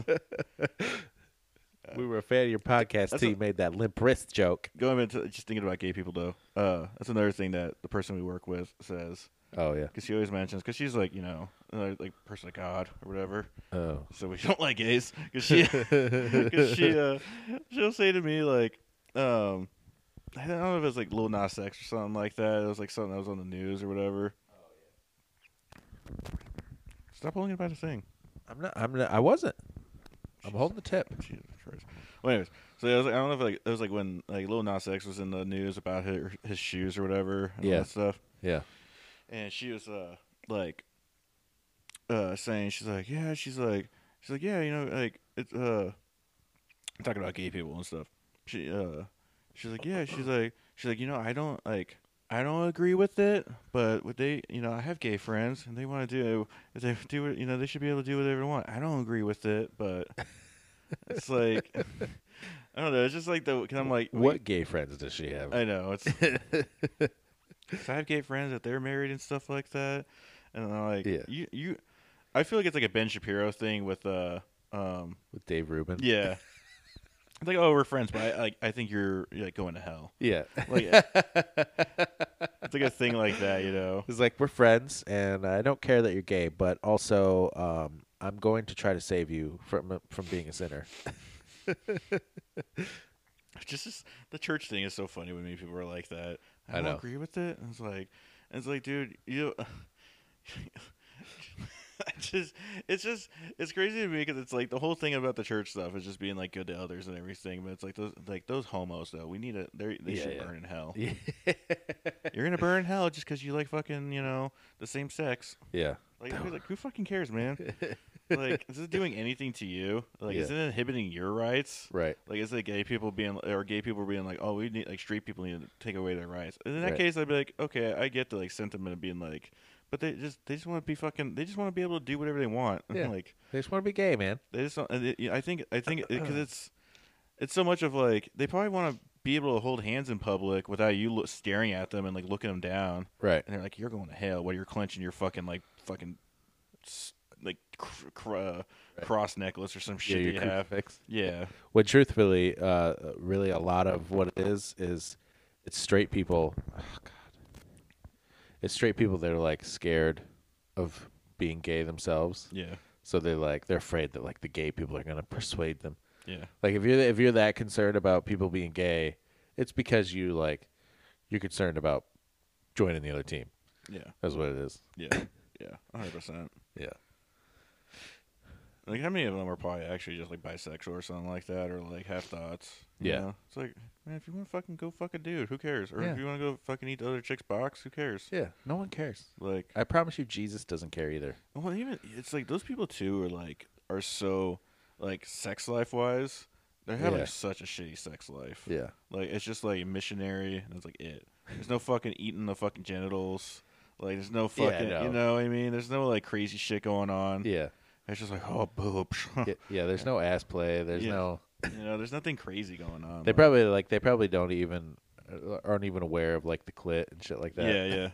[SPEAKER 1] We were a fan of your podcast till you made that limp wrist joke.
[SPEAKER 2] Going into just thinking about gay people though, uh, that's another thing that the person we work with says
[SPEAKER 1] Oh yeah.
[SPEAKER 2] because she always mentions because she's like you know another, like person of God or whatever.
[SPEAKER 1] Oh.
[SPEAKER 2] so we don't like gays because she, cause she uh, she'll say to me like um I don't know if it's like Lil Nas X or something like that. It was like something that was on the news or whatever.
[SPEAKER 1] Oh,
[SPEAKER 2] Stop holding it by the thing.
[SPEAKER 1] I'm not I'm not I wasn't. I'm holding the tip.
[SPEAKER 2] Jesus Christ. Well, anyways, so it was like, I don't know if like it was like when like Lil Nas X was in the news about her, his shoes or whatever and all
[SPEAKER 1] Yeah.
[SPEAKER 2] that stuff.
[SPEAKER 1] Yeah.
[SPEAKER 2] and she was uh like uh saying she's like yeah she's like she's like yeah you know like it's uh talking about gay people and stuff she uh she's like yeah she's like she's like you know i don't like I don't agree with it, but what they, you know, I have gay friends, and they want to do if they do it, you know, they should be able to do whatever they want. I don't agree with it, but it's like I don't know. It's just like the because I'm like
[SPEAKER 1] What gay friends does she have?
[SPEAKER 2] I know it's. 'Cause I have gay friends that they're married and stuff like that, and I'm like,
[SPEAKER 1] Yeah.
[SPEAKER 2] you you, I feel like it's like a Ben Shapiro thing with uh um
[SPEAKER 1] With Dave Rubin?
[SPEAKER 2] yeah, it's like oh we're friends, but I like I think you're like going to hell.
[SPEAKER 1] Yeah.
[SPEAKER 2] Like it's like a thing like that, you know.
[SPEAKER 1] It's like we're friends, and I don't care that you're gay, but also um, I'm going to try to save you from uh, from being a sinner.
[SPEAKER 2] It's just this, the church thing is so funny when me people are like that. I,
[SPEAKER 1] I
[SPEAKER 2] don't
[SPEAKER 1] know.
[SPEAKER 2] agree with it. And it's like, and it's like, dude, you. I just it's just it's crazy to me because it's like the whole thing about the church stuff is just being like good to others and everything, but it's like those like those homos though. We need a they they
[SPEAKER 1] Yeah,
[SPEAKER 2] should
[SPEAKER 1] yeah.
[SPEAKER 2] burn in hell.
[SPEAKER 1] Yeah.
[SPEAKER 2] You're gonna burn in hell just because you like fucking you know the same sex.
[SPEAKER 1] Yeah.
[SPEAKER 2] Like who, like who fucking cares, man? like is it doing anything to you? Like is it
[SPEAKER 1] Yeah.
[SPEAKER 2] inhibiting your rights?
[SPEAKER 1] Right.
[SPEAKER 2] Like it's like gay people being or gay people being like, oh, we need like straight people need to take away their rights. And in that
[SPEAKER 1] Right.
[SPEAKER 2] case, I'd be like, okay, I get the like sentiment of being like, but they just they just want to be fucking. They just want to be able to do whatever they want.
[SPEAKER 1] Yeah.
[SPEAKER 2] like
[SPEAKER 1] They just want to be gay, man.
[SPEAKER 2] they just. Don't, and it, I think I think because it's it's so much of like they probably want to be able to hold hands in public without you lo- staring at them and like looking them down.
[SPEAKER 1] Right.
[SPEAKER 2] And they're like, you're going to hell while you're clenching your fucking like fucking s- like cr- cr- uh, cross necklace or some shit
[SPEAKER 1] your
[SPEAKER 2] that you have.
[SPEAKER 1] crucifix.
[SPEAKER 2] Yeah.
[SPEAKER 1] When truthfully, uh, really, a lot of what it is is it's straight people. Oh, God. It's straight people that are like scared of being gay themselves.
[SPEAKER 2] Yeah.
[SPEAKER 1] So they like they're afraid that like the gay people are gonna persuade them.
[SPEAKER 2] Yeah.
[SPEAKER 1] Like if you're if you're that concerned about people being gay, it's because you like you're concerned about joining the other team.
[SPEAKER 2] Yeah.
[SPEAKER 1] That's what it is.
[SPEAKER 2] Yeah, yeah, hundred percent.
[SPEAKER 1] Yeah.
[SPEAKER 2] Like, how many of them are probably actually just like bisexual or something like that, or like half thoughts?
[SPEAKER 1] Yeah.
[SPEAKER 2] it's like, man, if you want to fucking go fuck a dude, who cares? Or
[SPEAKER 1] Yeah.
[SPEAKER 2] if you want to go fucking eat the other chick's box, who cares?
[SPEAKER 1] Yeah. No one cares.
[SPEAKER 2] Like,
[SPEAKER 1] I promise you, Jesus doesn't care either.
[SPEAKER 2] well, even it's like those people too are like are so like sex life wise, they're having
[SPEAKER 1] Yeah.
[SPEAKER 2] such a shitty sex life.
[SPEAKER 1] Yeah.
[SPEAKER 2] Like it's just like missionary, and it's like it. There's no fucking eating the fucking genitals. Like there's no
[SPEAKER 1] Yeah, I
[SPEAKER 2] fucking,
[SPEAKER 1] know.
[SPEAKER 2] you know what I mean? There's no like crazy shit going on.
[SPEAKER 1] Yeah.
[SPEAKER 2] It's just like oh boobs.
[SPEAKER 1] Yeah. yeah there's no ass play. There's
[SPEAKER 2] Yeah.
[SPEAKER 1] no.
[SPEAKER 2] you know, there's nothing crazy going on.
[SPEAKER 1] They
[SPEAKER 2] like-
[SPEAKER 1] probably like they probably don't even uh, aren't even aware of like the clit and shit like that.
[SPEAKER 2] yeah, yeah.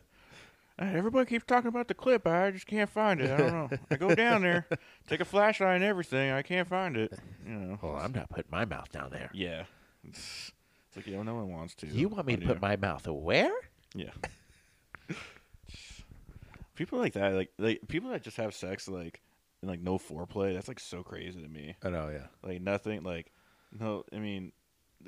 [SPEAKER 2] Hey, Everybody keeps talking about the clip. I just can't find it. I don't know. I go down there, take a flashlight and everything. I can't find it. You know.
[SPEAKER 1] Well, Oh, I'm not putting my mouth down there.
[SPEAKER 2] Yeah. It's, it's like you know, no one wants to.
[SPEAKER 1] You want me to put my mouth where?
[SPEAKER 2] yeah. people like that, like like people that just have sex like and like no foreplay. That's like so crazy to me.
[SPEAKER 1] I know. Yeah.
[SPEAKER 2] Like nothing. Like no. I mean.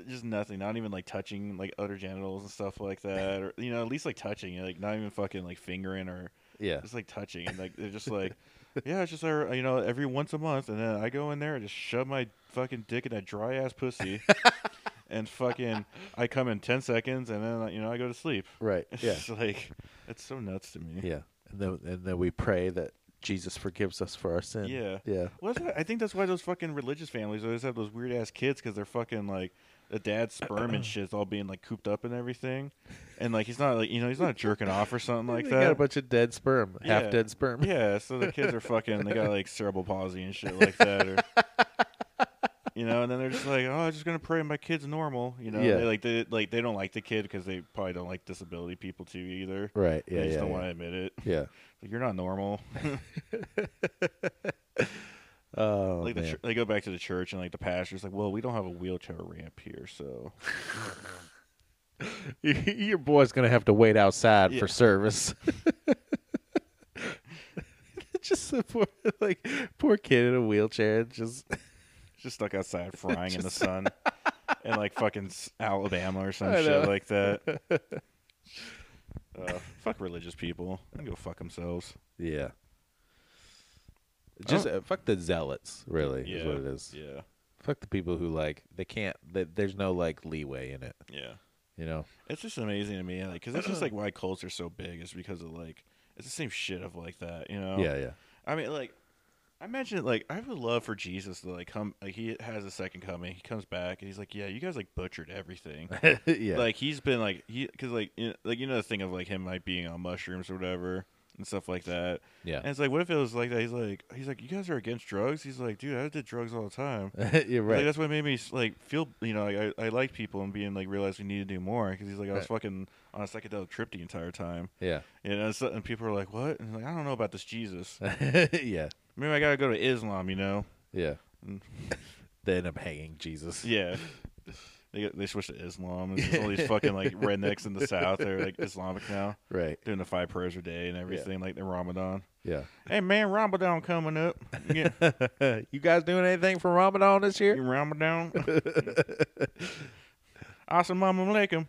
[SPEAKER 2] Just nothing, not even like touching like other genitals and stuff like that, or you know, at least like touching, like not even fucking like fingering or
[SPEAKER 1] Yeah.
[SPEAKER 2] It's like touching, and like they're just like, yeah, it's just like, you know every once a month, and then I go in there and just shove my fucking dick in that dry ass pussy, and fucking I come in ten seconds, and then you know I go to sleep.
[SPEAKER 1] Right.
[SPEAKER 2] It's
[SPEAKER 1] Yeah.
[SPEAKER 2] just like it's so nuts to me.
[SPEAKER 1] Yeah. And then and then we pray that Jesus forgives us for our sin.
[SPEAKER 2] Yeah.
[SPEAKER 1] Yeah.
[SPEAKER 2] Well, that's why- I think that's why those fucking religious families always have those weird ass kids because they're fucking like the dad's sperm and shit's all being like cooped up and everything, and like he's not like you know he's not jerking off or something like
[SPEAKER 1] they
[SPEAKER 2] that.
[SPEAKER 1] got a bunch of dead sperm,
[SPEAKER 2] Yeah.
[SPEAKER 1] half dead sperm.
[SPEAKER 2] Yeah, so the kids are fucking. They got like cerebral palsy and shit like that, or you know. And then they're just like, "Oh, I'm just gonna pray my kid's normal." You know,
[SPEAKER 1] Yeah.
[SPEAKER 2] they, like they like they don't like the kid because they probably don't like disability people too either.
[SPEAKER 1] Right.
[SPEAKER 2] They
[SPEAKER 1] Yeah.
[SPEAKER 2] just
[SPEAKER 1] Yeah.
[SPEAKER 2] don't
[SPEAKER 1] yeah.
[SPEAKER 2] want to admit it.
[SPEAKER 1] yeah.
[SPEAKER 2] Like, you're not normal.
[SPEAKER 1] Oh
[SPEAKER 2] like the
[SPEAKER 1] man.
[SPEAKER 2] chur- they go back to the church and like the pastor's like, "Well, we don't have a wheelchair ramp here, so
[SPEAKER 1] Your boy's gonna have to wait outside
[SPEAKER 2] Yeah.
[SPEAKER 1] for service. just the poor, like poor kid in a wheelchair. Just
[SPEAKER 2] it's just stuck outside frying in the sun." In like fucking s- Alabama or some
[SPEAKER 1] I know.
[SPEAKER 2] shit like that. Uh, fuck religious people. They can go fuck themselves.
[SPEAKER 1] yeah. Just uh, fuck the zealots, really, is what it is.
[SPEAKER 2] Oh. Yeah.
[SPEAKER 1] Fuck the people who like they can't. They, there's no like leeway in it,
[SPEAKER 2] Yeah.
[SPEAKER 1] you know.
[SPEAKER 2] It's just amazing to me, like, because that's just like why cults are so big is because of like it's the same shit of like that, you know.
[SPEAKER 1] Yeah, yeah,
[SPEAKER 2] I mean, like, I imagine like I have a love for Jesus to like come like he has a second coming. He comes back and he's like, "Yeah, you guys like butchered everything."
[SPEAKER 1] yeah.
[SPEAKER 2] Like he's been like he because like you know, like you know the thing of like him like being on mushrooms or whatever and stuff like that.
[SPEAKER 3] Yeah.
[SPEAKER 2] And it's like, what if it was like that? He's like, he's like, you guys are against drugs. He's like, dude, I did drugs all the time. He's
[SPEAKER 1] You're
[SPEAKER 2] Like,
[SPEAKER 1] right.
[SPEAKER 2] that's what made me like feel you know like, I I like people and being like realized we need to do more because he's like I was fucking on a psychedelic trip the entire time.
[SPEAKER 3] Yeah.
[SPEAKER 2] You know, so, and people are like, what? And like, I don't know about this Jesus.
[SPEAKER 1] yeah.
[SPEAKER 2] Maybe I gotta go to Islam. You know.
[SPEAKER 3] Yeah.
[SPEAKER 1] Mm. They end up hanging Jesus.
[SPEAKER 2] Yeah. They, they switched to Islam. There's just all these fucking like rednecks in the South. They're like Islamic now,
[SPEAKER 1] Right.
[SPEAKER 2] doing the five prayers a day and everything, like the Ramadan.
[SPEAKER 3] Yeah.
[SPEAKER 2] Hey man, Ramadan coming up. Yeah,
[SPEAKER 1] You guys doing anything for Ramadan this year?
[SPEAKER 2] Ramadan. Assalamu alaikum.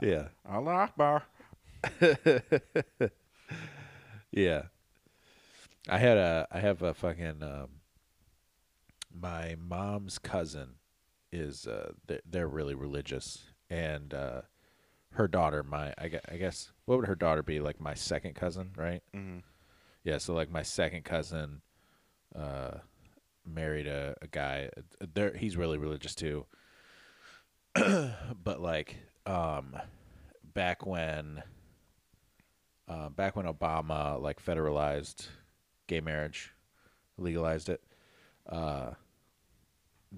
[SPEAKER 1] Yeah.
[SPEAKER 2] Allah Akbar.
[SPEAKER 1] Yeah. I had a I have a fucking um my mom's cousin is uh they're, they're really religious and uh her daughter my I, gue- I guess what would her daughter be like my second cousin, right? Mm-hmm. Yeah, so like my second cousin uh married a, a guy there he's really religious too. but like um back when uh, back when Obama like federalized gay marriage, legalized it. Uh,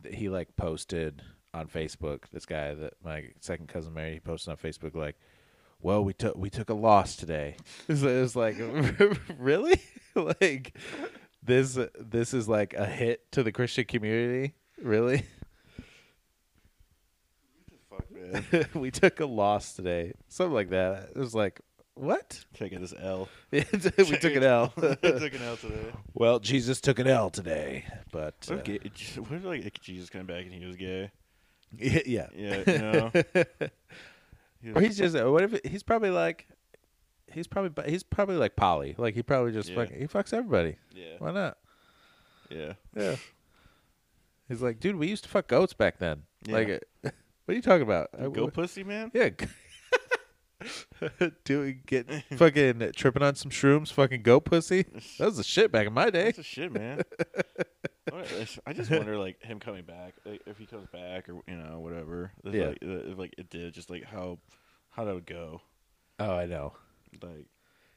[SPEAKER 1] th- he like posted on Facebook. This guy that my second cousin married, he posted on Facebook like, "Well, we took we took a loss today." It's it was like, really? like this this is like a hit to the Christian community, really?
[SPEAKER 2] Fuck man,
[SPEAKER 1] we took a loss today, something like that. It was like, what?
[SPEAKER 2] taking this L.
[SPEAKER 1] we took an L.
[SPEAKER 2] Took an L today.
[SPEAKER 1] Well, Jesus took an L today, but uh,
[SPEAKER 2] What if, gay- just- what if like if Jesus came back and he was gay?
[SPEAKER 1] yeah, yeah.
[SPEAKER 2] Yeah, you know. He
[SPEAKER 1] Or
[SPEAKER 2] was-
[SPEAKER 1] he's just what if he's probably like he's probably bu- he's probably like Polly, like he probably just
[SPEAKER 2] Yeah.
[SPEAKER 1] fuck, he fucks everybody.
[SPEAKER 2] yeah,
[SPEAKER 1] Why not?
[SPEAKER 2] yeah.
[SPEAKER 1] Yeah. He's like, dude, we used to fuck goats back then.
[SPEAKER 2] Yeah.
[SPEAKER 1] Like, uh, what are you talking about? I-
[SPEAKER 2] Go
[SPEAKER 1] w-
[SPEAKER 2] pussy, man.
[SPEAKER 1] yeah. g- Doing get fucking tripping on some shrooms, fucking goat pussy. That was the shit back in my day.
[SPEAKER 2] That's a shit, man. What- it's- I just wonder, like him coming back, like, if he comes back, or you know, whatever. If,
[SPEAKER 1] Yeah.
[SPEAKER 2] Like, if like it did, just like how how that would go.
[SPEAKER 1] Oh, I know.
[SPEAKER 2] Like,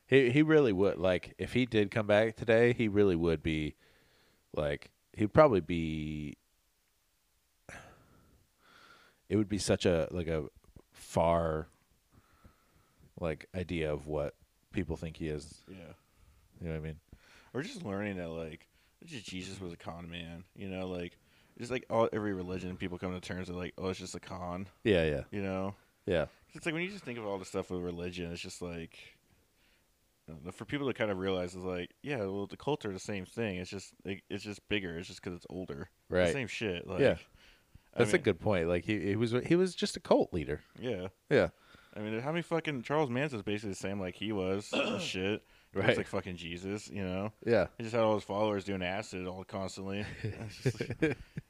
[SPEAKER 1] He he really would like if he did come back today, he really would be like he'd probably be it would be such a like a far like idea of what people think he is.
[SPEAKER 2] yeah,
[SPEAKER 1] You know what I mean?
[SPEAKER 2] or just learning that like just Jesus was a con man. You know, like just like all every religion, people come to terms with like, oh, it's just a con.
[SPEAKER 1] Yeah, yeah.
[SPEAKER 2] You know,
[SPEAKER 1] Yeah.
[SPEAKER 2] it's like when you just think of all the stuff with religion, it's just like. you know, For people to kind of realize is like, yeah, well, the cults are the same thing. It's just, like, it's just bigger. It's just because it's older. It's the
[SPEAKER 1] Right.
[SPEAKER 2] same shit. Like,
[SPEAKER 1] Yeah.
[SPEAKER 2] I
[SPEAKER 1] That's
[SPEAKER 2] mean-
[SPEAKER 1] a good point. Like he, he was he was just a cult leader.
[SPEAKER 2] Yeah.
[SPEAKER 1] Yeah.
[SPEAKER 2] I mean, how many fucking Charles Manson's basically the same like he was and shit. He looks
[SPEAKER 1] Right.
[SPEAKER 2] like fucking Jesus, you know.
[SPEAKER 1] Yeah.
[SPEAKER 2] He just had all his followers doing acid all constantly. It's just like-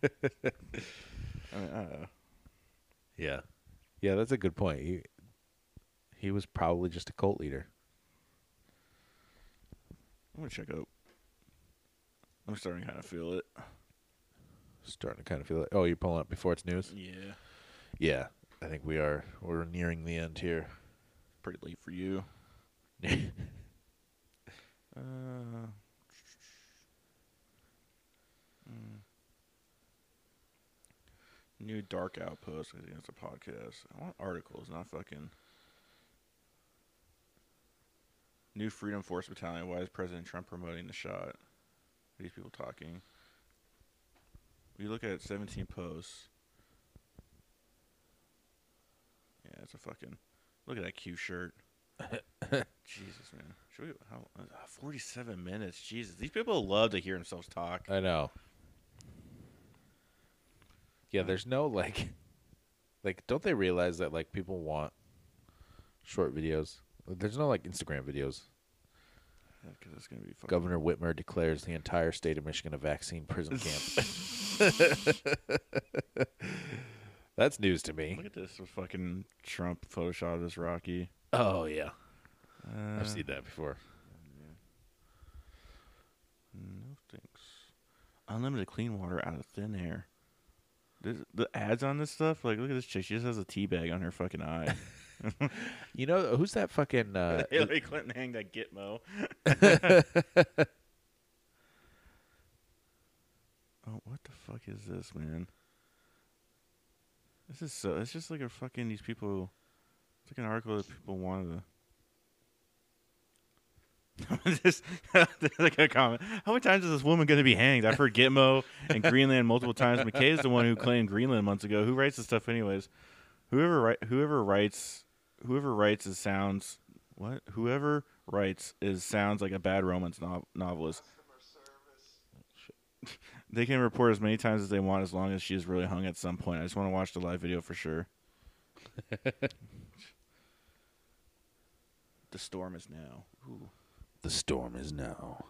[SPEAKER 2] I mean, I don't know.
[SPEAKER 1] Yeah. Yeah, that's a good point. He he was probably just a cult leader.
[SPEAKER 2] I'm gonna check out. I'm starting to kind of feel it.
[SPEAKER 1] Starting to kind of feel like, oh, you're pulling up before it's news.
[SPEAKER 2] Yeah,
[SPEAKER 1] Yeah, I think we are. We're nearing the end here.
[SPEAKER 2] pretty late for you. Uh, mm. New Dark Outpost. I think it's a podcast. I want articles, not fucking. New Freedom Force Battalion. Why is President Trump promoting the shot? These people talking. We look at 17 posts. Yeah, it's a fucking. Look at that Q shirt. Jesus, man. Should we? How, uh, 47 minutes. Jesus. These people love to hear themselves talk.
[SPEAKER 1] I know. Yeah, there's no like, like don't they realize that like people want short videos? There's no like Instagram videos.
[SPEAKER 2] Because it's going to be fucking.
[SPEAKER 1] Governor Whitmer declares the entire state of Michigan a vaccine prison camp. That's news to me.
[SPEAKER 2] Look at this fucking Trump Photoshop of this Rocky.
[SPEAKER 1] Oh yeah.
[SPEAKER 3] I've seen that before.
[SPEAKER 2] No thanks. Unlimited clean water out of thin air. This, the ads on this stuff, like, look at this chick. She just has a tea bag on her fucking eye.
[SPEAKER 3] You know who's that fucking? Uh,
[SPEAKER 2] Hillary Clinton hanged that Gitmo. oh, what the fuck is this, man? This is so. It's just like a fucking these people. It's like an article that people wanted to. this, there's like a comment. How many times is this woman going to be hanged? I've heard Gitmo and Greenland multiple times. McKay is the one who claimed Greenland months ago. Who writes this stuff, anyways? Whoever write, whoever writes, whoever writes is sounds what? Whoever writes is sounds like a bad romance nov- novelist. They can report as many times as they want, as long as she is really hung at some point. I just want to watch the live video for sure. the storm is now. Ooh.
[SPEAKER 1] The storm is now.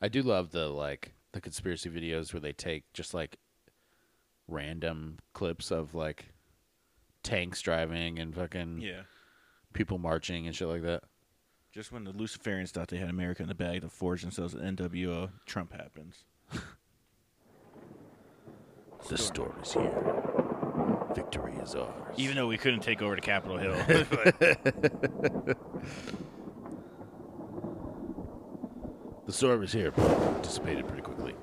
[SPEAKER 3] I do love the like the conspiracy videos where they take just like random clips of like tanks driving and fucking
[SPEAKER 2] Yeah.
[SPEAKER 3] people marching and shit like that.
[SPEAKER 2] Just when the Luciferians thought they had America in the bag to forge themselves an NWO, Trump happens.
[SPEAKER 3] The storm is here. Victory is ours.
[SPEAKER 2] Even though we couldn't take over to Capitol Hill.
[SPEAKER 3] the storm is here. Dissipated pretty quickly.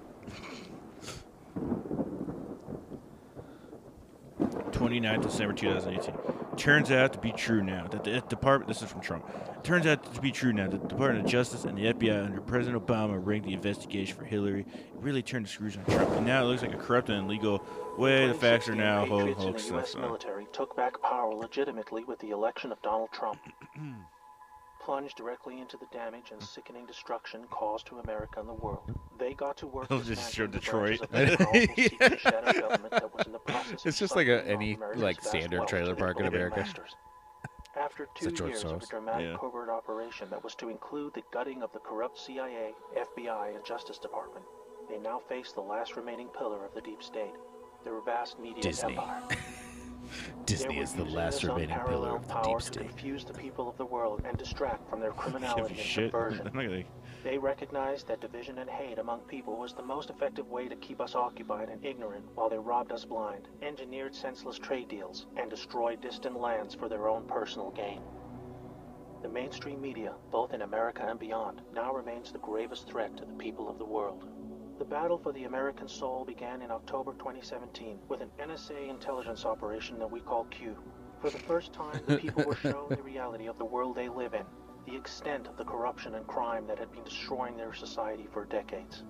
[SPEAKER 2] 29th December 2018. Turns out to be true now that the department, this is from Trump, turns out to be true now that the Department of Justice and the FBI under President Obama rigged the investigation for Hillary. It really turned the screws on Trump. And now it looks like a corrupt and illegal way the facts are now ho
[SPEAKER 6] Patriots
[SPEAKER 2] hoax.
[SPEAKER 6] in the
[SPEAKER 2] That's
[SPEAKER 6] U.S.
[SPEAKER 2] not-
[SPEAKER 6] military took back power legitimately with the election of Donald Trump. Plunged directly into the damage and sickening destruction caused to America and the world. They got to work.
[SPEAKER 2] They'll just show
[SPEAKER 6] dismantling the branches of the powerful secret shadow government that was in the process of
[SPEAKER 3] It's just like a-
[SPEAKER 6] sucking off
[SPEAKER 3] any,
[SPEAKER 6] America's
[SPEAKER 3] like,
[SPEAKER 6] vast
[SPEAKER 3] standard
[SPEAKER 6] wealth
[SPEAKER 3] trailer
[SPEAKER 6] to the
[SPEAKER 3] park in
[SPEAKER 6] global
[SPEAKER 3] America.
[SPEAKER 6] masters. After
[SPEAKER 3] that
[SPEAKER 6] two
[SPEAKER 3] George
[SPEAKER 6] years of a
[SPEAKER 3] Soros?
[SPEAKER 6] dramatic
[SPEAKER 2] Yeah.
[SPEAKER 6] covert operation that was to include the gutting of the corrupt CIA, FBI, and Justice Department, they now face the last remaining pillar of the deep state, their vast media
[SPEAKER 3] Disney.
[SPEAKER 6] empire.
[SPEAKER 3] Disney
[SPEAKER 6] They
[SPEAKER 3] is the
[SPEAKER 6] were using
[SPEAKER 3] last
[SPEAKER 6] this
[SPEAKER 3] remaining pillar
[SPEAKER 6] unparalleled
[SPEAKER 3] of the
[SPEAKER 6] power
[SPEAKER 3] deep
[SPEAKER 6] to
[SPEAKER 3] state.
[SPEAKER 6] confuse the people of the world and distract from their
[SPEAKER 2] Give a
[SPEAKER 6] criminality and
[SPEAKER 2] shit. I'm not
[SPEAKER 6] subversion.
[SPEAKER 2] gonna-
[SPEAKER 6] They recognized that division and hate among people was the most effective way to keep us occupied and ignorant while they robbed us blind, engineered senseless trade deals, and destroyed distant lands for their own personal gain. The mainstream media, both in America and beyond, now remains the gravest threat to the people of the world. The battle for the American soul began in October 2017 with an NSA intelligence operation that we call Q. For the first time, the people were shown the reality of the world they live in, the extent of the corruption and crime that had been destroying their society for decades.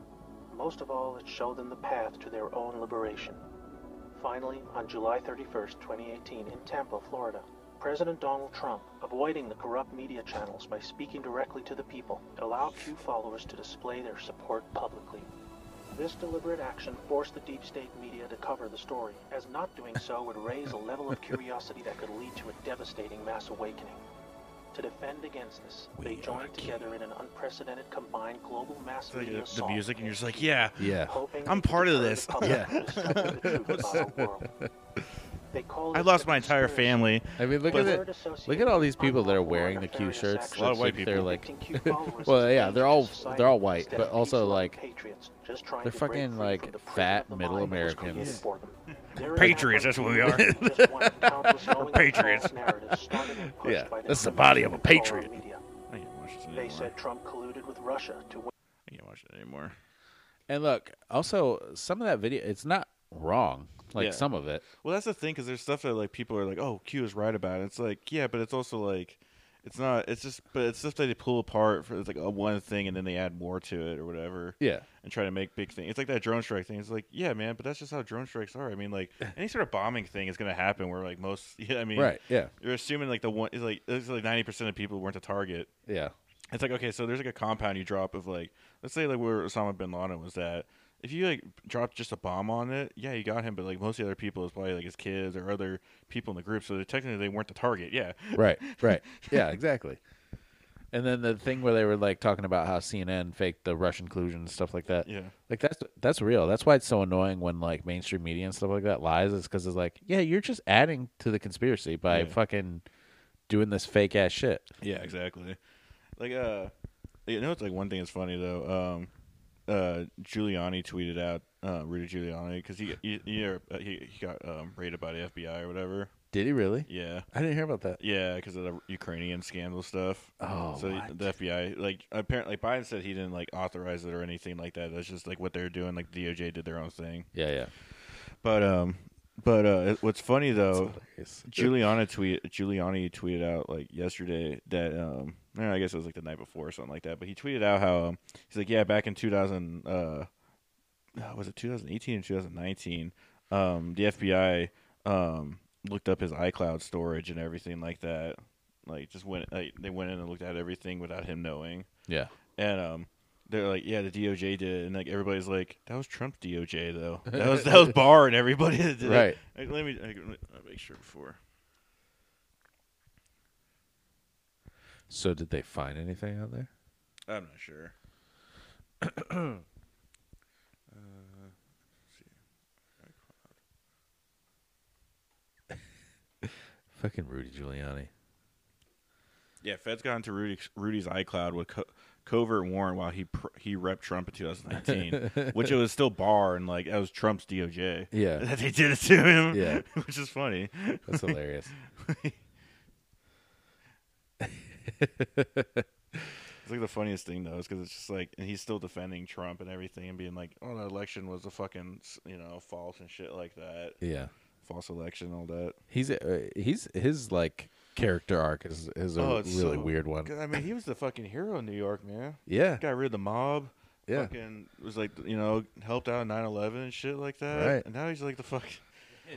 [SPEAKER 6] Most of all, it showed them the path to their own liberation. Finally, on July 31, 2018, in Tampa, Florida, President Donald Trump, avoiding the corrupt media channels by speaking directly to the people, allowed Q followers to display their support publicly. This deliberate action forced the deep state media to cover the story, as not doing so would raise a level of curiosity that could lead to a devastating mass awakening. To defend against this, they joined together in an unprecedented combined global mass
[SPEAKER 2] like,
[SPEAKER 6] media
[SPEAKER 2] uh, the
[SPEAKER 6] assault
[SPEAKER 2] music, and you're just
[SPEAKER 6] against
[SPEAKER 2] like, yeah,
[SPEAKER 3] Yeah.
[SPEAKER 6] hoping
[SPEAKER 2] I'm
[SPEAKER 6] they could
[SPEAKER 2] part of
[SPEAKER 6] deter
[SPEAKER 2] this.
[SPEAKER 6] the public
[SPEAKER 3] Yeah.
[SPEAKER 6] from discovering the truth about our world. They call
[SPEAKER 2] I
[SPEAKER 6] it
[SPEAKER 2] lost
[SPEAKER 6] a
[SPEAKER 2] my entire
[SPEAKER 6] conspiracy.
[SPEAKER 2] family.
[SPEAKER 3] I mean, look
[SPEAKER 6] But-
[SPEAKER 3] at it. Look at all these people that are wearing the Q shirts.
[SPEAKER 6] A lot
[SPEAKER 3] Looks
[SPEAKER 6] of
[SPEAKER 2] white
[SPEAKER 3] like They're
[SPEAKER 2] people.
[SPEAKER 3] like
[SPEAKER 6] Q followers
[SPEAKER 3] Well,
[SPEAKER 6] as
[SPEAKER 3] yeah, they're all-
[SPEAKER 6] dangerous to
[SPEAKER 3] they're all
[SPEAKER 6] society
[SPEAKER 3] white,
[SPEAKER 6] instead
[SPEAKER 3] but
[SPEAKER 6] of
[SPEAKER 3] also,
[SPEAKER 6] peace-loving
[SPEAKER 3] like,
[SPEAKER 6] patriots just trying
[SPEAKER 3] they're
[SPEAKER 6] to break
[SPEAKER 3] fucking,
[SPEAKER 6] free
[SPEAKER 3] like,
[SPEAKER 6] from the prison
[SPEAKER 3] fat
[SPEAKER 6] of the
[SPEAKER 3] middle
[SPEAKER 6] mind that was created
[SPEAKER 3] Americans.
[SPEAKER 6] for them. They're an
[SPEAKER 2] Patriots, that's what we are.
[SPEAKER 6] outcome of just one countless knowing and false
[SPEAKER 2] Patriots.
[SPEAKER 6] narrative started and pushed
[SPEAKER 3] Yeah,
[SPEAKER 6] by
[SPEAKER 3] that's the body of a
[SPEAKER 6] conservative control
[SPEAKER 3] patriot.
[SPEAKER 6] on media.
[SPEAKER 2] I can't watch this
[SPEAKER 6] They
[SPEAKER 2] anymore.
[SPEAKER 6] said Trump colluded with Russia to win.
[SPEAKER 2] I can't watch it anymore.
[SPEAKER 3] And look, also some of that video, it's not wrong. Like
[SPEAKER 2] Yeah.
[SPEAKER 3] some of it.
[SPEAKER 2] Well, that's the thing because there's stuff that like people are like, "Oh, Q is right about it." It's like, yeah, but it's also like, it's not. It's just, but it's stuff that they pull apart for it's like a one thing, and then they add more to it or whatever.
[SPEAKER 3] Yeah.
[SPEAKER 2] and try to make big things. It's like that drone strike thing. It's like, yeah, man, but that's just how drone strikes are. I mean, like any sort of bombing thing is going to happen where like most, yeah, I mean,
[SPEAKER 3] Right. Yeah.
[SPEAKER 2] You're assuming like the one is like it's like ninety percent of people weren't the target.
[SPEAKER 3] Yeah.
[SPEAKER 2] It's like okay, so there's like a compound you drop of like let's say like where Osama bin Laden was at. If you like dropped just a bomb on it, yeah, you got him. But like most of the other people is probably like his kids or other people in the group, so they, technically they weren't the target. Yeah,
[SPEAKER 3] Right. Right. Yeah. Exactly.
[SPEAKER 1] And then the thing where they were like talking about how CNN faked the Russian collusion and stuff like that.
[SPEAKER 2] Yeah.
[SPEAKER 1] Like that's that's real. That's why it's so annoying when like mainstream media and stuff like that lies. Is because it's like, yeah, you're just adding to the conspiracy by fucking doing this fake ass shit.
[SPEAKER 2] Yeah, exactly. Like uh you know it's like one thing that's funny though. Um uh Giuliani tweeted out uh Rudy Giuliani cuz he he, he, uh, he he got um raided by the FBI or whatever.
[SPEAKER 1] Did he really?
[SPEAKER 2] Yeah.
[SPEAKER 1] I didn't hear about that.
[SPEAKER 2] Yeah, because of the Ukrainian scandal stuff.
[SPEAKER 1] Oh,
[SPEAKER 2] so
[SPEAKER 1] what?
[SPEAKER 2] the FBI, like, apparently Biden said he didn't like authorize it or anything like that. That's just like what they're doing. Like DOJ did their own thing.
[SPEAKER 1] Yeah, yeah.
[SPEAKER 2] But um, but uh, what's funny though, Giuliani tweet Giuliani tweeted out like yesterday that um, eh, I guess it was like the night before or something like that. But he tweeted out how um, he's like, yeah, back in two thousand, uh, uh, was it two thousand eighteen or two thousand nineteen? Um, the FBI um looked up his iCloud storage and everything like that. Like just went, like, they went in and looked at everything without him knowing
[SPEAKER 1] Yeah.
[SPEAKER 2] and um they're like, yeah, the DOJ did it, and like everybody's like, that was Trump's DOJ though. That was that was Barr and everybody that did
[SPEAKER 1] Right.
[SPEAKER 2] it. Like, let me like, let- I'll make sure before.
[SPEAKER 1] So did they find anything out there?
[SPEAKER 2] I'm not sure.
[SPEAKER 1] Fucking Rudy Giuliani.
[SPEAKER 2] Yeah, Feds got into Rudy, Rudy's iCloud with co- covert warrant while he pr- he rep Trump in 2019, which it was still Barr and like that was Trump's DOJ.
[SPEAKER 1] Yeah.
[SPEAKER 2] that they did it to him.
[SPEAKER 1] Yeah.
[SPEAKER 2] which is funny.
[SPEAKER 1] That's hilarious.
[SPEAKER 2] It's like the funniest thing though, is because it's just like, and he's still defending Trump and everything, and being like, "Oh, the election was a fucking, you know, false and shit like that,
[SPEAKER 1] Yeah.
[SPEAKER 2] false election, all that."
[SPEAKER 1] He's uh, he's his like character arc is is a
[SPEAKER 2] Oh,
[SPEAKER 1] really weird one.
[SPEAKER 2] I mean, he was the fucking hero in New York, man.
[SPEAKER 1] Yeah.
[SPEAKER 2] Got rid of the mob.
[SPEAKER 1] Yeah.
[SPEAKER 2] Fucking was like, you know, helped out in 9-11 and shit like that.
[SPEAKER 1] Right.
[SPEAKER 2] And now he's like the fuck.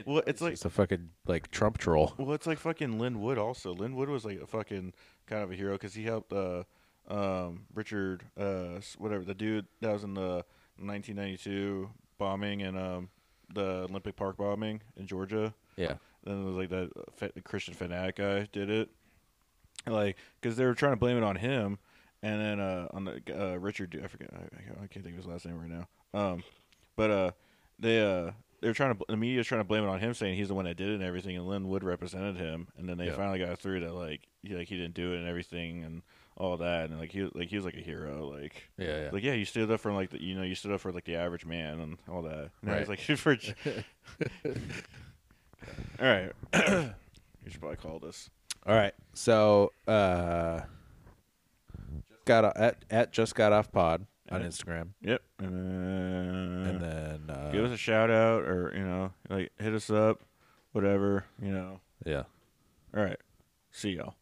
[SPEAKER 2] Well, it's like
[SPEAKER 1] It's a fucking like Trump troll.
[SPEAKER 2] Well, it's like fucking Lynn Wood also. Lynn Wood was like a fucking kind of a hero because he helped uh, um, Richard, uh, s- whatever, the dude that was in the 1992 bombing and um, the Olympic Park bombing in Georgia.
[SPEAKER 1] Yeah.
[SPEAKER 2] Then it was like that uh, fa- the Christian fanatic guy did it. Like, because they were trying to blame it on him. And then uh, on the g- uh, Richard, dude- I forget, I, I can't- I can't think of his last name right now. Um, but uh, they uh, they're trying to bl- the media's trying to blame it on him, saying he's the one that did it and everything. And Lynn Wood represented him, and then they finally got through that like he, like he didn't do it and everything and all that, and like he like he was like a hero, like
[SPEAKER 1] Yeah, yeah.
[SPEAKER 2] like yeah, you stood up for like the, you know you stood up for like the average man and all that. And I was
[SPEAKER 1] Right.
[SPEAKER 2] like for. all right, you should probably call this.
[SPEAKER 1] All right. So uh got o- at at just got off pod on Instagram
[SPEAKER 2] Yep, and then,
[SPEAKER 1] and then uh
[SPEAKER 2] give us a shout out or you know like hit us up, whatever you know.
[SPEAKER 1] yeah.
[SPEAKER 2] All right, see y'all.